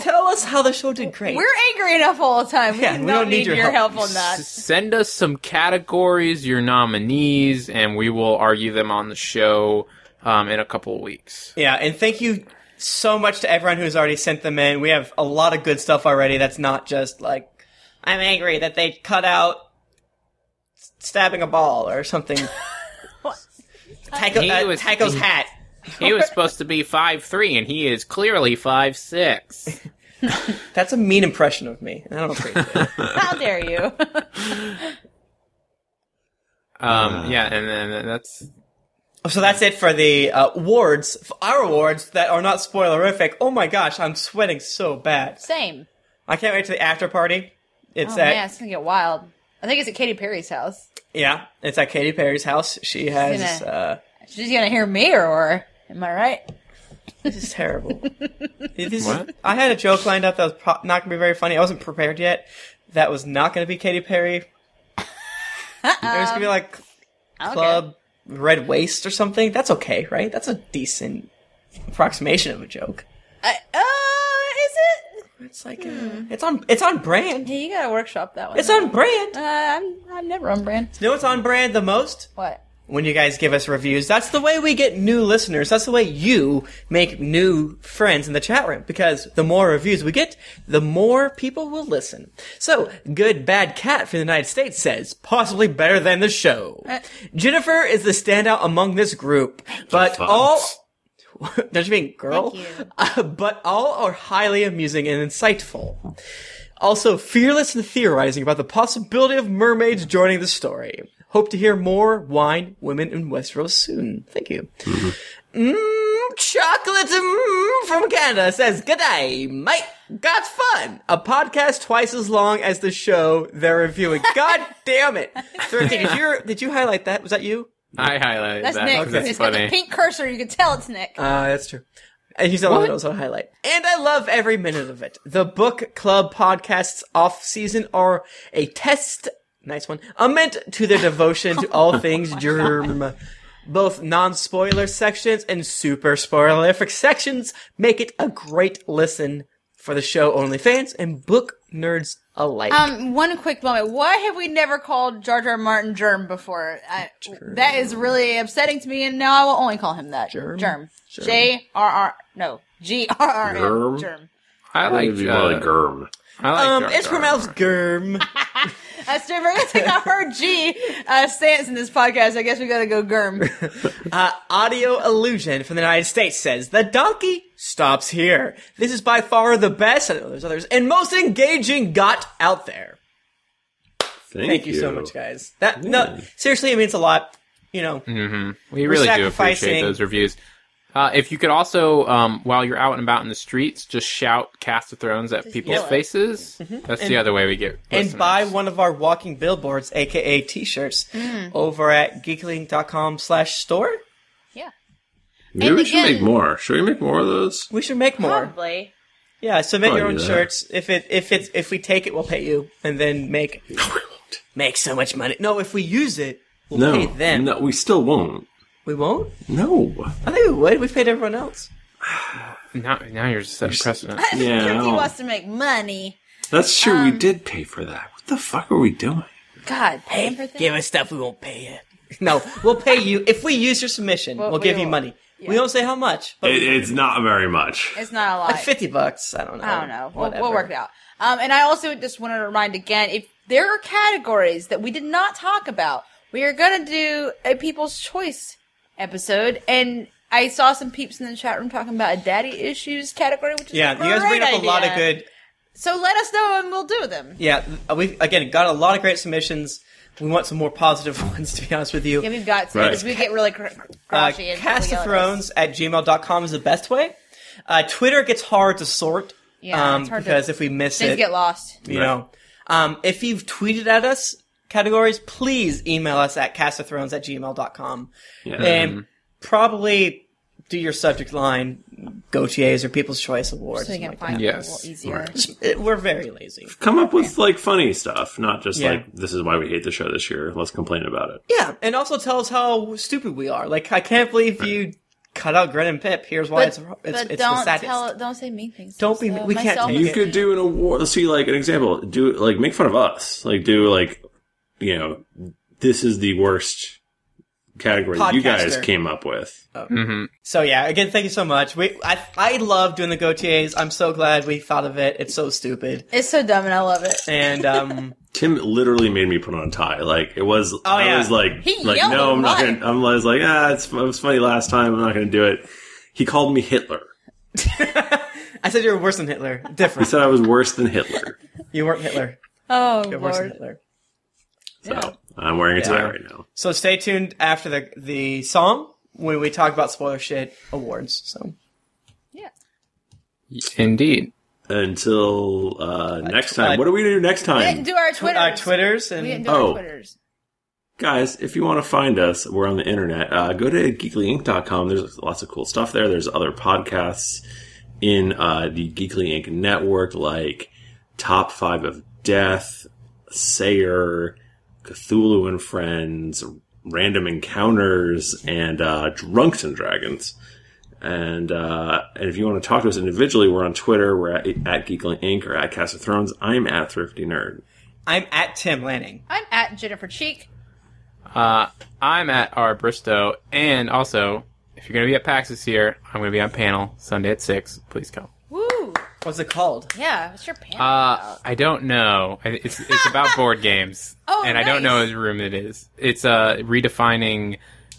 tell us how the show did great.
We're angry enough all the time. We,
Yeah,
do
we
not
don't need your help.
on that.
S- send us some categories, your nominees, and we will argue them on the show um, in a couple of weeks.
yeah, and thank you so much to everyone who's already sent them in. We have a lot of good stuff already that's not just like, I'm angry that they cut out s- stabbing a ball or something. Tycho,
He
uh,
was-
Tycho's
he-
hat.
He was supposed to be five three, and he is clearly five six.
That's a mean impression of me. I don't appreciate it.
How dare you?
Um, yeah, and then that's
So that's it for the uh, awards, for our awards that are not spoilerific. Oh my gosh, I'm sweating so bad.
Same.
I can't wait to the after party. It's
Oh
at
man, it's gonna get wild. I think it's at Katy Perry's house.
yeah, it's at Katy Perry's house. She has
Gonna-
uh,
She's gonna hear me, or, or am I right?
this is terrible. This is-
What?
I had a joke lined up that was pro- not gonna be very funny. I wasn't prepared yet. That was not gonna be Katy Perry. it was gonna be like
Uh-uh. Okay.
Club Red Waist or something. That's okay, right? That's a decent approximation of a joke.
I, uh, is it?
It's like uh, it's on it's on brand.
Hmm. Yeah, you gotta workshop that one.
It's on brand.
Uh, I'm I'm never on brand.
You know what's on brand the most?
What?
When you guys give us reviews, that's the way we get new listeners. That's the way you make new friends in the chat room because the more reviews we get, the more people will listen. So, good bad cat from the United States says, possibly better than the show.
Uh,
Jennifer is the standout among this group, but all don't you mean girl?
Thank you.
Uh, but all are highly amusing and insightful. Also, fearless in theorizing about the possibility of mermaids joining the story. Hope to hear more wine, women, and Westeros soon. Thank you. Mmm, chocolate mm, from Canada says, G'day, mate. Got fun. A podcast twice as long as the show they're reviewing. God damn it. Thrifty, did you, did you highlight that? Was that you?
I highlighted
That's
that
Nick.
'cause that's
it's got
funny.
the pink cursor. You can tell it's Nick.
Uh, that's true. And he's the one that knows how to highlight. And I love every minute of it. The book club podcasts off season are a test, nice one, a mint to their devotion to all things germ. Both non-spoiler sections and super spoilerific sections make it a great listen for the show only fans and book nerds alike.
Um, one quick moment. Why have we never called Jar Jar Martin Germ before? I, that is really upsetting to me, and now I will only call him that.
Germ?
Germ. J R R. No. G R R M.
Germ?
Germ.
I
I
like,
think it'd be more like
uh,
Gurm.
I like
Um,
Jar
it's
Jar.
pronounced germ.
That's different. It's like I heard G uh, stance in this podcast. I guess we gotta go Germ.
Audio Illusion from the United States says, The donkey stops here. This is by far the best, I know there's others, and most engaging got out there.
Thank,
Thank you, so much, guys. That, no, seriously, it means a lot. You know,
We really do appreciate
sacrificing-
those reviews. Uh, if you could also, um, while you're out and about in the streets, just shout "Cast of Thrones" at people's
yell it. Mm-hmm.
faces. That's the other way we get.
and
listeners.
buy one of our walking billboards, aka t-shirts, over at geekling.com slash store.
yeah.
Maybe
And
we should
again-
make more. Should we make more of those?
We should make more.
Probably.
Yeah, submit your
Probably
own
do that.
shirts. If it if it's if we take it, we'll pay you, and then make make so much money. No, if we use it, we'll
No,
pay them.
no, we still won't.
We won't.
No.
I think we would. We paid everyone else.
Now, now you're just setting precedent.
Yeah,
Because he
no.
wants to make money.
That's true.
um,
we did pay for that. What the fuck are we doing?
God, pay for
Hey,
things.
give us stuff. We won't pay it. No, we'll pay you if we use your submission.
Well,
we'll give
we
you
will.
money. We don't say how much, but
It, it's not very much.
It's not a lot.
like fifty bucks. I don't know.
I don't know. We'll,
Whatever.
we'll work it out. Um, and I also just want to remind again, if there are categories that we did not talk about, we are going to do a People's Choice episode. And I saw some peeps in the chat room talking about a daddy issues category, which is
Yeah,
a
you guys bring up
great
a lot of
idea.
good.
So let us know and we'll do them.
Yeah, we again got a lot of great submissions. We want some more positive ones, to be honest with you.
Yeah, we've got
Right.
because we get really cr- cr-
Uh,
crotchety and people
cast
yell
of
at us.
thrones at gmail.com is the best way uh, twitter gets hard to sort
Yeah,
um,
it's hard to-
because if we miss
Things
it
get lost.
you know um, if you've tweeted at us categories please email us at castofthrones at gmail.com
Yeah.
and Um, probably do your subject line gautiers or people's choice awards
So you
something
can
like
find
that.
it a
Yes.
little easier.
Just- it- we're very lazy
Come up with like funny stuff, not just
Yeah.
like this is why we hate the show this year. Let's complain about it.
yeah and also tell us how stupid we are like i can't believe you cut out gren and pip here's why
But,
it's, it's,
but
it's the
don't
saddest
tell, don't say mean things. to
Don't
us,
be-
though.
we can't
Myself
tell
You
Okay.
could do an award. See, like an example. Do like make fun of us. Like do like you know this is the worst category that you guys
Podcaster.
came up with.
So yeah, again, thank you so much. We I I love doing the Gautiers. I'm so glad we thought of it. It's so stupid.
It's so dumb and I love it.
And um,
Tim literally made me put on a tie. Like it was. I
yeah.
was like,
He
like
yelled
no,
a
I'm not
lot.
gonna. I'm I was like, ah, it's, it was funny last time. I'm not gonna do it. He called me Hitler.
I said you were worse than Hitler.
He
Different.
said I was worse than Hitler.
You weren't Hitler.
Oh,
You're worse than
Lord.
Hitler.
So I'm wearing a tie
Yeah.
right now.
So stay tuned after the the song when we talk about spoiler shit awards. So
Yeah.
Indeed.
Until uh, next
uh,
time. What do we do next
We
time?
didn't do our Twitter.
our uh, Twitters
We didn't
and
do our
Oh.
Twitters.
guys if you want to find us we're on the internet uh, go to geeklyinc.com there's lots of cool stuff there there's other podcasts in uh, the geekly inc network like top five of death sayer cthulhu and friends random encounters and uh, drunks and dragons. And uh, and if you want to talk to us individually, we're on Twitter. We're at, at Geekling Inc. or at Cast of Thrones. I'm at Thrifty Nerd.
I'm at Tim Lanning.
I'm at Jennifer Cheek.
Uh, I'm at R Bristow, and also if you're gonna be at PAX this year, I'm gonna be on panel Sunday at six. Please come.
Woo!
What's it called?
Yeah, what's your panel
Uh,
about?
I don't know. I- It's it's about board games,
Oh,
and I don't know
nice.
whose room it is. It's uh redefining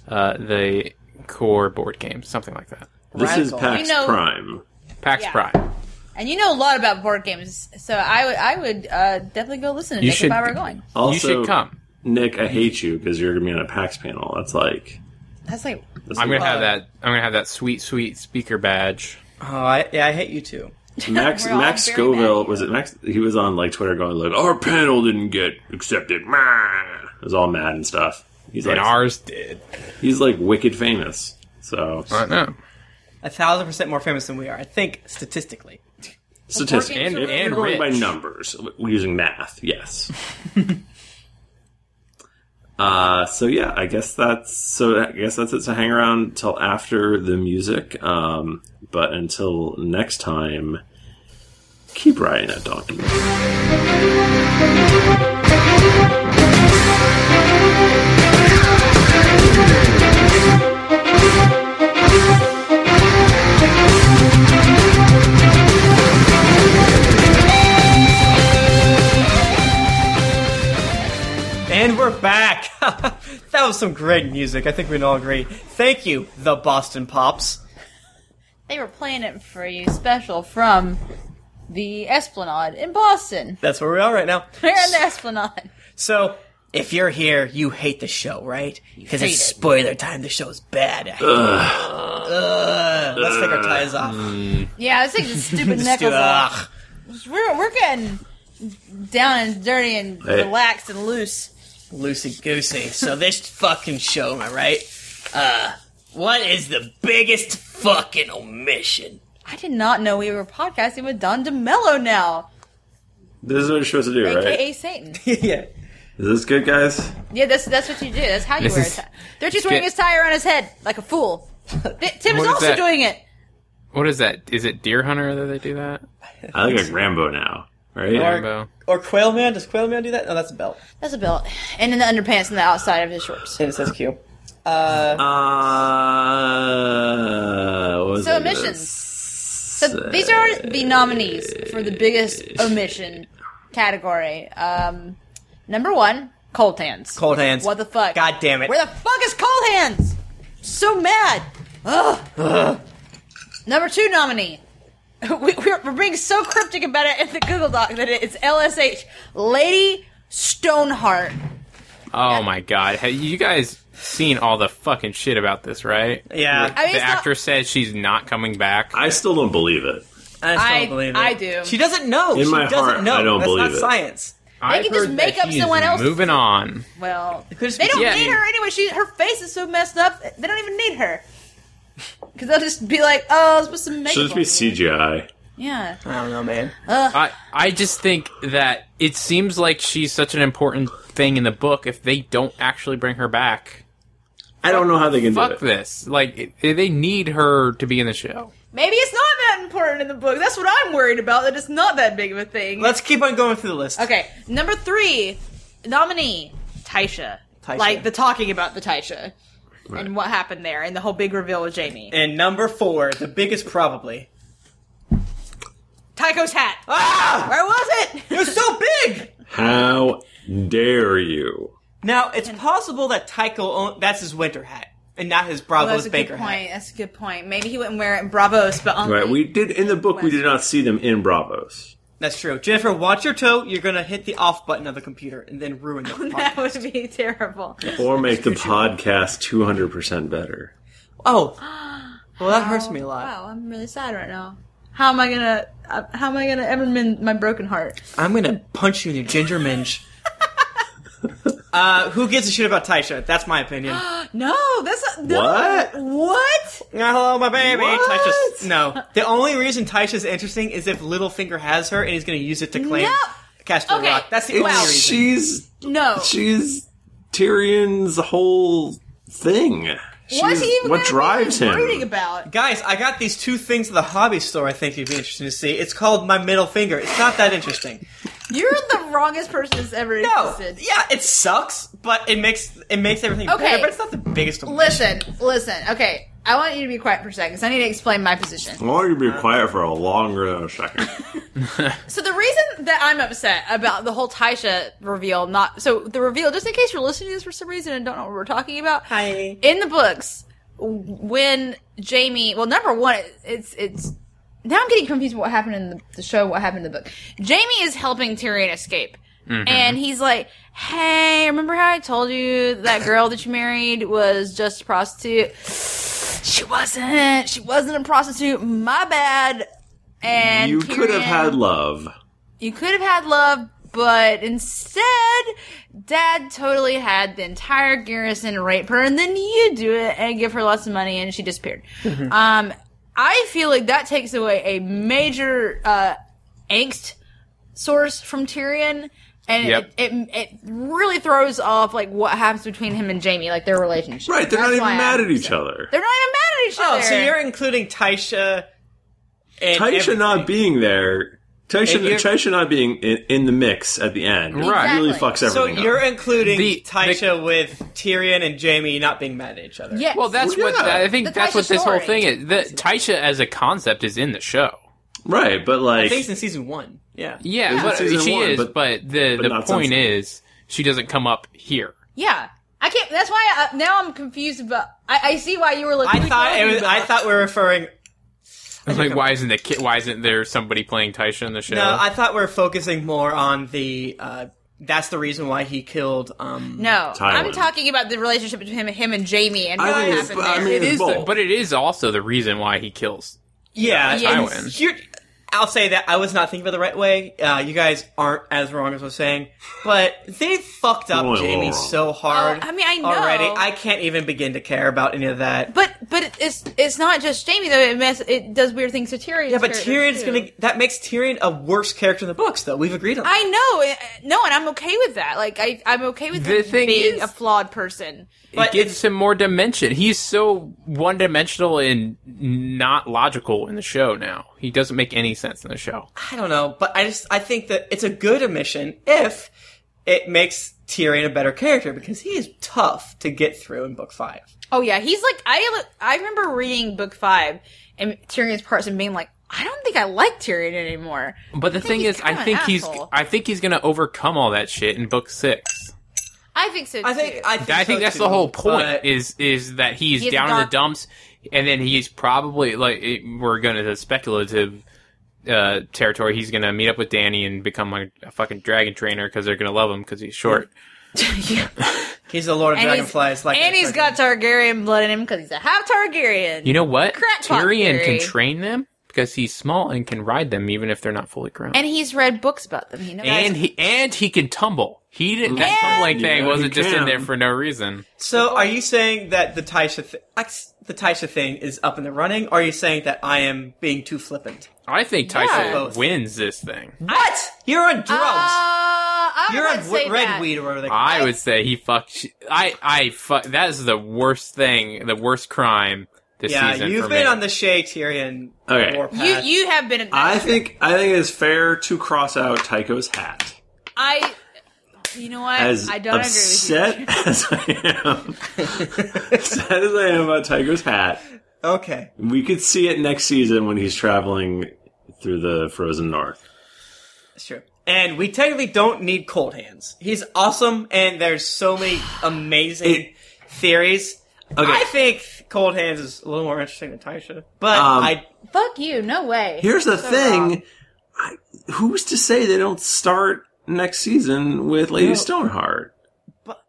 uh, the core board game, something like that.
This is
Radical.
PAX
You know-
Prime.
PAX
Yeah.
Prime.
And you know a lot about board games, so I would I would uh, definitely go listen to
You
Nick
should-
if I were going.
Also,
you should come.
Nick. I hate you because you're gonna be on a PAX panel. That's like
That's like
that's
I'm gonna
like-
have that. I'm gonna have that sweet, sweet speaker badge.
Oh, I, yeah, I hate you too.
Max
We're all
Max
very
Scoville
mad.
was it Max? He was on like Twitter going like our panel didn't get accepted. Meh." It was all mad and stuff. He's like
And ours did.
he's like wicked famous. So
I know.
A thousand percent more famous than we are. I think statistically.
statistics
And-
If
and
you're going by
rich.
numbers using math. Yes. uh, so yeah, I guess that's so. I guess that's it. So hang around till after the music. Um, but until next time, keep riding that donkey.
And we're back. that was some great music. I think we can all agree. Thank you, the Boston Pops.
they were playing it for you special from the Esplanade in Boston.
That's where we are right now.
They're in the Esplanade.
So, if you're here, you hate the show, right? Because
hate
it's
it.
spoiler time. The show's bad. I hate it. Ugh. Let's take our ties off.
Yeah, it's like the stupid
Just do-
knuckles off.
ugh.
We're we're getting down and dirty and
Hey.
relaxed and loose.
loosey goosey. So this fucking show, am I right? Uh, what is the biggest fucking omission?
I did not know we were podcasting with Don DeMello now,
This is what you're supposed to do, right?
aka Satan.
yeah.
Is this good, guys?
Yeah, that's that's what you do. That's how you
This
wear a
is-
tie. They're just wearing
get-
his tie around his head like a fool. Th- Tim is
What is
also
that?
doing it.
What is that? Is it Deer Hunter that they do that?
I look like Rambo now, right?
Rambo.
Or Quail Man? Does Quail Man do that? No, that's a belt.
That's a belt, and then the underpants and the outside of his shorts.
And it says Q.
Uh, what was
So
I gonna
omissions.
say?
So these are
uh,
the nominees for the biggest omission category. Um, number one, cold hands.
Cold hands.
What the fuck?
God damn it.
Where the fuck is cold hands? So mad. Ugh. Number two nominee. We, we're, we're being so cryptic about it in the Google Doc that it's LSH Lady Stoneheart.
Oh my god! Have you guys seen all the fucking shit about this, right?
Yeah.
I mean,
the
it's not-
actress says she's not coming back.
I still don't believe it.
I, just
I-
don't believe it.
I do.
She doesn't know.
In
she
my
doesn't
heart,
know.
I don't
That's
believe
not
it.
science.
I
can just make up someone else.
Moving on.
Well,
could've
they don't
Yeah.
need her anyway. She her face is so messed up. They don't even need her. Because they'll just be like, oh, let's put some makeup.
Should this be
on."
CGI?
Yeah.
I don't know, man.
I I just think that it seems like she's such an important thing in the book. If they don't actually bring her back,
I don't know how they can
fuck
do it.
this. Like it- they need her to be in the show.
Maybe it's not that important in the book. That's what I'm worried about. That it's not that big of a thing.
Let's keep on going through the list.
okay, number three nominee Taisha.
Taisha.
Like the talking about the Taisha and what happened there and the whole big reveal with Jamie.
And number four, the biggest probably.
Tycho's hat.
Ah!
Where was it?
You're so big!
How dare you?
Now, it's possible that Tycho, own- that's his winter hat, and not his Bravo's Baker hat.
That's a good point. Maybe he wouldn't wear it in Bravos, but on
Right? We did in the book. We did not see them in Bravos.
That's true. Jennifer, watch your toe. You're gonna hit the off button of the computer and then ruin the
that
podcast.
would be terrible.
Or make the podcast two hundred percent better.
Oh, well, that hurts me a lot.
Wow, I'm really sad right now. How am I gonna? Uh, how am I gonna ever mend my broken heart?
I'm gonna punch you in your ginger minge. uh, who gives a shit about Taisha? That's my opinion.
No, that's not, no.
What?
What?
Hello, my baby.
What?
Taisha's no. The only reason Taisha's interesting is if Littlefinger has her and he's gonna use it to claim
No.
Castle
Okay,
Rock. That's the
wow.
only reason.
She's
No,
she's Tyrion's whole thing.
What's
She's-
he even
what
gonna be
drives him?
brooding about?
Guys, I got these two things at the hobby store I think you'd be interested to see. It's called My Middle Finger. It's not that interesting.
You're the wrongest person that's ever
No.
existed.
Yeah, it sucks, but it makes it makes everything
Okay.
better, but it's not the biggest of
Listen, listen. Okay, I want you to be quiet for a second because I need to explain my position.
I want you to be quiet for a longer second.
So the reason that I'm upset about the whole Taisha reveal, not so the reveal, just in case you're listening to this for some reason and don't know what we're talking about.
Hi.
In the books, w- when Jamie, well, number one, it's it's now I'm getting confused. With what happened in the, the show? What happened in the book? Jamie is helping Tyrion escape,
Mm-hmm.
and he's like, "Hey, remember how I told you that girl that you married was just a prostitute? She wasn't. She wasn't a prostitute. My bad." And
you could
Tyrion-
have had love.
you could have had love, but instead, Dad totally had the entire garrison rape her, and then you do it and give her lots of money, and she disappeared. um, I feel like that takes away a major uh, angst source from Tyrion. And
Yep.
it, it it really throws off like what happens between him and Jamie, like their relationship.
Right, they're not
That's
even
why
mad
I'm-
at each other.
They're not even mad at each
Oh,
other.
so you're including Taisha and
Taisha
everything.
not being there, Taisha,
And you're-
Taisha not being in, in the mix at the end,
Right.
really
Exactly.
fucks
So
everything
you're
up.
including
The-
Taisha with Tyrion and Jamie not being mad at each other.
Yes.
Well, that's
Well,
what
yeah.
I think.
The
that's
Taisha
what this whole
story.
thing is. The Taisha as a concept is in the show.
Right, but
I
like,
think it's in season one. Yeah.
Yeah,
It's
but
in season
she
one,
is.
but-
But, the
but
the
not
point
since then.
is, she doesn't come up here.
yeah. I can't. That's why I, now I'm confused about. I, I see why you were looking.
I thought it was,
about.
I thought we were referring.
Like, why isn't the ki- why isn't there somebody playing Taisha in the show?
No, I thought we were focusing more on the. Uh, that's the reason why he killed. Um,
No, I'm
Tywin.
talking about the relationship between him, him and Jamie and
I
what
think it's-
happened
I
there.
mean,
it
it's
is, the-
both.
but it is also the reason why he kills.
Yeah,
Yeah,
I'm-
Tywin.
Here, I'll say that I was not thinking about it the right way. Uh, you guys aren't as wrong as I was saying, but they fucked up
Well,
Jamie
wrong.
so hard.
Oh, I mean, I know.
already. I can't even begin to care about any of that.
but but it's it's not just Jamie though. It mess, it does weird things to Tyrion.
yeah, but Tyrion's gonna. That makes Tyrion a worse character in the books, though. We've agreed on. that.
I know, eh, eh, no, and I'm okay with that. Like I, I'm okay with
The
him
thing
being
is-
a flawed person.
But
it gives him more dimension. He's so one dimensional and not logical in the show now. He doesn't make any sense in the show.
I don't know, but I just I think that it's a good omission if it makes Tyrion a better character because he is tough to get through in book five.
Oh yeah, he's like I. I remember reading book five and Tyrion's parts and being like, I don't think I like Tyrion anymore.
But the thing
he's
is, I
kinda an
think he's
asshole.
I think he's gonna overcome all that shit in book six.
I think so.
I think
too.
I think,
I think
so,
that's
too,
the whole point
but-
is is that he's
He has
down
a
in the
dark-
dumps, and then he's probably like it, we're going to the speculative uh, territory. He's going to meet up with Danny and become like a fucking dragon trainer because they're going to love him because he's short.
he's the Lord of
And he's-
Dragonflies, like
and
that
he's
fucking-
got Targaryen blood in him because he's a half Targaryen.
You know what?
Crackpot
Tyrion can
theory.
train them because he's small and can ride them even if they're not fully grown.
and he's read books about them. You know, that.
And he and he can tumble. He didn't that tumbling
Yeah,
thing
he
wasn't just in
can.
there for no reason.
So are you saying that the Taisha th- ex- the Taisha thing is up in the running? Or are you saying that I am being too flippant?
I think
Yeah.
Tyson
Both.
wins this thing.
What? You're on drugs.
Uh,
You're on
say
w- red
that.
weed or whatever they call
I
it.
would say he fucked. I I fuck. That is the worst thing. The worst crime this
Yeah,
season.
you've
for
been
me.
on the Shay Tyrion
Okay.
warpath.
You you have been.
I think I think it's fair to cross out Tycho's hat.
I. You know what?
As
I don't
upset
agree with
as I am, sad as I am about Tycho's hat,
okay.
we could see it next season when he's traveling through the frozen north.
That's true. And we technically don't need cold hands. He's awesome, and there's so many amazing
It-
theories.
Okay.
I think cold hands is a little more interesting than Taisha, but
Um,
I
you. Fuck you! No way.
Here's the
So wrong.
thing: I, who's to say they don't start next season with Lady Stoneheart?
but,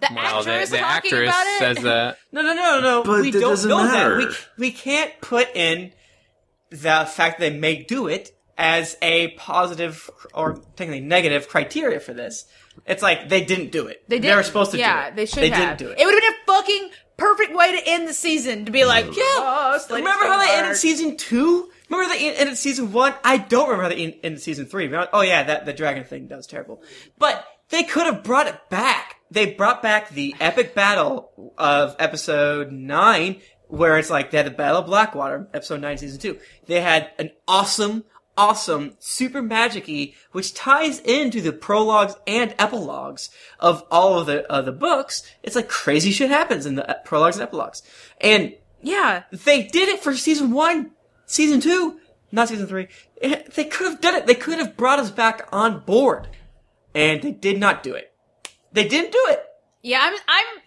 The
Well, the,
actress
the
talking
actress
about it.
says that.
no no no no.
But
we
that
don't
doesn't
know
matter.
that. We we can't put in the fact that they may do it as a positive or technically negative criteria for this. It's like they didn't do it.
they did.
They were supposed to do
Yeah,
it.
they should.
They didn't
have.
do it.
It would have been a fucking perfect way to end the season to be like, yeah. oh, it's Lady
Remember how they
Stark.
ended season two? Remember they en- ended season one? I don't remember how they en- ended season three. Remember- Oh yeah, that the dragon thing that was terrible. But they could have brought it back. they brought back the epic battle of episode nine, where it's like they had the Battle of Blackwater, episode nine, season two. They had an awesome, awesome, super magicy, which ties into the prologues and epilogues of all of the of the books. It's like crazy shit happens in the uh, prologues and epilogues, and
Yeah.
they did it for season one, season two, not season three. Eh, They could have done it. They could have brought us back on board, and they did not do it. They didn't do it.
Yeah, I'm I'm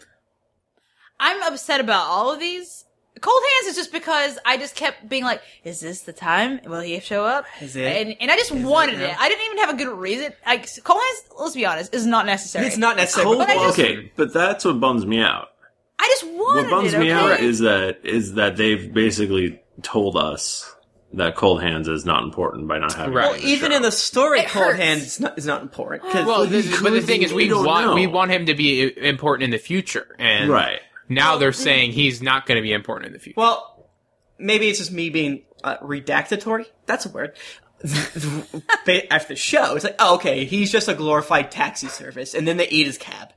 I'm upset about all of these. Cold hands is just because I just kept being like, "Is this the time? Will he show up?"
Is it?
And, and I just wanted
now?
it. I didn't even have a good reason. Like cold hands, let's be honest, is not necessary.
It's not necessary.
Cold,
But I just-
okay, but that's what bums me out.
I just wanted
What bums
it.
me out
okay?
is that is that they've basically told us that cold hands is not important by not having.
Right.
it
Well,
on the
Even
show.
in the story,
It
cold
hurts.
hand is not, is not important. 'cause-
Well, this, but the
could
thing
be,
is,
we
we
don't
want
know.
we want him to be i- important in the future, and
right.
now they're saying he's not going to be important in the future.
well, maybe it's just me being uh, redactatory. That's a word. Ba- After the show, it's like, oh, okay, he's just a glorified taxi service, and then they eat his cab.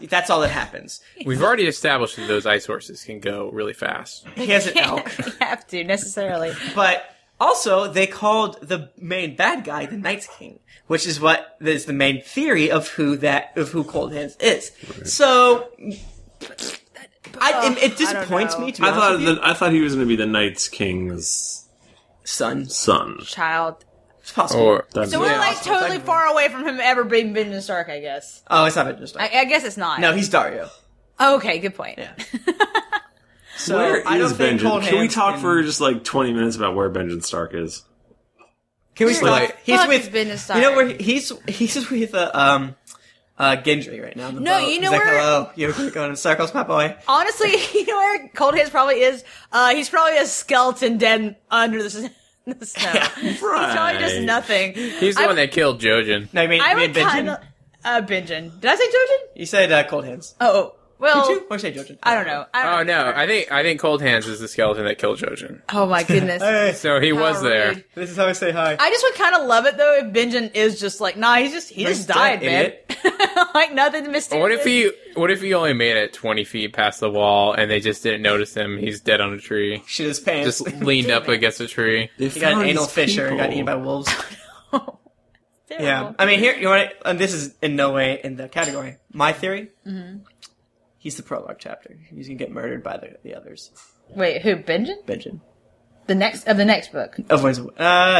That's all that happens.
We've already established that those ice horses can go really fast.
He has an elk.
you have to necessarily.
But also, they called the main bad guy the Night King, which is what is the main theory of who that of who Cold Hands is. So, I, it, it disappoints
know.
me. To be
I
honest
thought
with you.
that I thought he was going to be the Knight's King's
son.
son.
Child.
It's possible.
Or
That'd
So
be-
we're like totally far away from him ever being Benjamin Stark, I guess.
oh, it's not Benjamin Stark.
I, I guess it's not.
no, he's Dario.
Okay, good point.
Yeah. So
where
I don't
is
think
Benjamin?
Cold
Can we
Hands
talk
can-
for just like twenty minutes about where Benjamin Stark is?
Can we
Where
stop?
the
he's
fuck
with
is Benjamin Stark?
You know where he- he's he's with uh, um uh Gendry right now. on the
No,
boat.
you
He's
know
like,
where-
Hello, you're going in circles, my boy.
Honestly, you know where Cold Hands probably is? Uh, he's probably a skeleton dead under the, s- the snow. He's probably just
Right.
nothing.
he's the
I-
one that killed Jojen.
No, I mean,
I
you mean
would
Benjamin.
kind of. Uh, Benjin. Did I say Jojen?
You said uh, Cold Hands.
Oh, well.
Did you? Or say Jojen?
I don't know. I don't
Oh
know.
no, I think I think Cold Hands is the skeleton that killed Jojen.
Oh my goodness.
Hey,
So he was
How
there.
rude.
this is how I say hi.
I just would kind of love it though if Benjin is just like, nah, he's just, he
He's
just
dead,
died, man.
idiot.
like nothing mysterious.
What if he what if he only made it twenty feet past the wall and they just didn't notice him? He's dead on a tree.
Shit his pants.
Just leaned up against a tree.
They
he got an
found
anal
these
fissure and got
people.
eaten by wolves.
Terrible.
yeah, I mean here you want to, and this is in no way in the category. My theory. Mm-hmm. He's the prologue chapter. He's gonna get murdered by the, the others.
Wait, who? Benjin?
Benjamin
The next, of the next book.
of Winds. of- Uh,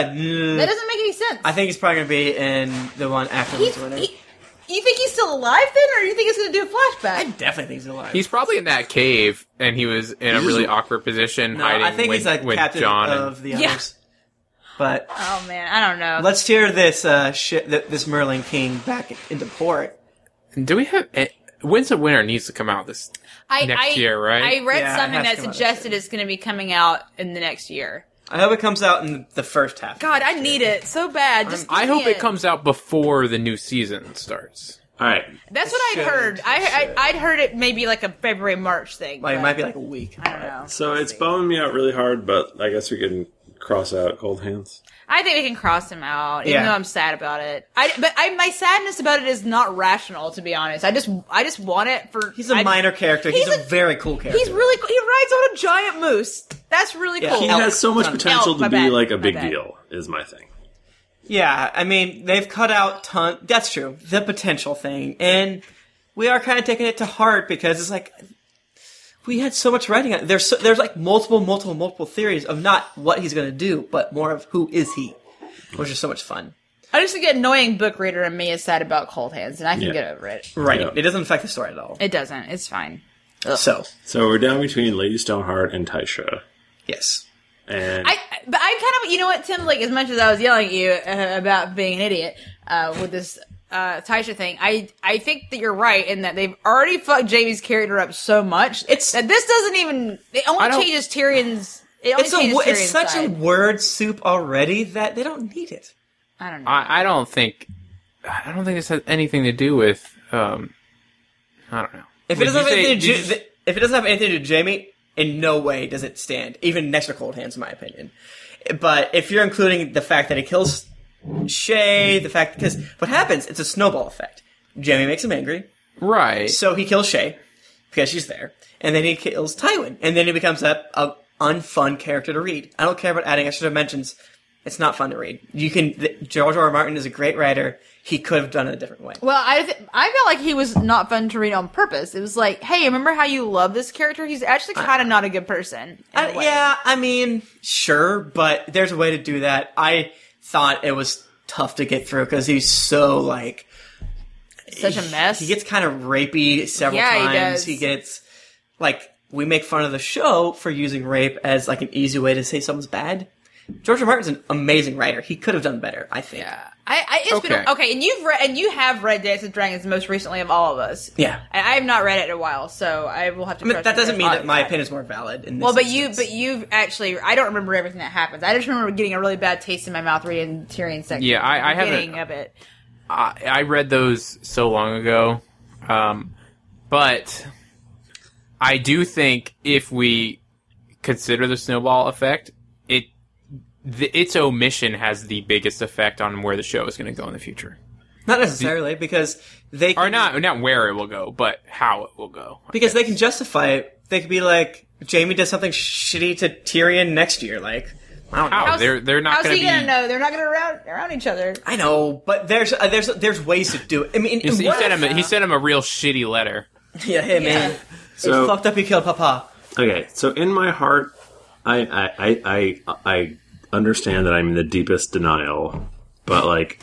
That
mm,
doesn't make any sense.
I think he's probably gonna be in the one after
He-
Winds of Winter.
he- you think he's still alive then, or you think it's going to do a
I
flashback?
definitely think he's alive.
He's probably in that cave and he was in a really awkward position
no,
hiding
I think
with,
he's like
with
captain
John. and-
of the
Yeah.
others. But
Oh man, I don't know.
let's hear this uh, shit. Th- this Merlin King back into port.
Do we have eh, Winds of Winter needs to come out this
I,
next
I,
year, right?
I read
Yeah, it has
something that
to come out
suggested it's going to be coming out in the next year.
I hope it comes out in the first half.
God, I need it so bad. Just
I
give
hope
me
it comes out before the new season starts.
All right.
That's
It
what I'd
should.
heard. I, I I'd heard it maybe like a February March thing.
Like, it
but
might be like a week.
I don't know.
So it's bumming me out really hard, but I guess we can cross out cold hands.
I think we can cross him out, even
Yeah.
though I'm sad about it. I but I my sadness about it is not rational, to be honest. I just I just want it for
He's a
I-
minor character. He's,
he's
a,
a-
very cool character.
He's really cool. He rides on a giant moose. That's really
Yeah.
cool.
He
Elk.
has so much
Elk,
potential
my
to be
bad,
like a
my
big
bad.
deal. Is my thing.
yeah. I mean, they've cut out ton. That's true. The potential thing, and we are kind of taking it to heart because it's like we had so much writing on. it. There's so, there's like multiple, multiple, multiple theories of not what he's going to do, but more of who is he, which is so much fun.
I just get annoying book reader and me is sad about cold hands, and I can
Yeah.
get over it.
Right.
Yeah.
It doesn't affect the story at all.
It doesn't. It's fine.
so
So we're down between Lady Stoneheart and Taisha,
yes.
and
I, but I kind of, you know what, Tim? Like as much as I was yelling at you uh, about being an idiot uh, with this uh, Taisha thing, I, I think that you're right in that they've already fucked Jamie's character up so much. It's that this doesn't even. It only
I don't-
changes Tyrion's. It only
It's a
changes
wo-
Tyrion's
it's such a
side.
word soup already that they don't need it.
I don't know.
I, I don't think I don't think this has anything to do with um I don't know.
If it
Would
doesn't
you
have
say-
anything to
did
do,
you-
th- if it doesn't have anything to do with Jamie, in no way does it stand even next to Cold Hands, in my opinion. But if you're including the fact that it kills Shay, the fact because what happens, it's a snowball effect. Jamie makes him angry.
Right.
So he kills Shay because she's there, and then he kills Tywin, and then he becomes a, a unfun character to read. I don't care about adding extra dimensions; it's not fun to read. You can th- George R. R. Martin is a great writer. He could have done it a different way.
Well, I th- I felt like he was not fun to read on purpose. It was like, hey, remember how you love this character? He's actually kind of not a good person. in a
Uh,
way.
yeah, I mean, sure, but there's a way to do that. I thought it was tough to get through because he's so like
such a mess.
He gets kind of rapey several
Yeah, he
times.
does.
He, gets like we make fun of the show for using rape as like an easy way to say someone's bad. George R. R. Martin's an amazing writer. He could have done better, I think.
Yeah. I, I it's been
Okay.
okay, and you've read and you have read Dance of Dragons most recently of all of us.
Yeah.
and I have not read it in a while, so I will have to.
I mean,
trust
that
you
doesn't
guys
mean that
on
my opinion is more valid. In this
Well, but you,
instance.
but you've actually, I don't remember everything that happens. I just remember getting a really bad taste in my mouth reading Tyrion section.
Yeah, I-
at the
I haven't-
beginning of it.
I, I read those so long ago, um, but I do think if we consider the snowball effect, it the, its omission has the biggest effect on where the show is going to go in the future,
not necessarily because they
or
can-
not not where it will go, but how it will go.
because they can justify it. They could be like Jamie does something shitty to Tyrion next year. Like I don't know.
How Oh, they're they're not
How's
going
he
to be.
gonna know? They're not gonna round around each other.
I know, but there's uh, there's there's ways to do it. I mean,
He, he
what
sent
if-
him a, he sent him a real shitty letter.
yeah, hey man,
So-
it's fucked up. You killed Papa.
Okay, so in my heart, I I I I, I understand that I'm in the deepest denial, but like.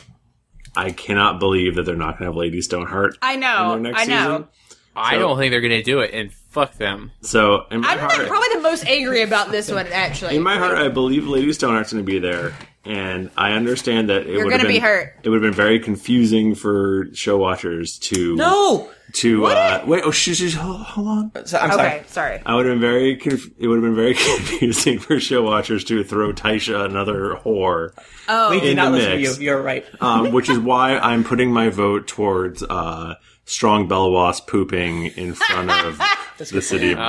I cannot believe that they're not going to have Lady Stoneheart.
I know,
In their
Oh, I
next
know.
Season.
I
So-
don't think they're going to do it, and fuck them.
So in my
I'm
heart,
like probably the most angry about this one actually.
in my heart, I believe Lady Stoneheart's going to be there, and I understand that it would have
gonna
been
be hurt.
It would have been very confusing for show watchers to
No,
to uh, wait. Oh, sh- sh- hold hold on.
so, I'm sorry.
okay, sorry.
I would have been very. Conf- it would have been very confusing for show watchers to throw Taisha another whore,
We did
In
not
the
listen
mix.
to you. You're right.
um, which is why I'm putting my vote towards uh, Strong Bell Wasp pooping in front of the city. Of-
Oh, man,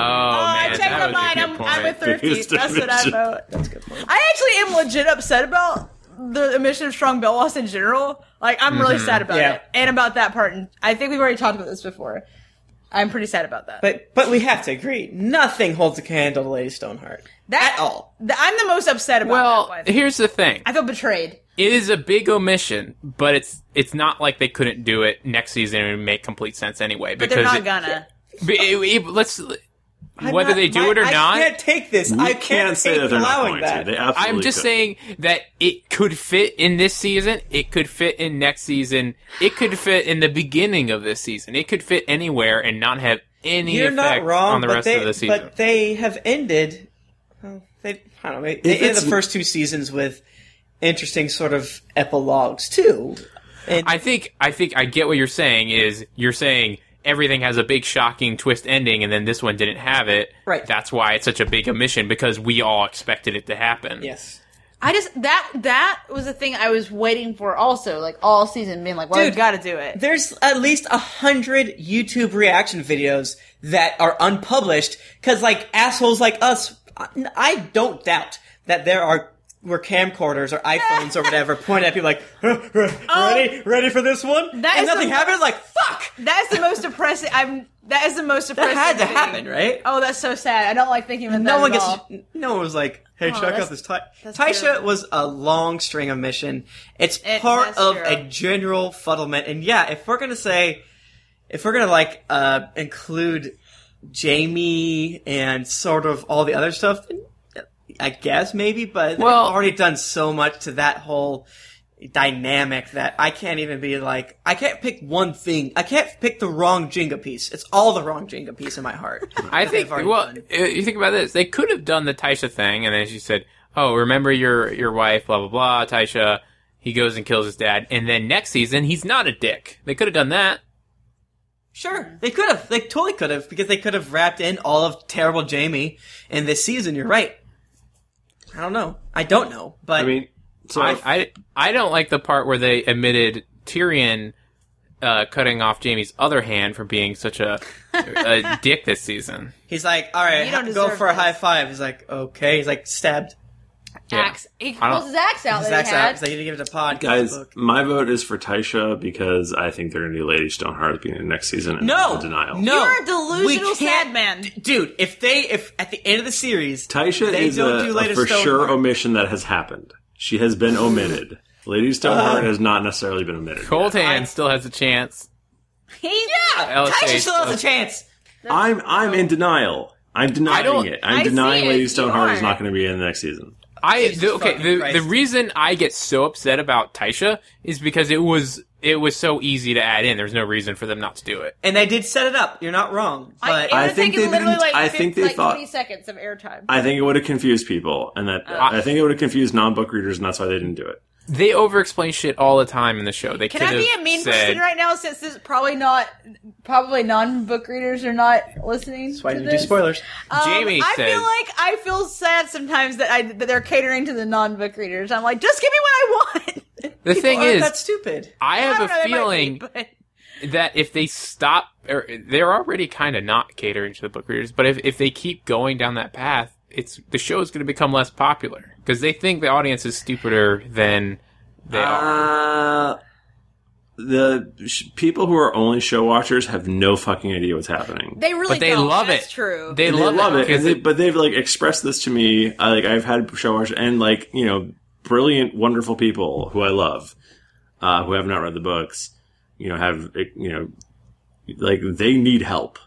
that
I checked
was a
mine.
good
I'm,
point.
I'm a thrifty.
Biggest
That's what I
dimension.
vote.
That's a good point.
I actually am legit upset about the omission of Strong Bell Loss in general. Like, I'm really
Mm-hmm.
sad about
Yeah.
it. And about that part. And I think we've already talked about this before. I'm pretty sad about that.
But but we have to agree, nothing holds a candle to Lady Stoneheart.
that
at all.
th- I'm the most upset about
Well,
that one.
here's the thing.
I feel betrayed.
it is a big omission, but it's it's not like they couldn't do it next season and it would make complete sense anyway.
But they're
Because
not
it-
gonna.
but it- it- let's
I'm
whether
not-
they do
my-
it or
I
not.
can't take this.
we
I can't
say that they're not going
that.
to. They absolutely
I'm just
could.
saying that it could fit in this season. It could fit in next season. It could fit in the beginning of this season. It could fit anywhere and not have any
You're
effect
not wrong.
on the
but
rest
they,
of the season.
But they have ended. Well, they I don't know. They, they ended
it's-
the first two seasons with interesting sort of epilogues too. And
I think I think I get what you're saying is you're saying everything has a big shocking twist ending and then this one didn't have it.
Right.
That's why it's such a big omission because we all expected it to happen.
yes,
I just that that was the thing I was waiting for also, like all season being like, Well,
Dude,
we've gotta do it.
there's at least a hundred YouTube reaction videos that are unpublished because, like, assholes like us, I- I don't doubt that there are were camcorders or iPhones or whatever pointed at people like, ready, ready for this one,
Oh. That
and
is the-
nothing happened. Like, fuck,
That is the most depressing I'm that is the most
that
depressing
had to
thing.
happen, right?
Oh, that's so sad. I don't like thinking about that.
no one
at
gets.
all. Oh,
No one was like, "Hey, check
that's-
out this." Ty-
that's
Taisha
terrible.
was a long string of mission. It's
It-
part
that's
of a
terrible.
general fuddlement, and yeah, if we're gonna say, if we're gonna like uh, include Jamie and sort of all the other stuff, then I guess maybe, but
Well-
they've already done so much to that whole dynamic that I can't even be like I can't pick one thing. I can't pick the wrong Jenga piece. It's all the wrong Jenga piece in my heart.
I
that
think
they've already
well
done.
uh, you think about this. They could have done the Taisha thing and then she said, "Oh, remember your your wife, blah blah blah, Taisha." He goes and kills his dad and then next season he's not a dick. They could have done that.
Sure, they could have. They totally could have because they could have wrapped in all of terrible Jamie in this season. You're right. I don't know. I don't know, but
I mean, so
I, I I don't like the part where they admitted Tyrion uh, cutting off Jamie's other hand for being such a, a dick this season.
he's like, "All right,
You don't
go
deserve
for a
this.
high five. He's like, "Okay." He's like, "Stabbed."
Yeah.
Axe. He
I don't-
pulls his axe out that
Zach's
he Oh, had.
out. So you need to give it to Pod.
Guys,
book.
my vote is for Taisha because I think they're going to do Lady Stoneheart at the beginning of next season. And I'm
No
in denial.
No,
You're a delusional
we can't-
sad man.
dude. If they, if at the end of the series,
Taisha
they
is
don't
a,
do
a
Lady
for
Stoneheart. Hmm.
sure omission that has happened. She has been omitted. Lady
Uh.
Stoneheart has not necessarily been omitted.
Cold Hand still has a chance.
He,
yeah,
LSH
Taisha still has a
does.
chance.
I'm I'm in denial. I'm denying
don't-
it.
I
I'm
see
denying
it.
Lady
You
Stoneheart is
are.
not going to be in the next season.
I the, okay.
fucking
The,
Christ.
the reason I get so upset about Taisha is because it was it was so easy to add in. There's no reason for them not to do it.
And they did set it up. You're not wrong. But
I,
I
it was
think
taking
they
literally
didn't-
like,
I
fif-
think they
like
thought-
20 seconds of airtime.
I think it would have confused people, and
Uh.
that I think it would have confused non-book readers, and that's why they didn't do it.
They overexplain shit all the time in the show. They
Can
could
I be
have
a mean
said,
person right now since this is probably not, probably non book readers are not listening?
that's why
to
you do
this?
spoilers.
Um,
Jamie
I
says-
feel like I feel sad sometimes that I that they're catering to the non book readers. I'm like, just give me what I want.
The thing
Aren't
is,
that stupid.
I have a
don't know, they might be,
feeling
but-
that if they stop, or they're already kind of not catering to the book readers, but if, if they keep going down that path, it's the show is going to become less popular because they think the audience is stupider than they are.
Uh, the sh- people who are only show watchers have no fucking idea what's happening.
they really
But they
don't.
love
That's
it.
True.
They,
And
love, it.
and
'cause
they,
it-
but they've like expressed this to me. I, like I've had show watchers and like you know brilliant, wonderful people who I love, uh, who have not read the books. You know, have you know, like they need help.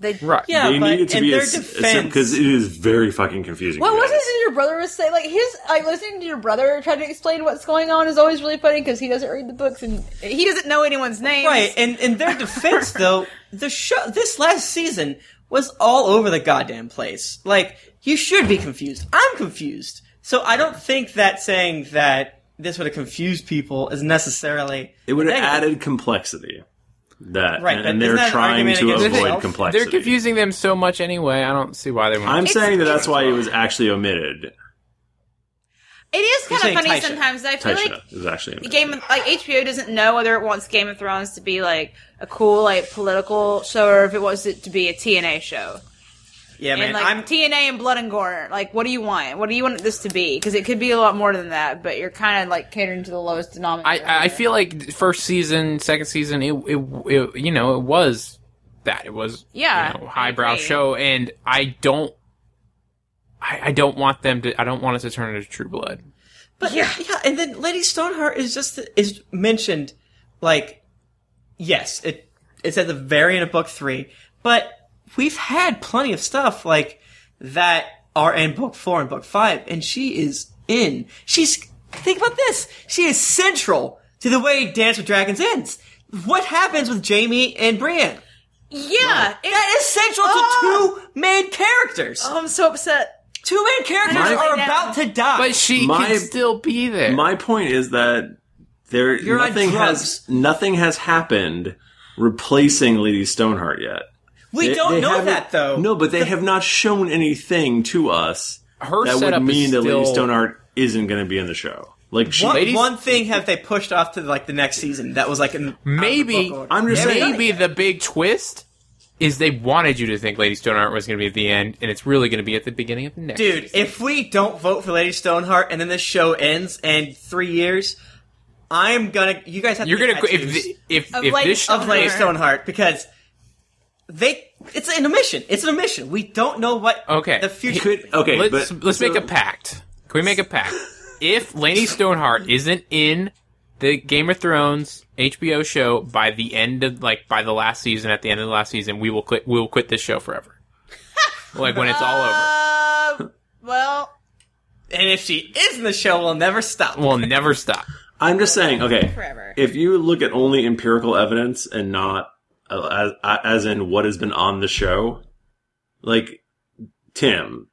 They-
right.
Yeah,
they
but
need it to
in
be
their defense,
because it is very fucking confusing.
What
to
was
me.
it that your brother was saying? Like his, like listening to your brother try to explain what's going on is always really funny because he doesn't read the books and he doesn't know anyone's names.
Right, and in their defense, though, the show this last season was all over the goddamn place. Like, you should be confused. I'm confused. So I don't think that saying that this would have confused people is necessarily.
It would have
negative.
added complexity. That
Right,
and,
but
and they're
isn't that an
trying
argument
to
against
avoid
itself?
complexity.
They're confusing them so much anyway. I don't see why they want.
I'm
It's-
saying that that's why it was actually omitted.
It is
You're
kind
saying
of funny
Taisha.
sometimes. I feel
Taisha
like
is actually omitted.
Game of, like HBO doesn't know whether it wants Game of Thrones to be like a cool like political show or if it wants it to be a TNA show.
Yeah, man.
and like
I'm
TNA and Blood and Gore, like what do you want? What do you want this to be? Because it could be a lot more than that, but you're kind of like catering to the lowest
I
denominator.
I feel like first season, second season, it, it, it you know it was that it was
Yeah,
you know,
I
highbrow
agree.
show, and I don't. I, I don't want them to. I don't want us to turn into True Blood.
But yeah, and then Lady Stoneheart is just is mentioned, like, yes, it it's at the very end of book three, but we've had plenty of stuff like that are in book four and book five, and she is in. She's think about this. She is central to the way Dance with Dragons ends. What happens with Jamie and Brienne?
yeah, it-
That is central
Oh!
to two main characters.
Oh, I'm so upset.
two main characters
My-
are about to die.
But she
My-
can still be there.
My point is that there
You're on
nothing
drugs.
has nothing has happened replacing Lady Stoneheart yet.
we
They-
don't
they
know
haven't-
that though.
No, but they have not shown anything to us
Her
that would
setup is
mean that Lady
still-
Stoneheart isn't going to be in the show. Like she,
What
Ladies-
one thing have they pushed off to like the next season that was like in
maybe
I'm just saying.
maybe the big twist is they wanted you to think Lady Stoneheart was going to be at the end, and it's really going to be at the beginning of the next.
dude. If we don't vote for Lady Stoneheart and then this show ends in three years, I'm gonna. You guys have
you're
to
gonna
get
if
tattoos
th- if
Of
if
Lady
this
of Lady
Stoneheart.
Stoneheart because they. It's an omission. It's an omission. We don't know what
Okay.
the future.
could okay.
let's
but,
let's
so-
make a pact. Can we make a pact? if Lady Stoneheart isn't in the Game of Thrones HBO show by the end of like by the last season, at the end of the last season, we will quit. We will quit this show forever. like when it's all over,
Uh, well,
and if she is in the show, we'll never stop.
we'll never stop.
I'm just saying. Okay,
forever.
if you look at only empirical evidence and not uh, as as in what has been on the show, like Tim,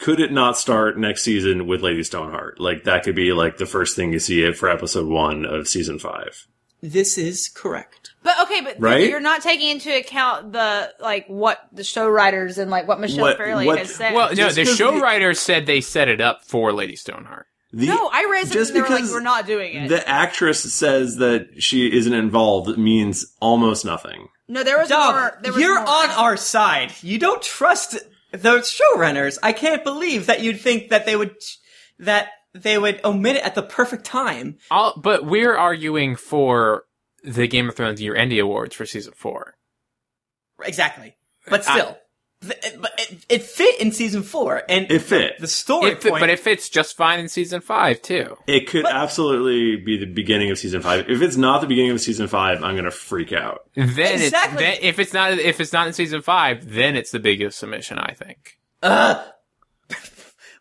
could it not start next season with Lady Stoneheart? Like that could be like the first thing you see for episode one of season five.
this is correct.
But okay, but
Right?
you're not taking into account the like what the show writers and like what Michelle
What-
Fairley
what-
has said.
Well, no,
Just
the
'cause
show
we-
writer said they set it up for Lady Stoneheart.
The,
no, I read something
just
and they were like,
because
we're not doing it.
the actress says that she isn't involved means almost nothing.
no, there was more.
Dog,
There was
you're
more.
on our side. You don't trust the showrunners. I can't believe that you'd think that they would that they would omit it at the perfect time.
I'll, but we're arguing for the Game of Thrones Year Endy Awards for season four.
Exactly. But still, th- but it, it fit in season four, and
It fit.
the story
It fit,
point.
but it fits just fine in season five too.
It could absolutely be the beginning of season five. If it's not the beginning of season five, I'm gonna freak out.
Then it's-
Exactly.
then- if it's not if it's not in season five, then it's the biggest submission. I think.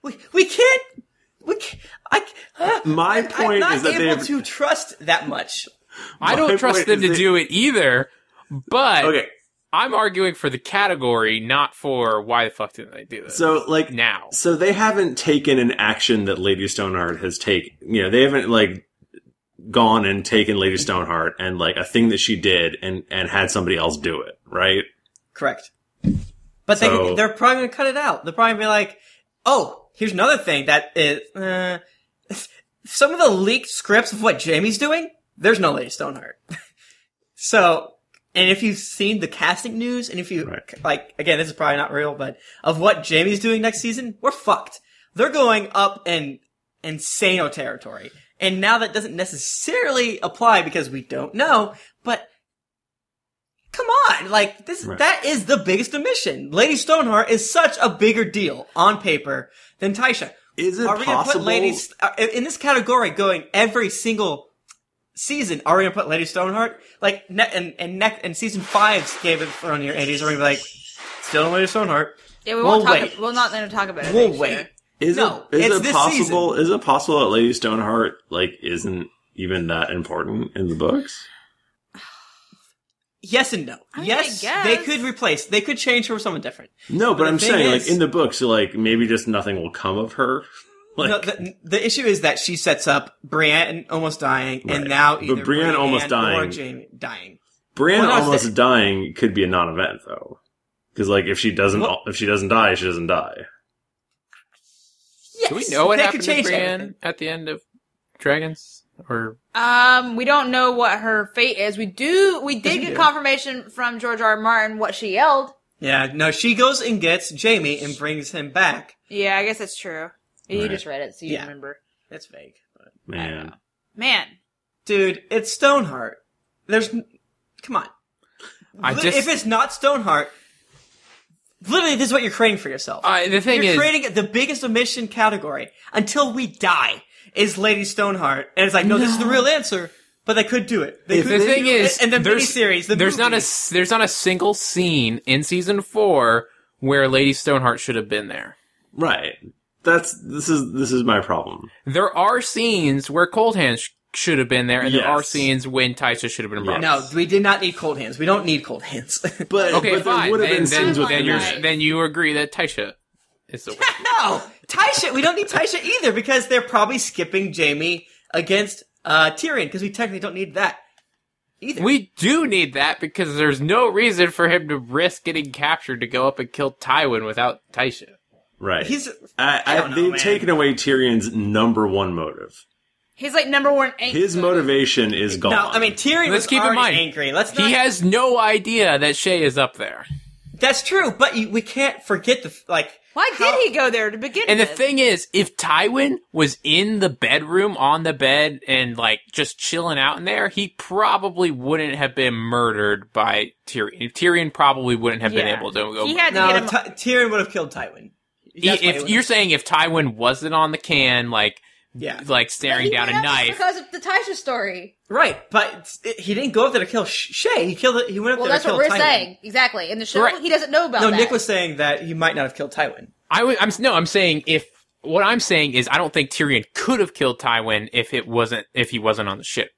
we, we can't. We can't, I, uh,
My
I'm
point
not
is that they
able
have
to trust that much.
I
My
don't trust
point
them
is
to
that-
do it either. But
okay.
I'm arguing for the category, not for why the fuck didn't they do this.
So like
now,
So they haven't taken an action that Lady Stoneheart has taken. You know, they haven't like gone and taken Lady Stoneheart and like a thing that she did and and had somebody else do it, right?
Correct. But they,
So-
they're probably going to cut it out. They're probably gonna be like, oh, here's another thing that is, uh, some of the leaked scripts of what Jamie's doing, there's no Lady Stoneheart. so, and if you've seen the casting news, and if you,
Right.
like, again, this is probably not real, but of what Jamie's doing next season, we're fucked. They're going up in insano territory. And now that doesn't necessarily apply because we don't know, but come on, like this
Right.
that is the biggest omission. Lady Stoneheart is such a bigger deal on paper than Taisha.
Is it
Are we gonna
possible?
put Lady S- uh, in this category going every single season? Are we gonna put Lady Stoneheart like ne- and and neck and season five's Game of Thrones year eighties? Are we gonna be like still no Lady Stoneheart?
Yeah, we
We'll
won't talk.
wait.
We'll not then talk about it.
We'll
next
wait.
year.
is
no,
it, is
it's
it
this
possible? Is it possible that Lady Stoneheart like isn't even that important in the books?
Yes and no.
mean,
yes,
I guess.
they could replace. They could change her with someone different.
No, but,
the
I'm
thing
saying
is-
like in the books, like maybe just nothing will come of her. Like,
no, the, the issue is that she sets up Brienne almost dying, and
Right.
now
But
either
Brienne almost
or
dying-
Jamie dying.
Brienne
Well, no,
almost
it's-
dying could be a non-event though, because like if she doesn't
Well-
if she doesn't die, she doesn't die.
Yes,
do we know what
they
happened
could
to
change
Brienne
everything.
at the end of Dragons? Or
Um, we don't know what her fate is. We do. We did
we
get
do.
confirmation from George R. R. Martin what she yelled.
Yeah, no, she goes and gets Jamie and brings him back.
Yeah, I guess that's true. You
Right.
just read it, so you
Yeah.
remember.
That's vague. but-
Man,
Man,
Dude, it's Stoneheart. There's, n- come on.
I
Li-
just
if it's not Stoneheart, literally, this is what you're creating for yourself.
I- the thing
you're
is,
creating the biggest omission category until we die is Lady Stoneheart, and it's like, no, this is the real answer. But they could do it. They
If
could
the
do
thing
it.
is,
and the
there's,
miniseries, the
there's not a
movie.
s- there's not a single scene in season four where Lady Stoneheart should have been there.
right? That's this is this is my problem.
There are scenes where Cold Hands sh- should have been there, and there are
Yes.
scenes when Taisha should have been brought.
Yes.
No, we did not need cold hands. We don't need cold hands.
But
Okay,
but
fine.
there would have
then,
been
then,
scenes with
then,
the
you're,
knife.
then you agree that Taisha is the.
no, Taisha. We don't need Taisha either because they're probably skipping Jamie against uh, Tyrion because we technically don't need that either.
We do need that because there's no reason for him to risk getting captured to go up and kill Tywin without Taisha.
right.
He's
I, I,
I don't know,
they've
man.
taken away Tyrion's number one motive.
he's like number one. Eight
His motivation is gone.
no. I mean, Tyrion.
Let's
was
keep in
already
mind,
angry. Let's not.
He has no idea that Shay is up there.
that's true, but you, we can't forget the f- like.
Why
how-
did he go there to begin?
And the
with?
thing is, if Tywin was in the bedroom on the bed and like just chilling out in there, he probably wouldn't have been murdered by Tyrion. Tyrion probably wouldn't have been
Yeah.
able to go.
he had to
No,
get him.
Ty- Tyrion would have killed Tywin.
He-
That's why he
if
would
you're
have-
saying if Tywin wasn't on the can, like
yeah,
like staring
He
down
went
a
up
knife,
because of the Taisha story.
right, but it's- it, he didn't go up there to kill Sh- Shay. He killed. He went up
Well,
there
that's
to kill
what we're
Tywin.
saying exactly. In the show,
Right.
he doesn't know about
No,
that.
Nick was saying that he might not have killed Tywin.
I would, I'm no, I'm saying if what I'm saying is I don't think Tyrion could have killed Tywin if it wasn't if he wasn't on the ship.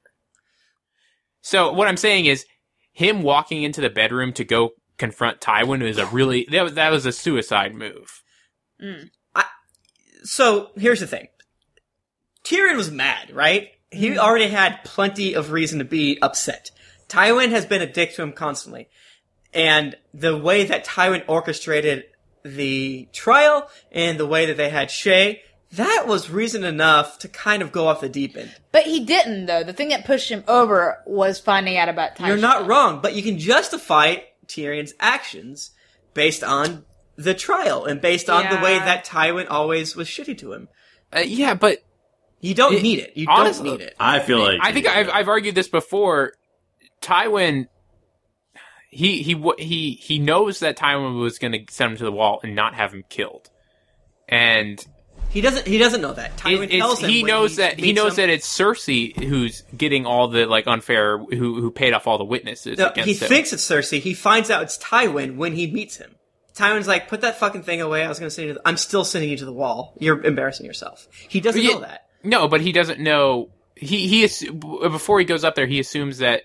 So what I'm saying is him walking into the bedroom to go confront Tywin is a really that was, that was a suicide move.
so here's the thing. Tyrion was mad, right?
Mm.
He already had plenty of reason to be upset. Tywin has been a dick to him constantly. And the way that Tywin orchestrated the trial and the way that they had Shay, that was reason enough to kind of go off the deep end.
but he didn't though. The thing that pushed him over was finding out about Taisha.
You're not wrong, but you can justify Tyrion's actions based on the trial and based on the way
Yeah.
that Tywin always was shitty to him.
Uh, yeah, but
You don't
It-
need it. You
honestly-
don't need it.
I feel like
I think I've I've argued this before. Tywin, he he wa- he he knows that Tywin was going to send him to the wall and not have him killed, and
He doesn't. He doesn't know that.
it-
Tywin
it's-
tells him
he
when
knows that he
meets
knows
him.
that it's Cersei who's getting all the like unfair who who paid off all the witnesses
No,
against
he
him.
thinks it's Cersei. He finds out it's Tywin when he meets him. Tywin's like, "Put that fucking thing away. I was going to send you. To the- I'm still sending you to the wall. You're embarrassing yourself." He doesn't
Yeah,
know that.
No, but he doesn't know. He he is before he goes up there. He assumes that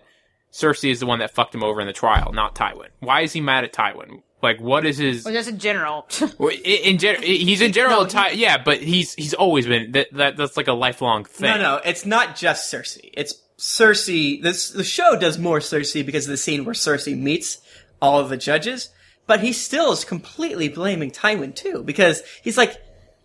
Cersei is the one that fucked him over in the trial, not Tywin. Why is he mad at Tywin? Like, what is his?
Well, just in general.
Well, i- in gen- he's in general, Ty- yeah, but he's he's always been that, that that's like a lifelong thing.
No, no, it's not just Cersei. It's Cersei. This the show does more Cersei because of the scene where Cersei meets all of the judges, but he still is completely blaming Tywin too because he's like,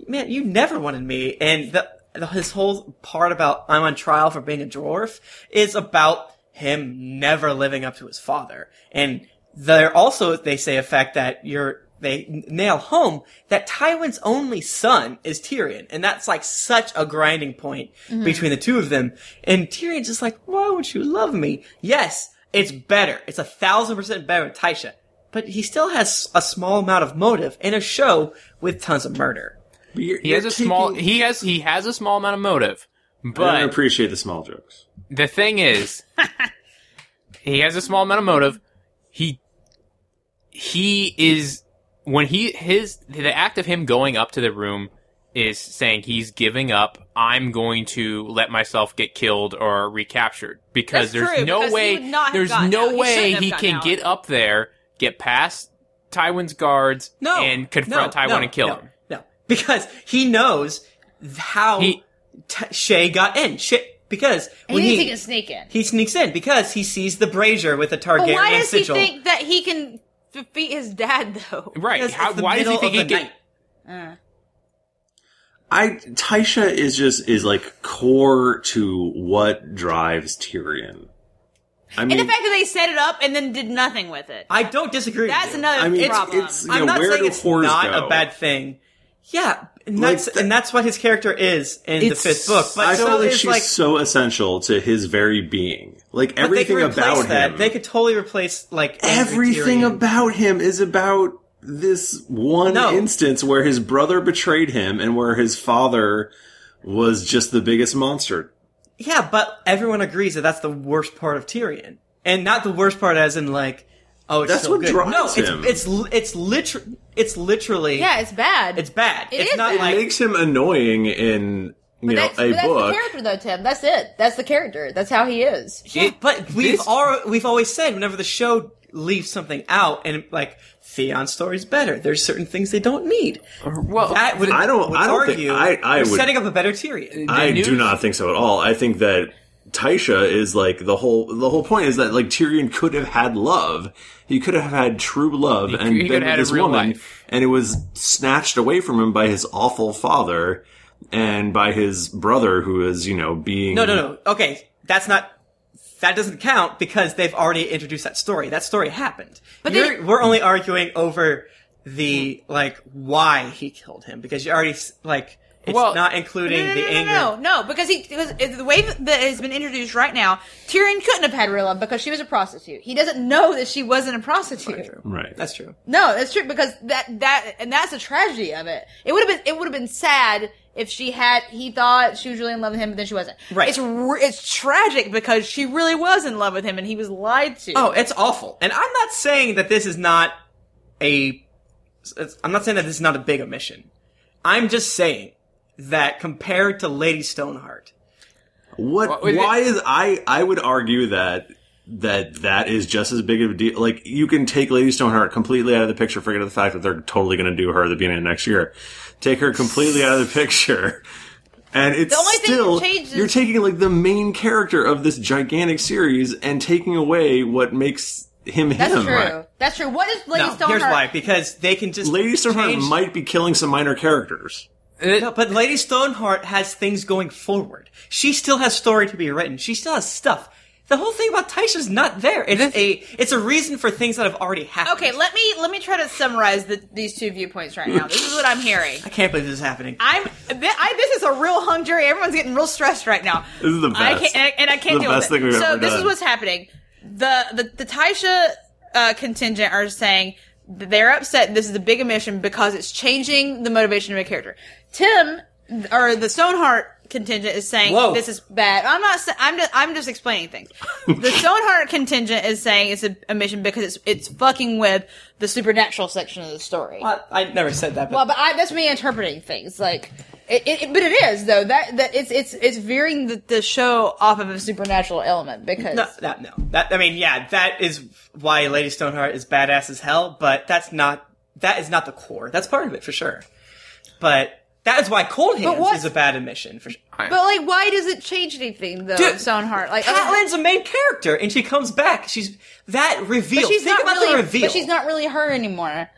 "Man, you never wanted me," and the, the his whole part about I'm on trial for being a dwarf is about him never living up to his father, and they're also they say a fact that you're. They n- nail home that Tywin's only son is Tyrion, and that's like such a grinding point between the two of them. And Tyrion's just like, "Why would you love me?" Yes, it's better. It's a thousand percent better with Tysha, but he still has a small amount of motive in a show with tons of murder.
he has a small he has he has a small amount of motive,
I don't
but
appreciate the small jokes.
the thing is, he has a small amount of motive. He he is when he his the act of him going up to the room is saying he's giving up. I'm going to let myself get killed or recaptured because
That's
there's
true,
no
because he
way
would not have
there's
gotten
no
out. He
way
shouldn't have
he
gotten
can
out.
get up there, get past Tywin's guards,
No,
and confront
no,
Tywin
no,
and kill
no,
him.
No, because he knows th- how
He-
T- Shay got in. Shay, because
he
when
thinks
he,
he can sneak in.
he sneaks in because he sees the brazier with the
But
Targaryen
why does
sigil.
he think that he can defeat his dad though?
Right?
Because
How,
it's the
why does he
middle
think
of
he
the
can?
night.
I Tysha is just is like core to what drives Tyrion. I mean,
And the fact that they set it up and then did nothing with it.
I don't disagree. with
That's
you.
another
I mean, it's-
problem.
it's-
I'm
Yeah,
not
where
saying
do
it's
whores
not
go?
a bad thing. Yeah, and that's
Like,
and that's what his character is in the
It's-
fifth book. But
I
so
feel like
is,
she's
like
so essential to his very being.
but
Like
they could
everything
replace
about
that.
him.
They could totally replace like angry
everything
Tyrion.
about him is about this one
No.
instance where his brother betrayed him and where his father was just the biggest monster.
Yeah, but everyone agrees that that's the worst part of Tyrion, and not the worst part as in like, oh, it's
That's
so
what
good.
drives
no, it's
him.
it's li- it's literally it's literally
yeah, it's bad.
it's bad.
It
it's
is
not
bad.
like
Makes him annoying in you know
that's,
a
but that's
book.
the character though, Tim. That's it. That's the character. That's how he is.
Yeah, but we've al- we've always said whenever the show leaves something out and like Theon's story's better. There's certain things they don't need.
Well,
That would
I don't-
would
I don't think-
argue
I- I
you're
would-
setting up a better Tyrion.
the
I do
news-
not think so at all. I think that Taisha is like the whole the whole point is that like Tyrion could have had love. He could have had true love and
he could
been
have had
with
a
this
real
woman
life.
and it was snatched away from him by his awful father and by his brother who is, you know, being
No, no, no. Okay, that's not. That doesn't count because they've already introduced that story. That story happened. But
they-
we're only arguing over the like why he killed him because you already s- like it's
Well-
not including
no, no,
the
no,
anger.
no, no, no, because he because it's the way that has been introduced right now, Tyrion couldn't have had real love because she was a prostitute. He doesn't know that she wasn't a prostitute.
Right.
That's true.
No, that's true because that that and that's the tragedy of it. It would have been it would have been sad if she had he thought she was really in love with him, but then she wasn't.
Right.
It's re- it's tragic because she really was in love with him and he was lied to.
Oh, it's awful. And I'm not saying that this is not a. it's- I'm not saying that this is not a big omission. I'm just saying that compared to Lady Stoneheart,
What?
Wha-
why is I? I would argue that that that is just as big of a deal. Like you can take Lady Stoneheart completely out of the picture. Forget the fact that they're totally going to do her at the beginning of next year. Take her completely out of the picture. And it's
The only thing
still
that changes-
you're taking like the main character of this gigantic series and taking away what makes him
that's
him.
true. That's true. What is Lady
no,
Stoneheart?
here's why: because they can just
Lady Stoneheart
change-
might be killing some minor characters.
No, but Lady Stoneheart has things going forward. She still has story to be written. She still has stuff. The whole thing about Taisha's not there. It's
This-
a it's a reason for things that have already happened.
Okay, let me let me try to summarize the, these two viewpoints right now. This is what I'm hearing.
I can't believe this is happening.
I'm thi- I, this is a real hung jury. Everyone's getting real stressed right now.
This is the
I
best.
can't, and, I- and I can't
The
deal
best
with it.
thing we've
so
ever
this is
done.
what's happening. The the the Taisha uh, contingent are saying that they're upset. This is a big omission because it's changing the motivation of a character. Tim or the Stoneheart contingent is saying
Whoa.
this is bad. I'm not. sa- I'm just. I'm just explaining things. The Stoneheart contingent is saying it's a omission because it's it's fucking with the supernatural section of the story.
I, Uh, I never said that. But
Well, but I, that's me interpreting things. Like, it, it, it- but it is though that that it's it's it's veering the, the show off of a supernatural element because
no, that no. That I mean, yeah, that is why Lady Stoneheart is badass as hell. But that's not that is not the core. That's part of it for sure. But that is why Cold Hands
what-
is a bad admission for sure.
but like why does it change anything though?
Dude,
Stoneheart, like other-
Catelyn's a main character, and she comes back. She's that reveal.
but she's
Think
not
about
really
the reveal.
but she's not really her anymore.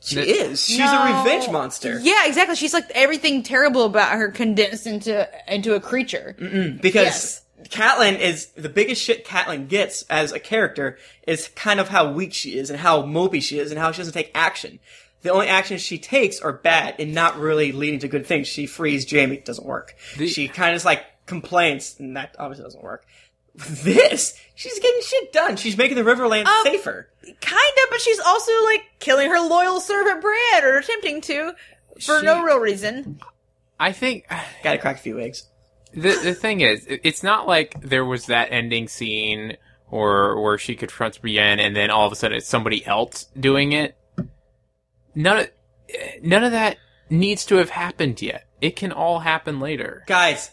She is. She's
No.
a revenge monster.
Yeah, exactly. She's like everything terrible about her condensed into into a creature.
because Catelyn is the biggest shit Catelyn gets as a character is kind of how weak she is and how mopey she is and how she doesn't take action. The only actions she takes are bad and not really leading to good things. She frees Jamie, doesn't work. she kind of just like complains, and that obviously doesn't work. This, she's getting shit done. She's making the Riverlands
Um,
safer.
Kinda, but she's also like killing her loyal servant Brad or attempting to for
She-
no real reason.
I think
Gotta crack a few eggs.
the the thing is, it- it's not like there was that ending scene or where she confronts Brienne and then all of a sudden it's somebody else doing it. None of none of that needs to have happened yet. It can all happen later.
Guys,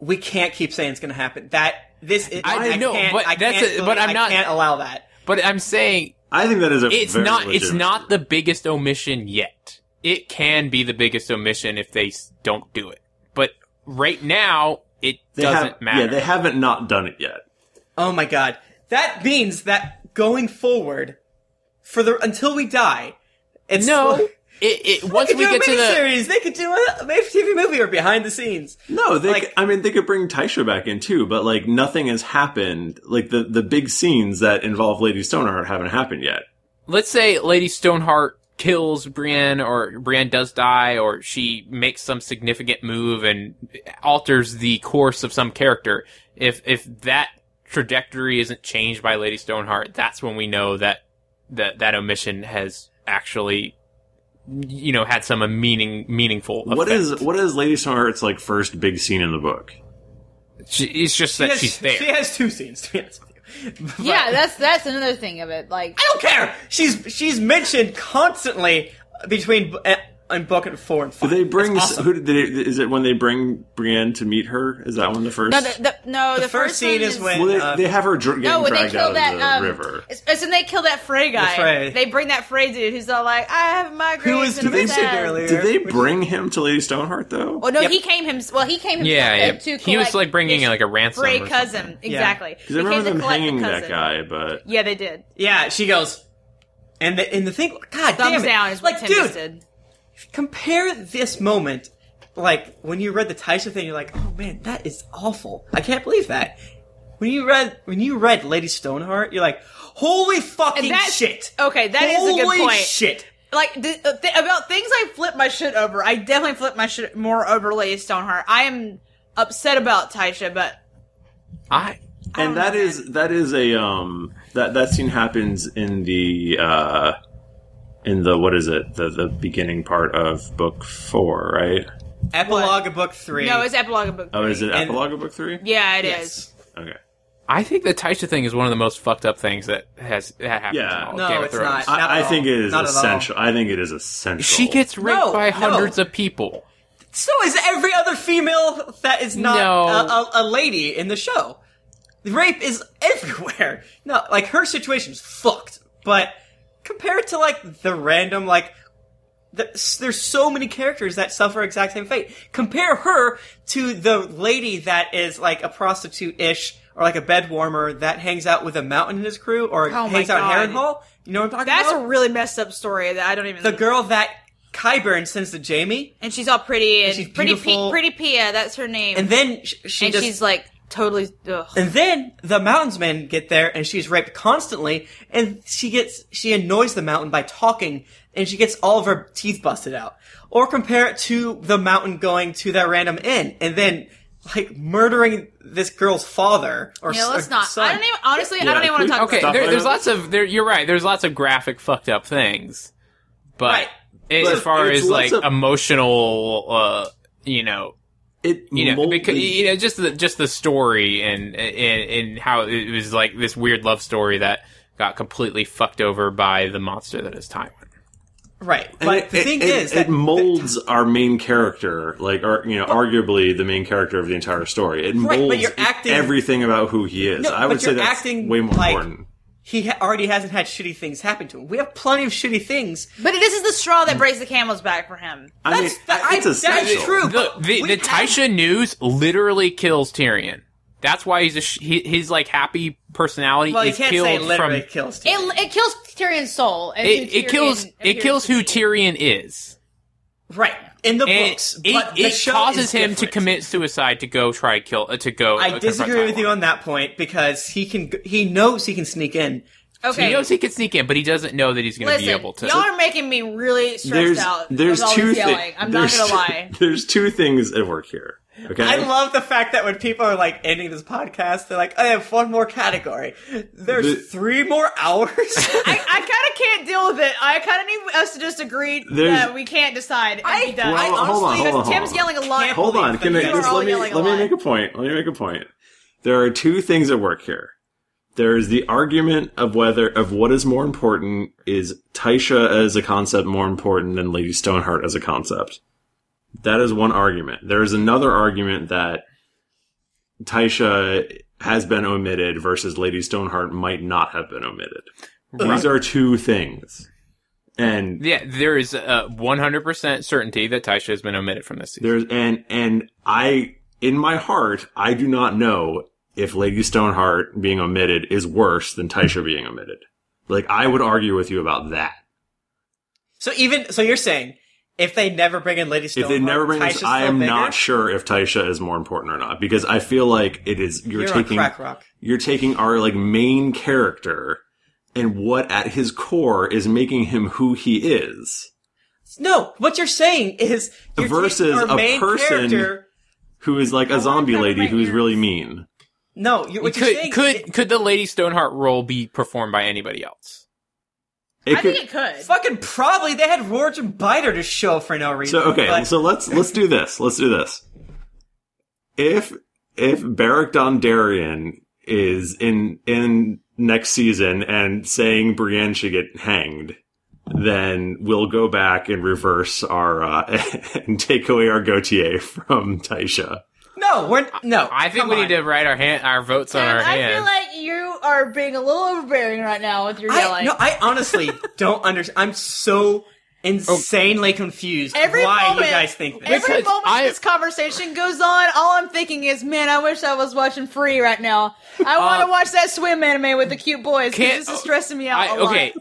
we can't keep saying it's gonna happen. That, this is, I,
I know,
can't,
but
I
that's
can't
a- but
believe-
I'm not-
I can't allow that.
But I'm saying
I think that is a.
it's
very
not it's
legitimate-
not the biggest omission yet. It can be the biggest omission if they s- don't do it. But right now it
They
doesn't
have-
matter.
Yeah, they haven't not done it yet.
Oh my god. That means that going forward, for the until we die, it's
no, it, it
They
once
could
we
do
get
a
to the
miniseries. They could do a, a TV movie or behind the scenes.
No, they.
Like-
c- I mean, they could bring Taisha back in too, but like nothing has happened. Like the the big scenes that involve Lady Stoneheart haven't happened yet.
let's say Lady Stoneheart kills Brienne or Brienne does die or she makes some significant move and alters the course of some character. If if that trajectory isn't changed by Lady Stoneheart, that's when we know that that that omission has actually you know had some meaning meaningful effect.
What is what is Lady Stoneheart's like first big scene in the book?
She, it's just that
Yes,
she's there.
She has two scenes. To be honest with you. But
Yeah, that's that's another thing of it. Like
I don't care. She's she's mentioned constantly between b- eh, and book and four and
Do
five.
they bring?
That's
s
awesome.
Who did they, is it when they bring Brienne to meet her? Is that one the first?
No, the, the, no, the,
first
first
scene
one
is when-
well, they,
uh,
they have her dr- getting
no, when they
dragged
kill
out
that
of the
um,
river.
It's, it's when they kill that Frey guy.
Frey.
They bring that Frey dude who's all like, "I have migraines."
Who was
and I'm
mentioned
sad."
earlier?
Did they
Which-
bring him to Lady Stoneheart though?
Well, Oh, no,
Yep.
he came himself. Well, he came himself.
Yeah,
though,
yeah.
To
He was,
collect
like, bringing,
his
like, a ransom
Frey
or something.
cousin, exactly.
Because I
He came
remember
to
them
collect the
hanging that
cousin.
guy, but
Yeah, they did.
Yeah, she goes. And the and the thing, God damn
Thumbs
it!
down is what
like,
Tim
dude,
just did.
compare this moment, like when you read the Taisha thing, you're like, oh man, that is awful. I can't believe that. When you read when you read Lady Stoneheart, you're like, holy fucking
that's-
shit.
okay, that
that
is
is
a good point.
shit.
Like th- uh, th- about things, I flip my shit over. I definitely flip my shit more over Lady Stoneheart. I am upset about Taisha, but
I
Oh,
and that is that is a um that that scene happens in the uh in the what is it the the beginning part of book four right
Epilogue of book three.
no, it's epilogue of book.
oh is it
And-
epilogue of book three
Yeah, it
Yes.
is.
okay
I think the Taisha thing is one of the most fucked up things that has that happened.
Yeah.
in all of
No,
Game of
it's
Thrones.
not. at
I, I
all.
think it is
Not at all.
essential I think it is essential
She gets raped
No,
by
no.
hundreds of people.
So is every other female that is not
No.
a, a, a lady in the show. Rape is everywhere. No, like her situation's fucked. But compared to like the random like. The, there's so many characters that suffer exact same fate. Compare her to the lady that is like a prostitute ish or like a bed warmer that hangs out with a mountain in his crew or
Oh my
hangs out in
God.
Heron Hall. You know what I'm talking
That's
about?
a really messed up story that I don't even.
Oh. the girl that Kyburn sends to Jamie.
and she's all pretty and,
she's
pretty P-
beautiful.
pretty Pia. That's her name.
And then sh- she
and
just
she's like, totally. Ugh.
And then the mountains men get there and she's raped constantly and she gets, she annoys the mountain by talking and she gets all of her teeth busted out. Or compare it to the mountain going to that random inn and then like murdering this girl's father or
Yeah, let's
or
not.
son.
I don't even. Honestly, I don't even want to talk.
Okay,
about
Stop
it.
there, there's
right
lots of there. You're right. There's lots of graphic fucked up things, but
Right.
as
But
far
it's
as like
lots of-
emotional, uh, you know,
It
you know,
molded-
because you know, just the just the story and and and how it was like this weird love story that got completely fucked over by the monster that is Tywin.
Right.
And
But
it-
the
it-
thing
it-
is, that
it molds our main character, like, or you know, arguably the main character of the entire story. It
but
molds
you're acting-
everything about who he is.
No,
I
but
would say
you're
that's
acting
way more
like-
important.
he ha- already hasn't had shitty things happen to him. We have plenty of shitty things.
But this is the straw that breaks the camel's back for him.
I mean,
That's- that- I-
it's
that's
essential.
true.
The the,
We have-
the Taisha news literally kills Tyrion. That's why he's a sh- he, his like happy personality
Well, you
is
can't
killed
say literally
from
kills. Tyrion.
It, it kills Tyrion's soul. and
it,
who
it kills
Tyrion
it
appears
kills
to
who
be.
Tyrion is.
right in the
And
books,
it,
but the
it
show
causes
is
him to
different.
commit suicide to go try kill uh, to go. uh,
I
confront
disagree with
Tywin.
you on that point because he can. He knows he can sneak in.
Okay.
He knows he can sneak in, but he doesn't know that he's going to
Listen,
be able to.
y'all are making me really stressed
There's
out.
there's
with all
two
this
things.
yelling. I'm not gonna lie.
There's two things at work here. Okay,
I love the fact that when people are like ending this podcast, they're like, "I have one more category. There's
The-
three more hours."
I, I kind of can't deal with it. I kind of need us to just agree
There's-
that we can't decide. And be done.
Well, I hold on, honestly- hold on, hold
Tim's
on.
yelling a lot.
Can't
Hold
believe
on.
that
Can
you
I
guys
are
just
all
let me
yelling
let me
alike.
make a point. Let me make a point. There are two things at work here. There is the argument of whether of what is more important is Taisha as a concept more important than Lady Stoneheart as a concept. That is one argument. There is another argument that Taisha has been omitted versus Lady Stoneheart might not have been omitted. These are two things. And
yeah, there is a 100% certainty that Taisha has been omitted from this season.
There's and and I in my heart I do not know if Lady Stoneheart being omitted is worse than Taisha being omitted. Like I would argue with you about that.
so even so, you're saying if they never bring in Lady
If
Stoneheart,
they never bring
Tysha's
this, I
still
am
bigger?
not sure if Taisha is more important or not because I feel like it is you're,
You're on
taking
crack rock.
you're taking our like main character and what at his core is making him who he is.
No, what you're saying is you're
Versus
taking our
a
main
person-
character.
Who is like a zombie
cover my
lady who's
ears.
really mean.
No, you, what you're
could
saying
could could the Lady Stoneheart role be performed by anybody else?
It
I think it could.
Fucking probably they had Roach and Biter to show for no reason.
So okay,
but-
so let's let's do this. Let's do this. If if Barrack Dondarrion is in in next season and saying Brienne should get hanged, then we'll go back and reverse our uh, and take away our Gautier from Taisha.
no, we're no.
I think
come
we
on.
need to write our hand our votes on
Tim,
our
I feel
hands.
like you are being a little overbearing right now with your
I,
yelling.
no, I honestly don't understand. I'm so
Oh.
insanely confused.
Every
why
moment-
you guys think this?
Every
Because
moment
I-
this conversation goes on, all I'm thinking is, man, I wish I was watching Free right now. I want to watch that swim anime with the cute boys. 'cause
Can't-
This is stressing me out.
I,
a lot.
okay,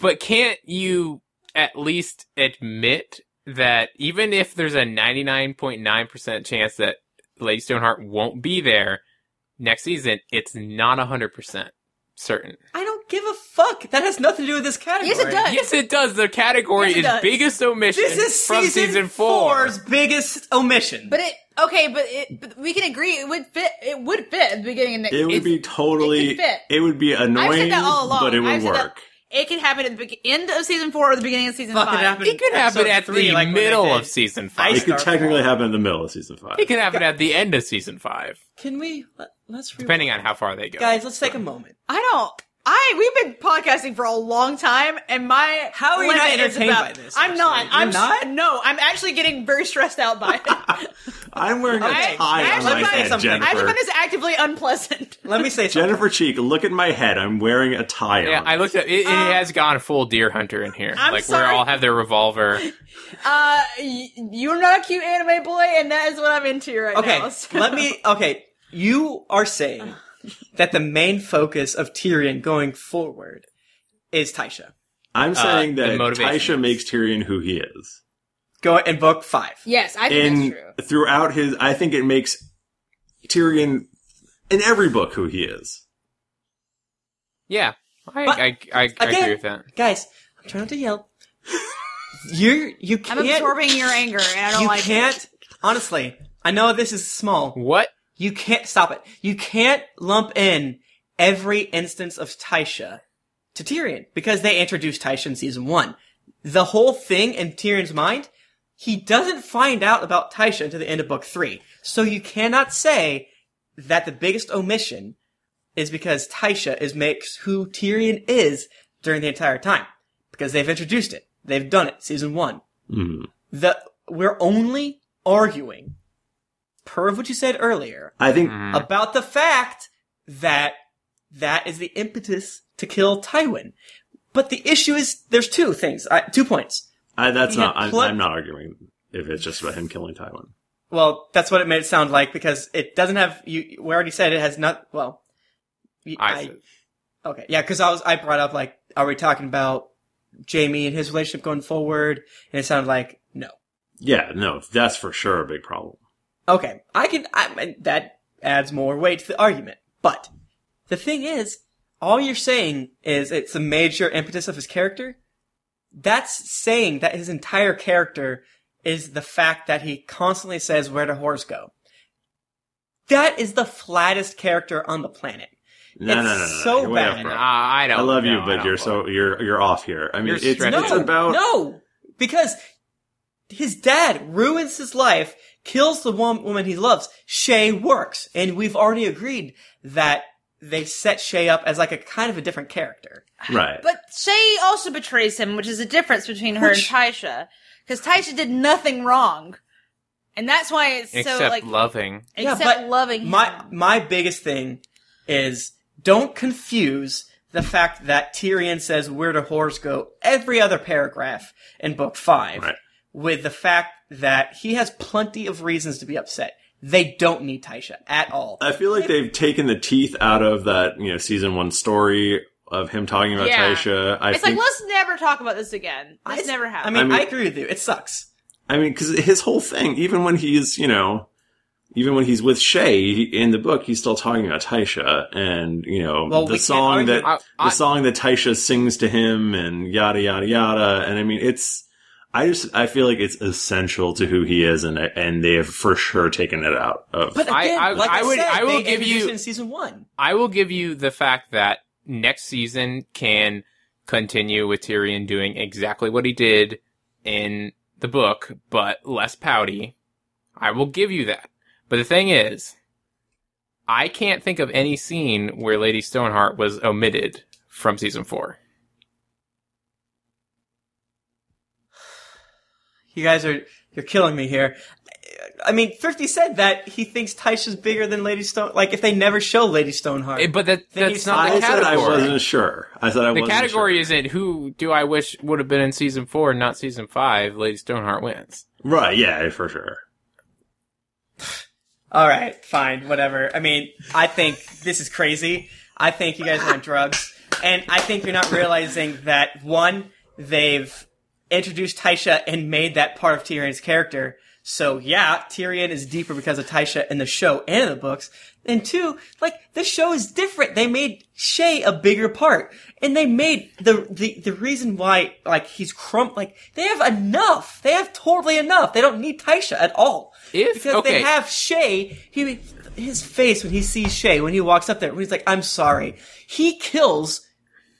but can't you at least admit that even if there's a 99.9% chance that Lady Stoneheart won't be there next season, it's not 100% certain.
I don't give a fuck. That has nothing to do with this category.
Yes, it does.
Yes, it does. The category
Yes, it
is
does.
biggest omission
This is
from
season,
four.
four's biggest omission.
But it okay, but it but we can agree it would fit. It would fit at the beginning of next.
It would
it's-
be totally.
it
It,
could fit.
would be annoying,
I've said that all along.
but it would
I've said that-
work.
it could happen at the be- end of season four or the beginning of season
Fuck, it
five.
happened.
It could happen
Episode
at
three,
the
like when they
middle
did.
of season
I
five.
It could
Star
technically
Wars.
happen in the middle of season five.
it could happen at the end of season five,
Can we let, let's re-
depending on how far they go.
guys? Let's take a moment.
I don't. I we've been podcasting for a long time, and my
How are you not
limit is
entertained
about-
by this,
I'm not.
actually? You're
I'm
not?
No, I'm actually getting very stressed out by it.
I'm wearing a
Okay,
tie on
actually
my
find
head,
something. I
Jennifer.
I just find this actively unpleasant.
Let me say something.
Jennifer Cheek, look at my head. I'm wearing a tie
Yeah,
on.
I looked up. It, it has gone full deer hunter in here.
Um, I'm
like
sorry.
we all have their revolver.
Uh, y- you're not a cute anime boy, and that is what I'm into right
Okay,
now. so-
let me. Okay, you are saying that the main focus of Tyrion going forward is Tysha.
uh,
I'm saying
the
that
motivation
Taisha makes Tyrion who he is.
Go in book five.
Yes, I think
In
that's true.
throughout his, I think it makes Tyrion in every book who he is.
Yeah, I
But-
I, I, I agree with that.
Guys, I'm trying not to yell. You're you
I'm
can't.
absorbing your anger, and I don't
you
like
can't. Honestly, I know this is small.
What?
You can't stop it. You can't lump in every instance of Tysha to Tyrion because they introduced Tysha in season one. The whole thing in Tyrion's mind, he doesn't find out about Tysha until the end of book three. So you cannot say that the biggest omission is because Tysha is makes who Tyrion is during the entire time because they've introduced it. They've done it. Season one. The we're only arguing, per of what you said earlier,
I think
Mm-hmm.
about the fact that that is the impetus to kill Tywin. But the issue is there's two things, I, two points.
I, that's
You
not.
had
I'm,
pl-
I'm not arguing if it's just about him killing Tywin.
Well, that's what it made it sound like because it doesn't have you. We already said it has not. Well, y-
I,
I- Okay, yeah, because I was I brought up like, are we talking about Jamie and his relationship going forward? And it sounded like no.
Yeah, no, that's for sure a big problem.
Okay, I can. I mean, that adds more weight to the argument. But the thing is, all you're saying is it's a major impetus of his character. That's saying that his entire character is the fact that he constantly says, "Where do whores go?" That is the flattest character on the planet.
No,
It's
no, no, no,
so
you're way off,
bad.
bro.
Nah, I don't.
I love you,
no, I
but
don't
you're
love
so you're you're off here. I mean,
You're
it's,
stretching.
it's
No,
about
no, because his dad ruins his life, kills the one woman he loves. Shay works, and we've already agreed that they set Shay up as like a kind of a different character.
right.
But Shay also betrays him, which is a difference between her
Which-
and Taisha, because Taisha did nothing wrong, and that's why it's
except
so like
loving.
except
but
loving him.
My my biggest thing is don't confuse the fact that Tyrion says where do whores go every other paragraph in book five
Right.
with the fact that he has plenty of reasons to be upset. They don't need Tysha at all.
I feel like they've taken the teeth out of that you know season one story of him talking about
Yeah.
Taisha. I
it's like
think,
let's never talk about this again. This never happened.
I mean,
I mean-
I agree with you. It sucks.
I mean, because his whole thing, even when he's you know, even when he's with Shay he- in the book, he's still talking about Taisha and you know
Well, we
the
can't
song
argue-
that
I- I-
the song that Taisha sings to him and yada yada yada. And I mean, it's I just I feel like it's essential to who he is, and and they have for sure taken it out of.
But
I-
again,
I-
like I,
I would-
said,
I will
they
give
introduced
you-
it in season one.
I will give you the fact that next season can continue with Tyrion doing exactly what he did in the book, but less pouty. I will give you that. But the thing is, I can't think of any scene where Lady Stoneheart was omitted from season four.
You guys are you're killing me here. I mean, Thrifty said that he thinks Tysha's bigger than Lady Stone. Like if they never show Lady Stoneheart,
Eh, But that,
Then
that's
he's
not
I
the
not-
said
category.
I wasn't sure. I said I
the
wasn't
category
sure.
isn't who do I wish would have been in season four, and not season five. Lady Stoneheart wins.
right. Yeah, for sure.
all right, fine, whatever. I mean, I think this is crazy. I think you guys are on drugs, and I think you're not realizing that one they've introduced Tysha and made that part of Tyrion's character. So yeah, Tyrion is deeper because of Tysha in the show and in the books. And two, like the show is different. They made Shay a bigger part, and they made the the the reason why like he's crump. Like they have enough. They have totally enough. They don't need Tysha at all.
If-
because
okay.
they have Shay, he his face when he sees Shay when he walks up there when he's like, "I'm sorry," he kills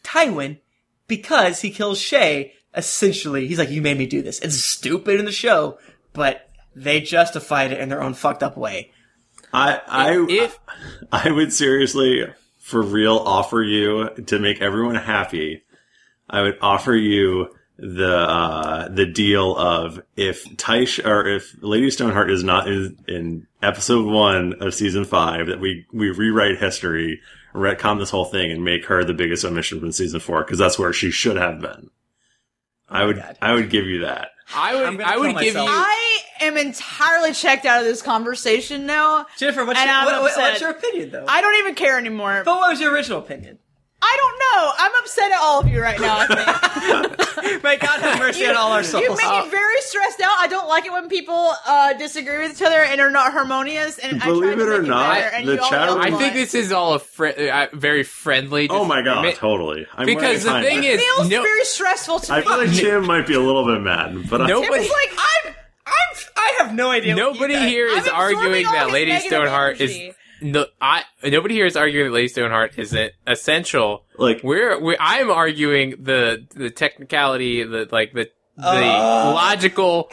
Tywin because he kills Shay. Essentially, he's like, "You made me do this." It's stupid in the show, but they justified it in their own fucked up way.
I I
If
I would seriously, for real, offer you to make everyone happy. I would offer you the uh, the deal of if Taish or if Lady Stoneheart is not in, in episode one of season five, that we we rewrite history, retcon this whole thing, and make her the biggest omission from season four because that's where she should have been. I would
God.
I would give you that.
I
I'm
would,
gonna
I would
kill
give
myself.
you.
I am entirely checked out of this conversation now.
Jennifer, what's,
And
your,
I'm
what- what-
upset.
what's your opinion though?
I don't even care anymore.
but what was your original opinion?
I I don't know. I'm upset at all of you right now. I think.
May God have mercy on all our souls.
You make me very stressed out. I don't like it when people uh, disagree with each other and are not harmonious. And I try
Believe it
to
or
make
not,
better, and
the
you all
chat room-
yell at
I
me.
think this is all a fri- uh, very friendly.
Oh
just
my god,
admit-
totally. I'm
Because the
wearing
thing
Heimlich.
is,
feels
no,
very stressful to
I
me.
feel like Jim might be a little bit mad, but
Nope.
I,
it was like I'm.
I'm, I have no idea. what you
nobody
guys-
here
I'm
is arguing
absorbing all
that
his
Lady
negative
Stoneheart
energy.
is no. I nobody here is arguing that Lady Stoneheart isn't essential.
like
We're, we I'm arguing the the technicality, the like the the
Uh.
logical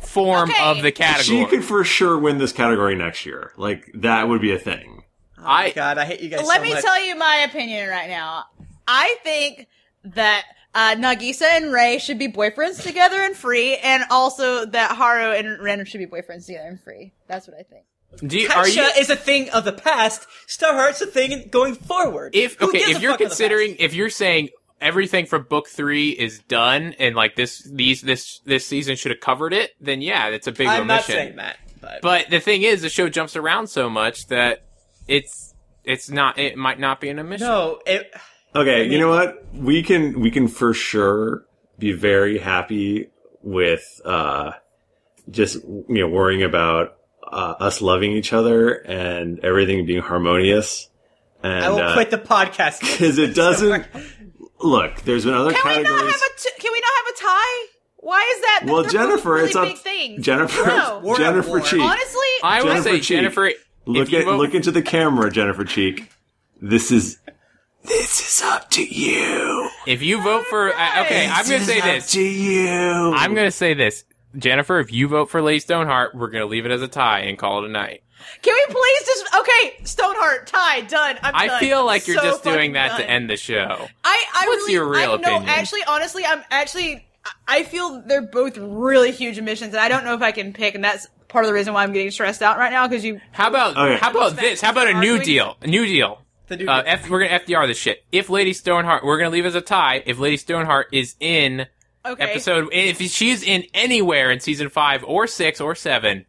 form
Oh. Okay.
of the category.
she could for sure win this category next year. Like that would be a thing.
I
Oh God, I hate you guys.
Let
so
me
much.
tell you my opinion right now. I think that uh, Nagisa and Ray should be boyfriends together and free, and also that Haru and Ren should be boyfriends together and free. That's what I think.
do. You, are
Tasha
you?
is a thing of the past. Starheart's a thing going forward.
If
Who
okay,
gives
if
a
you're
fuck of the
considering, if you're saying everything from book three is done and like this these this this season should have covered it, then yeah, that's a big
past? I'm
omission.
not saying that, but,
But the thing is, the show jumps around so much that it's it's not it might not be an omission.
no, it,
Okay, you know what? We can we can for sure be very happy with uh just you know worrying about uh, us loving each other and everything being harmonious. And
I will quit the podcast.
because it doesn't look. There's been other
Can we
categories.
not have a t- Can we not have a tie? Why is that?
well,
They're both
Jennifer,
really
it's
big
up.
things.
Jennifer,
No.
We're at
Jennifer
war.
Cheek.
Honestly,
I would
Jennifer
say
Cheek.
Jennifer.
look
if you
at
vote-
look into the camera, Jennifer Cheek. This is this is up to you.
If you vote for uh, okay, I'm gonna
This
say
is up
this.
to you.
I'm gonna say this, Jennifer. If you vote for Lady Stoneheart, we're gonna leave it as a tie and call it a night.
can we please just okay? Stoneheart tie done. I'm
I
done.
feel
I'm
like you're
so
just doing
fucking
that to
done.
end the show.
I, I
What's
really,
your real
I,
opinion?
No, actually, honestly, I'm actually, I- I feel they're both really huge emissions, and I don't know if I can pick, and that's part of the reason why I'm getting stressed out right now because you.
How about
Okay.
how about this? How about a new
Arguing-
deal? A new deal.
The new
Uh,
deal.
F, we're gonna FDR this shit. If Lady Stoneheart, we're gonna leave it as a tie. If Lady Stoneheart is in
Okay.
episode, if she's in anywhere in season five or six or seven,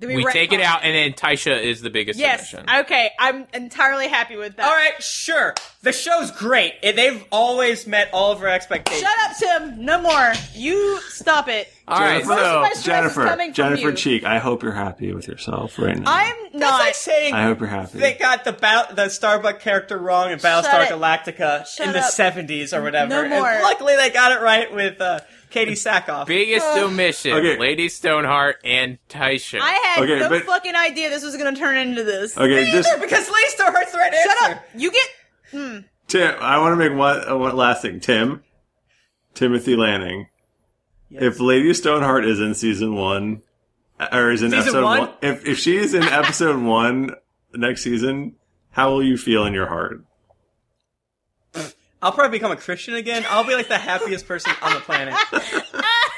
do
we
retcon?
take it out, and then Taisha is the biggest
Yes.
omission.
Okay. I'm entirely happy with that.
all right, sure. The show's great. It- They've always met all of our expectations.
Shut up, Tim. No more. You stop it.
All right,
Jennifer-
so
Most of my stress is
Jennifer,
coming from
Jennifer
you.
Cheek, I hope you're happy with yourself right now.
I'm
That's
not.
like saying
I hope you're happy.
they got the ba- the Starbuck character wrong in Battlestar
Shut it.
Galactica
Shut
in the
up.
seventies or whatever.
No
And
more.
luckily, they got it right with uh, Katie Sackhoff.
biggest omission:
Okay.
Lady Stoneheart and Taisha.
I had
Okay,
no
but-
fucking idea this was going to turn into this.
okay, just
Sure, because Lady Starheart's the right answer.
Shut up. You get.
Tim. I want to make one, uh, one last thing. Tim, Timothy Lanning. If Lady Stoneheart is in season one, uh, or is in
Season
episode
one?
one, if if she is in episode one next season, how will you feel in your heart?
I'll probably become a Christian again. I'll be like the happiest person on the planet.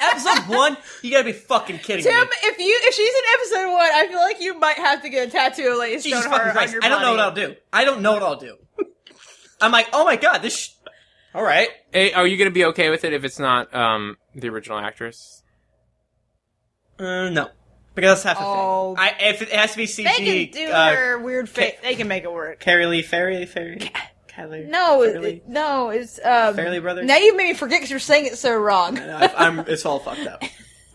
Episode one, you gotta be fucking kidding
Tim,
me.
if you if she's in episode one, I feel like you might have to get a tattoo of Lady
Jesus fucking
Stoneheart on
Christ.
your
I don't know what
body.
I'll do. I don't know what I'll do. I'm like, oh my god, this. Sh- All right.
Hey, are you gonna be okay with it if it's not um, the original actress?
Uh, no, because that's half a
Oh.
thing. I, if it has to be CG,
They can do
uh,
her weird face. They can make it work.
Carrie Lee, Fairy, Fairy, Kylie.
No,
Fairly.
it- no, it's um.
Fairly Brothers?
Now you made me forget because you're saying it so wrong.
No, I- I'm. It's all fucked up.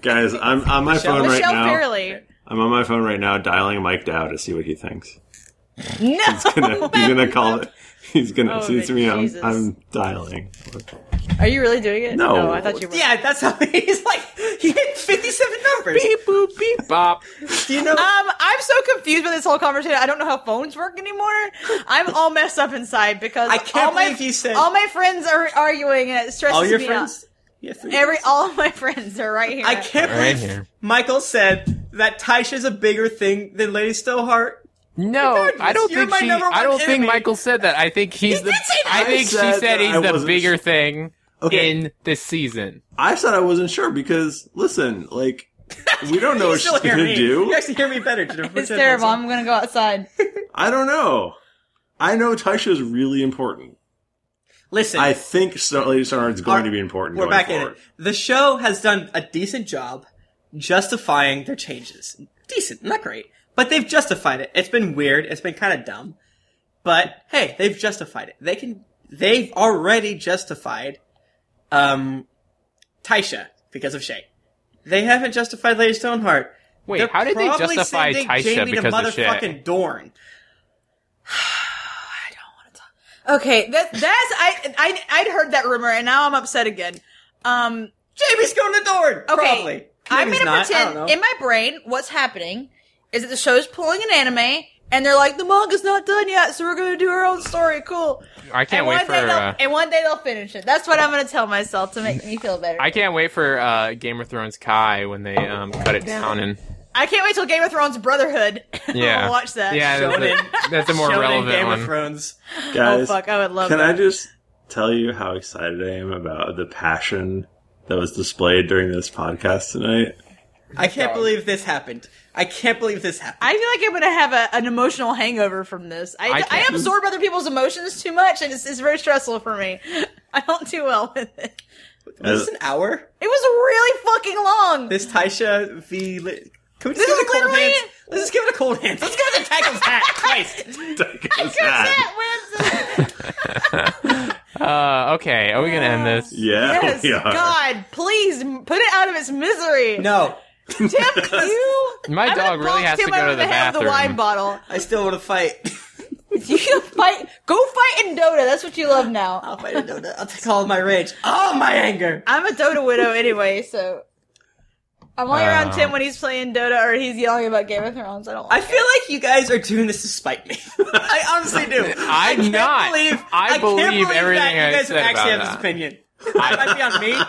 Guys, I'm on my phone right
Michelle
now.
Fairley.
I'm on my phone right now, dialing Mike Dow to see what he thinks.
No.
He's gonna call it. He's gonna.
Oh,
see,
but
me. I'm,
Jesus.
I'm dialing.
Are you really doing it? um,
No.
I thought you were.
Yeah, that's how he's like. He hit 57 numbers.
Beep boop beep bop.
Do you know?
Um, I'm so confused with this whole conversation. I don't know how phones work anymore. I'm all messed up inside because
I can't
all my,
believe you said-
all my friends are arguing and it stresses
all your
me
friends. Yes.
out. Every all of my friends are right here.
I can't
Right
believe
here.
Michael said that Taisha's a bigger thing than Lady Stillheart.
No,
Regardless,
I don't
you're
think
my
she.
number one
I don't think
enemy.
Michael said that. I think he's the.
did say that.
I think
I said
she said
that I
he's the
wasn't
bigger
sure.
thing
Okay.
in this season.
I said I wasn't sure because listen, like we don't know
You
what
still
she's
hear
gonna
me. You
do.
actually hear me better, Jennifer.
it's
Jennifer.
terrible. I'm gonna go outside.
I don't know. I know Taisha is really important.
Listen,
I think Star- Lady Stoneheart is going
Our-
to be important.
we're
going
back in
forward.
it. The show has done a decent job justifying their changes. Decent, not great, but they've justified it. It's been weird. It's been kind of dumb, but hey, they've justified it. They can they've already justified um, Taisha because of Shay. They haven't justified Lady Stoneheart.
Wait,
They're
how did they
probably
justify
sending
Taisha
Jamie
because
to
of Shay?
motherfucking Dorn?
Okay, that, that's I I I'd heard that rumor and now I'm upset again. Um,
Jamie's going to Dorn.
okay,
probably.
I'm
Maybe
gonna
he's not, I don't know.
pretend in my brain what's happening is that the show's pulling an anime and they're like the manga's not done yet, so we're gonna do our own story. Cool.
I can't
and
wait
one
for.
day they'll
Uh,
and one day they'll finish it. That's what I'm gonna tell myself to make me feel better.
I can't wait for uh, Game of Thrones Kai when they um, cut it down and
I can't wait till Game of Thrones Brotherhood.
yeah,
I'll watch that.
Yeah, that's a,
Shonen.
that's a more
Shonen
relevant
Game
one.
of Thrones.
Oh
Guys,
fuck, I would love
can
that.
I just tell you how excited I am about the passion that was displayed during this podcast tonight?
I can't believe this happened. I can't believe this happened.
I feel like I'm gonna have a, an emotional hangover from this. I,
I
I,
can't-
absorb other people's emotions too much, and it's, it's very stressful for me. I don't do well with it.
This is an hour.
It was really fucking long.
This Taisha v. Li- Can we just
This
give it
is
a cold
literally-
hand? Let's just give it a cold hand. Let's give it a tackle's hat. Christ.
Because that-
That wins.
Uh, okay, are we gonna end this?
Yeah,
yes,
we are.
God, please m- put it out of its misery.
No,
Tip you.
My
I'm gonna
dog really
bonk
has to
Tim
go
over
to the
head
bathroom.
with The wine bottle.
I still want to fight.
You can fight. Go fight in Dota. That's what you love now.
I'll fight a donut. I'll take all of my rage, all my anger.
I'm a Dota widow anyway, so I'm only around
Uh.
Tim when he's playing Dota or he's yelling about Game of Thrones. I don't.
I feel like you guys are doing this to spite me. I honestly do. I
I'm
can't
not.
Believe,
I
can't
believe everything
that
I
you guys
said
would actually have
about
this
that.
opinion. That might be on me.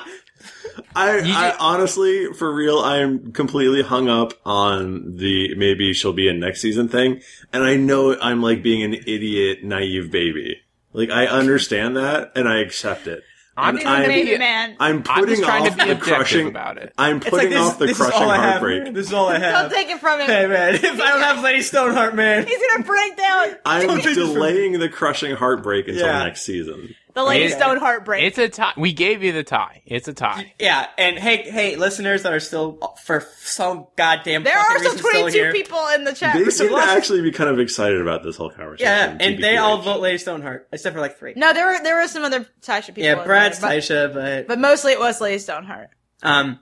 I,
You
I
ju-
honestly, for real, I'm completely hung up on the maybe she'll be in next season thing, and I know I'm like being an idiot, naive baby. Like I understand that, and I accept it.
I'm
And
just gonna
Baby
be-
man.
I'm
I'm just
putting
trying
off
to be
the
objective
crushing.
about it.
I'm
It's like
putting
this,
off the
this
crushing
is all I have.
heartbreak.
This is all I have.
Don't take it from him.
hey man, if I don't have Lady Stoneheart, man,
He's gonna break down
I'm
take this from me.
delaying the crushing heartbreak until
Yeah.
next season.
the Lady
It-
Stone heartbreak.
It's a tie. We gave you the tie. It's a tie.
Yeah, and hey, hey, listeners that are still for some goddamn
there
fucking
are still
reason still
22
here.
people in the chat.
They seem to
lots of-
actually be kind of excited about this whole conversation.
Yeah, and they
TBPH.
all vote Lady Stoneheart, except for like three.
No, there were there were some other Tasha people. in
yeah,
there,
Brad's
but-
Taisha, but,
but mostly it was Lady Stoneheart.
um,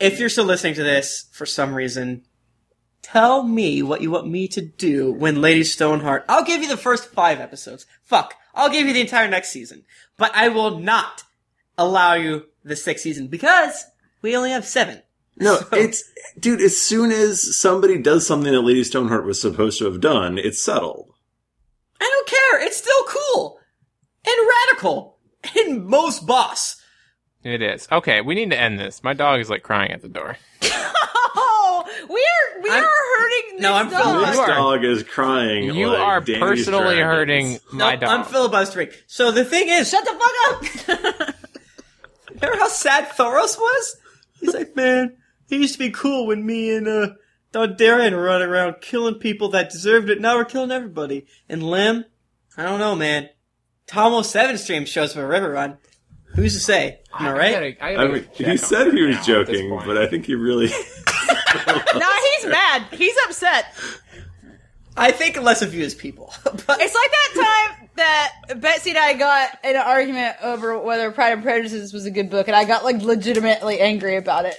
if you're still listening to this for some reason, tell me what you want me to do when Lady Stoneheart. I'll give you the first five episodes. Fuck, I'll give you the entire next season, but I will not allow you the sixth season because we only have seven.
No, it's dude. As soon as somebody does something that Lady Stoneheart was supposed to have done, it's settled.
I don't care. It's still cool and radical and most boss.
It is. Okay, we need to end this. My dog is like crying at the door.
Oh, we are we
I'm-
are hurting.
No,
Nick's
I'm feeling-
Oh,
dog.
This
You are-
dog is crying.
You
like
are
Danny's
personally
dragons.
hurting
No,
my dog.
I'm filibustering. So the thing is,
Shut the fuck up.
remember how sad Thoros was? He's like, man, he used to be cool when me and uh, Dondarrion were running around killing people that deserved it. Now we're killing everybody. And Lim, I don't know, man. Tomo Seven Stream shows from a river run. Who's to say? Am I right?
gotta- I
I
gotta
mean,
check
he
on
said he
her
was
now at this
joking,
point.
but I think he really.
No, he's mad. He's upset.
I think less of you as people. but
It's like that time that Betsy and I got in an argument over whether Pride and Prejudice was a good book, and I got like legitimately angry about it.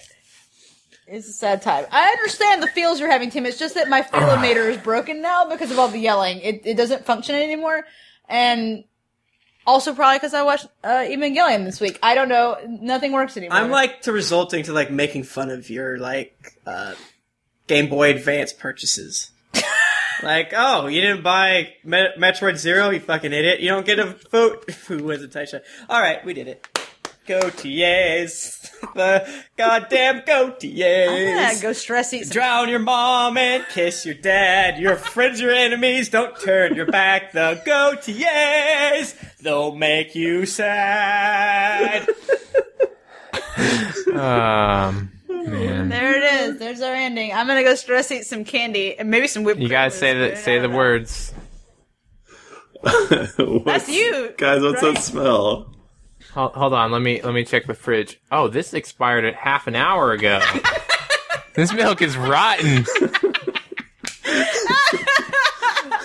It's a sad time. I understand the feels you're having, Tim. It's just that my filometer is broken now because of all the yelling. It, it doesn't function anymore, and also probably because I watched uh, Evangelion this week. I don't know. Nothing works anymore.
I'm like to resulting to like making fun of your like uh, Game Boy Advance purchases. like, oh, you didn't buy Me- Metroid Zero, you fucking idiot! You don't get a vote. Who was it, Taisha? All right, we did it. Goatees, the goddamn
yeah,
goatees.
go stress eat. some-
Drown your mom and kiss your dad. Your friends are enemies. Don't turn your back. The goatees, they'll make you sad.
Um, man.
There it is. There's our ending. I'm gonna go stress eat some candy and maybe some whipped.
You
cream
gotta
with
say
a
the
spoon.
say
I
the
don't know.
words.
That's you.
guys. What's
right?
that smell?
Hold, hold on, let me let me check the fridge. Oh, this expired at half an hour ago. this milk is rotten.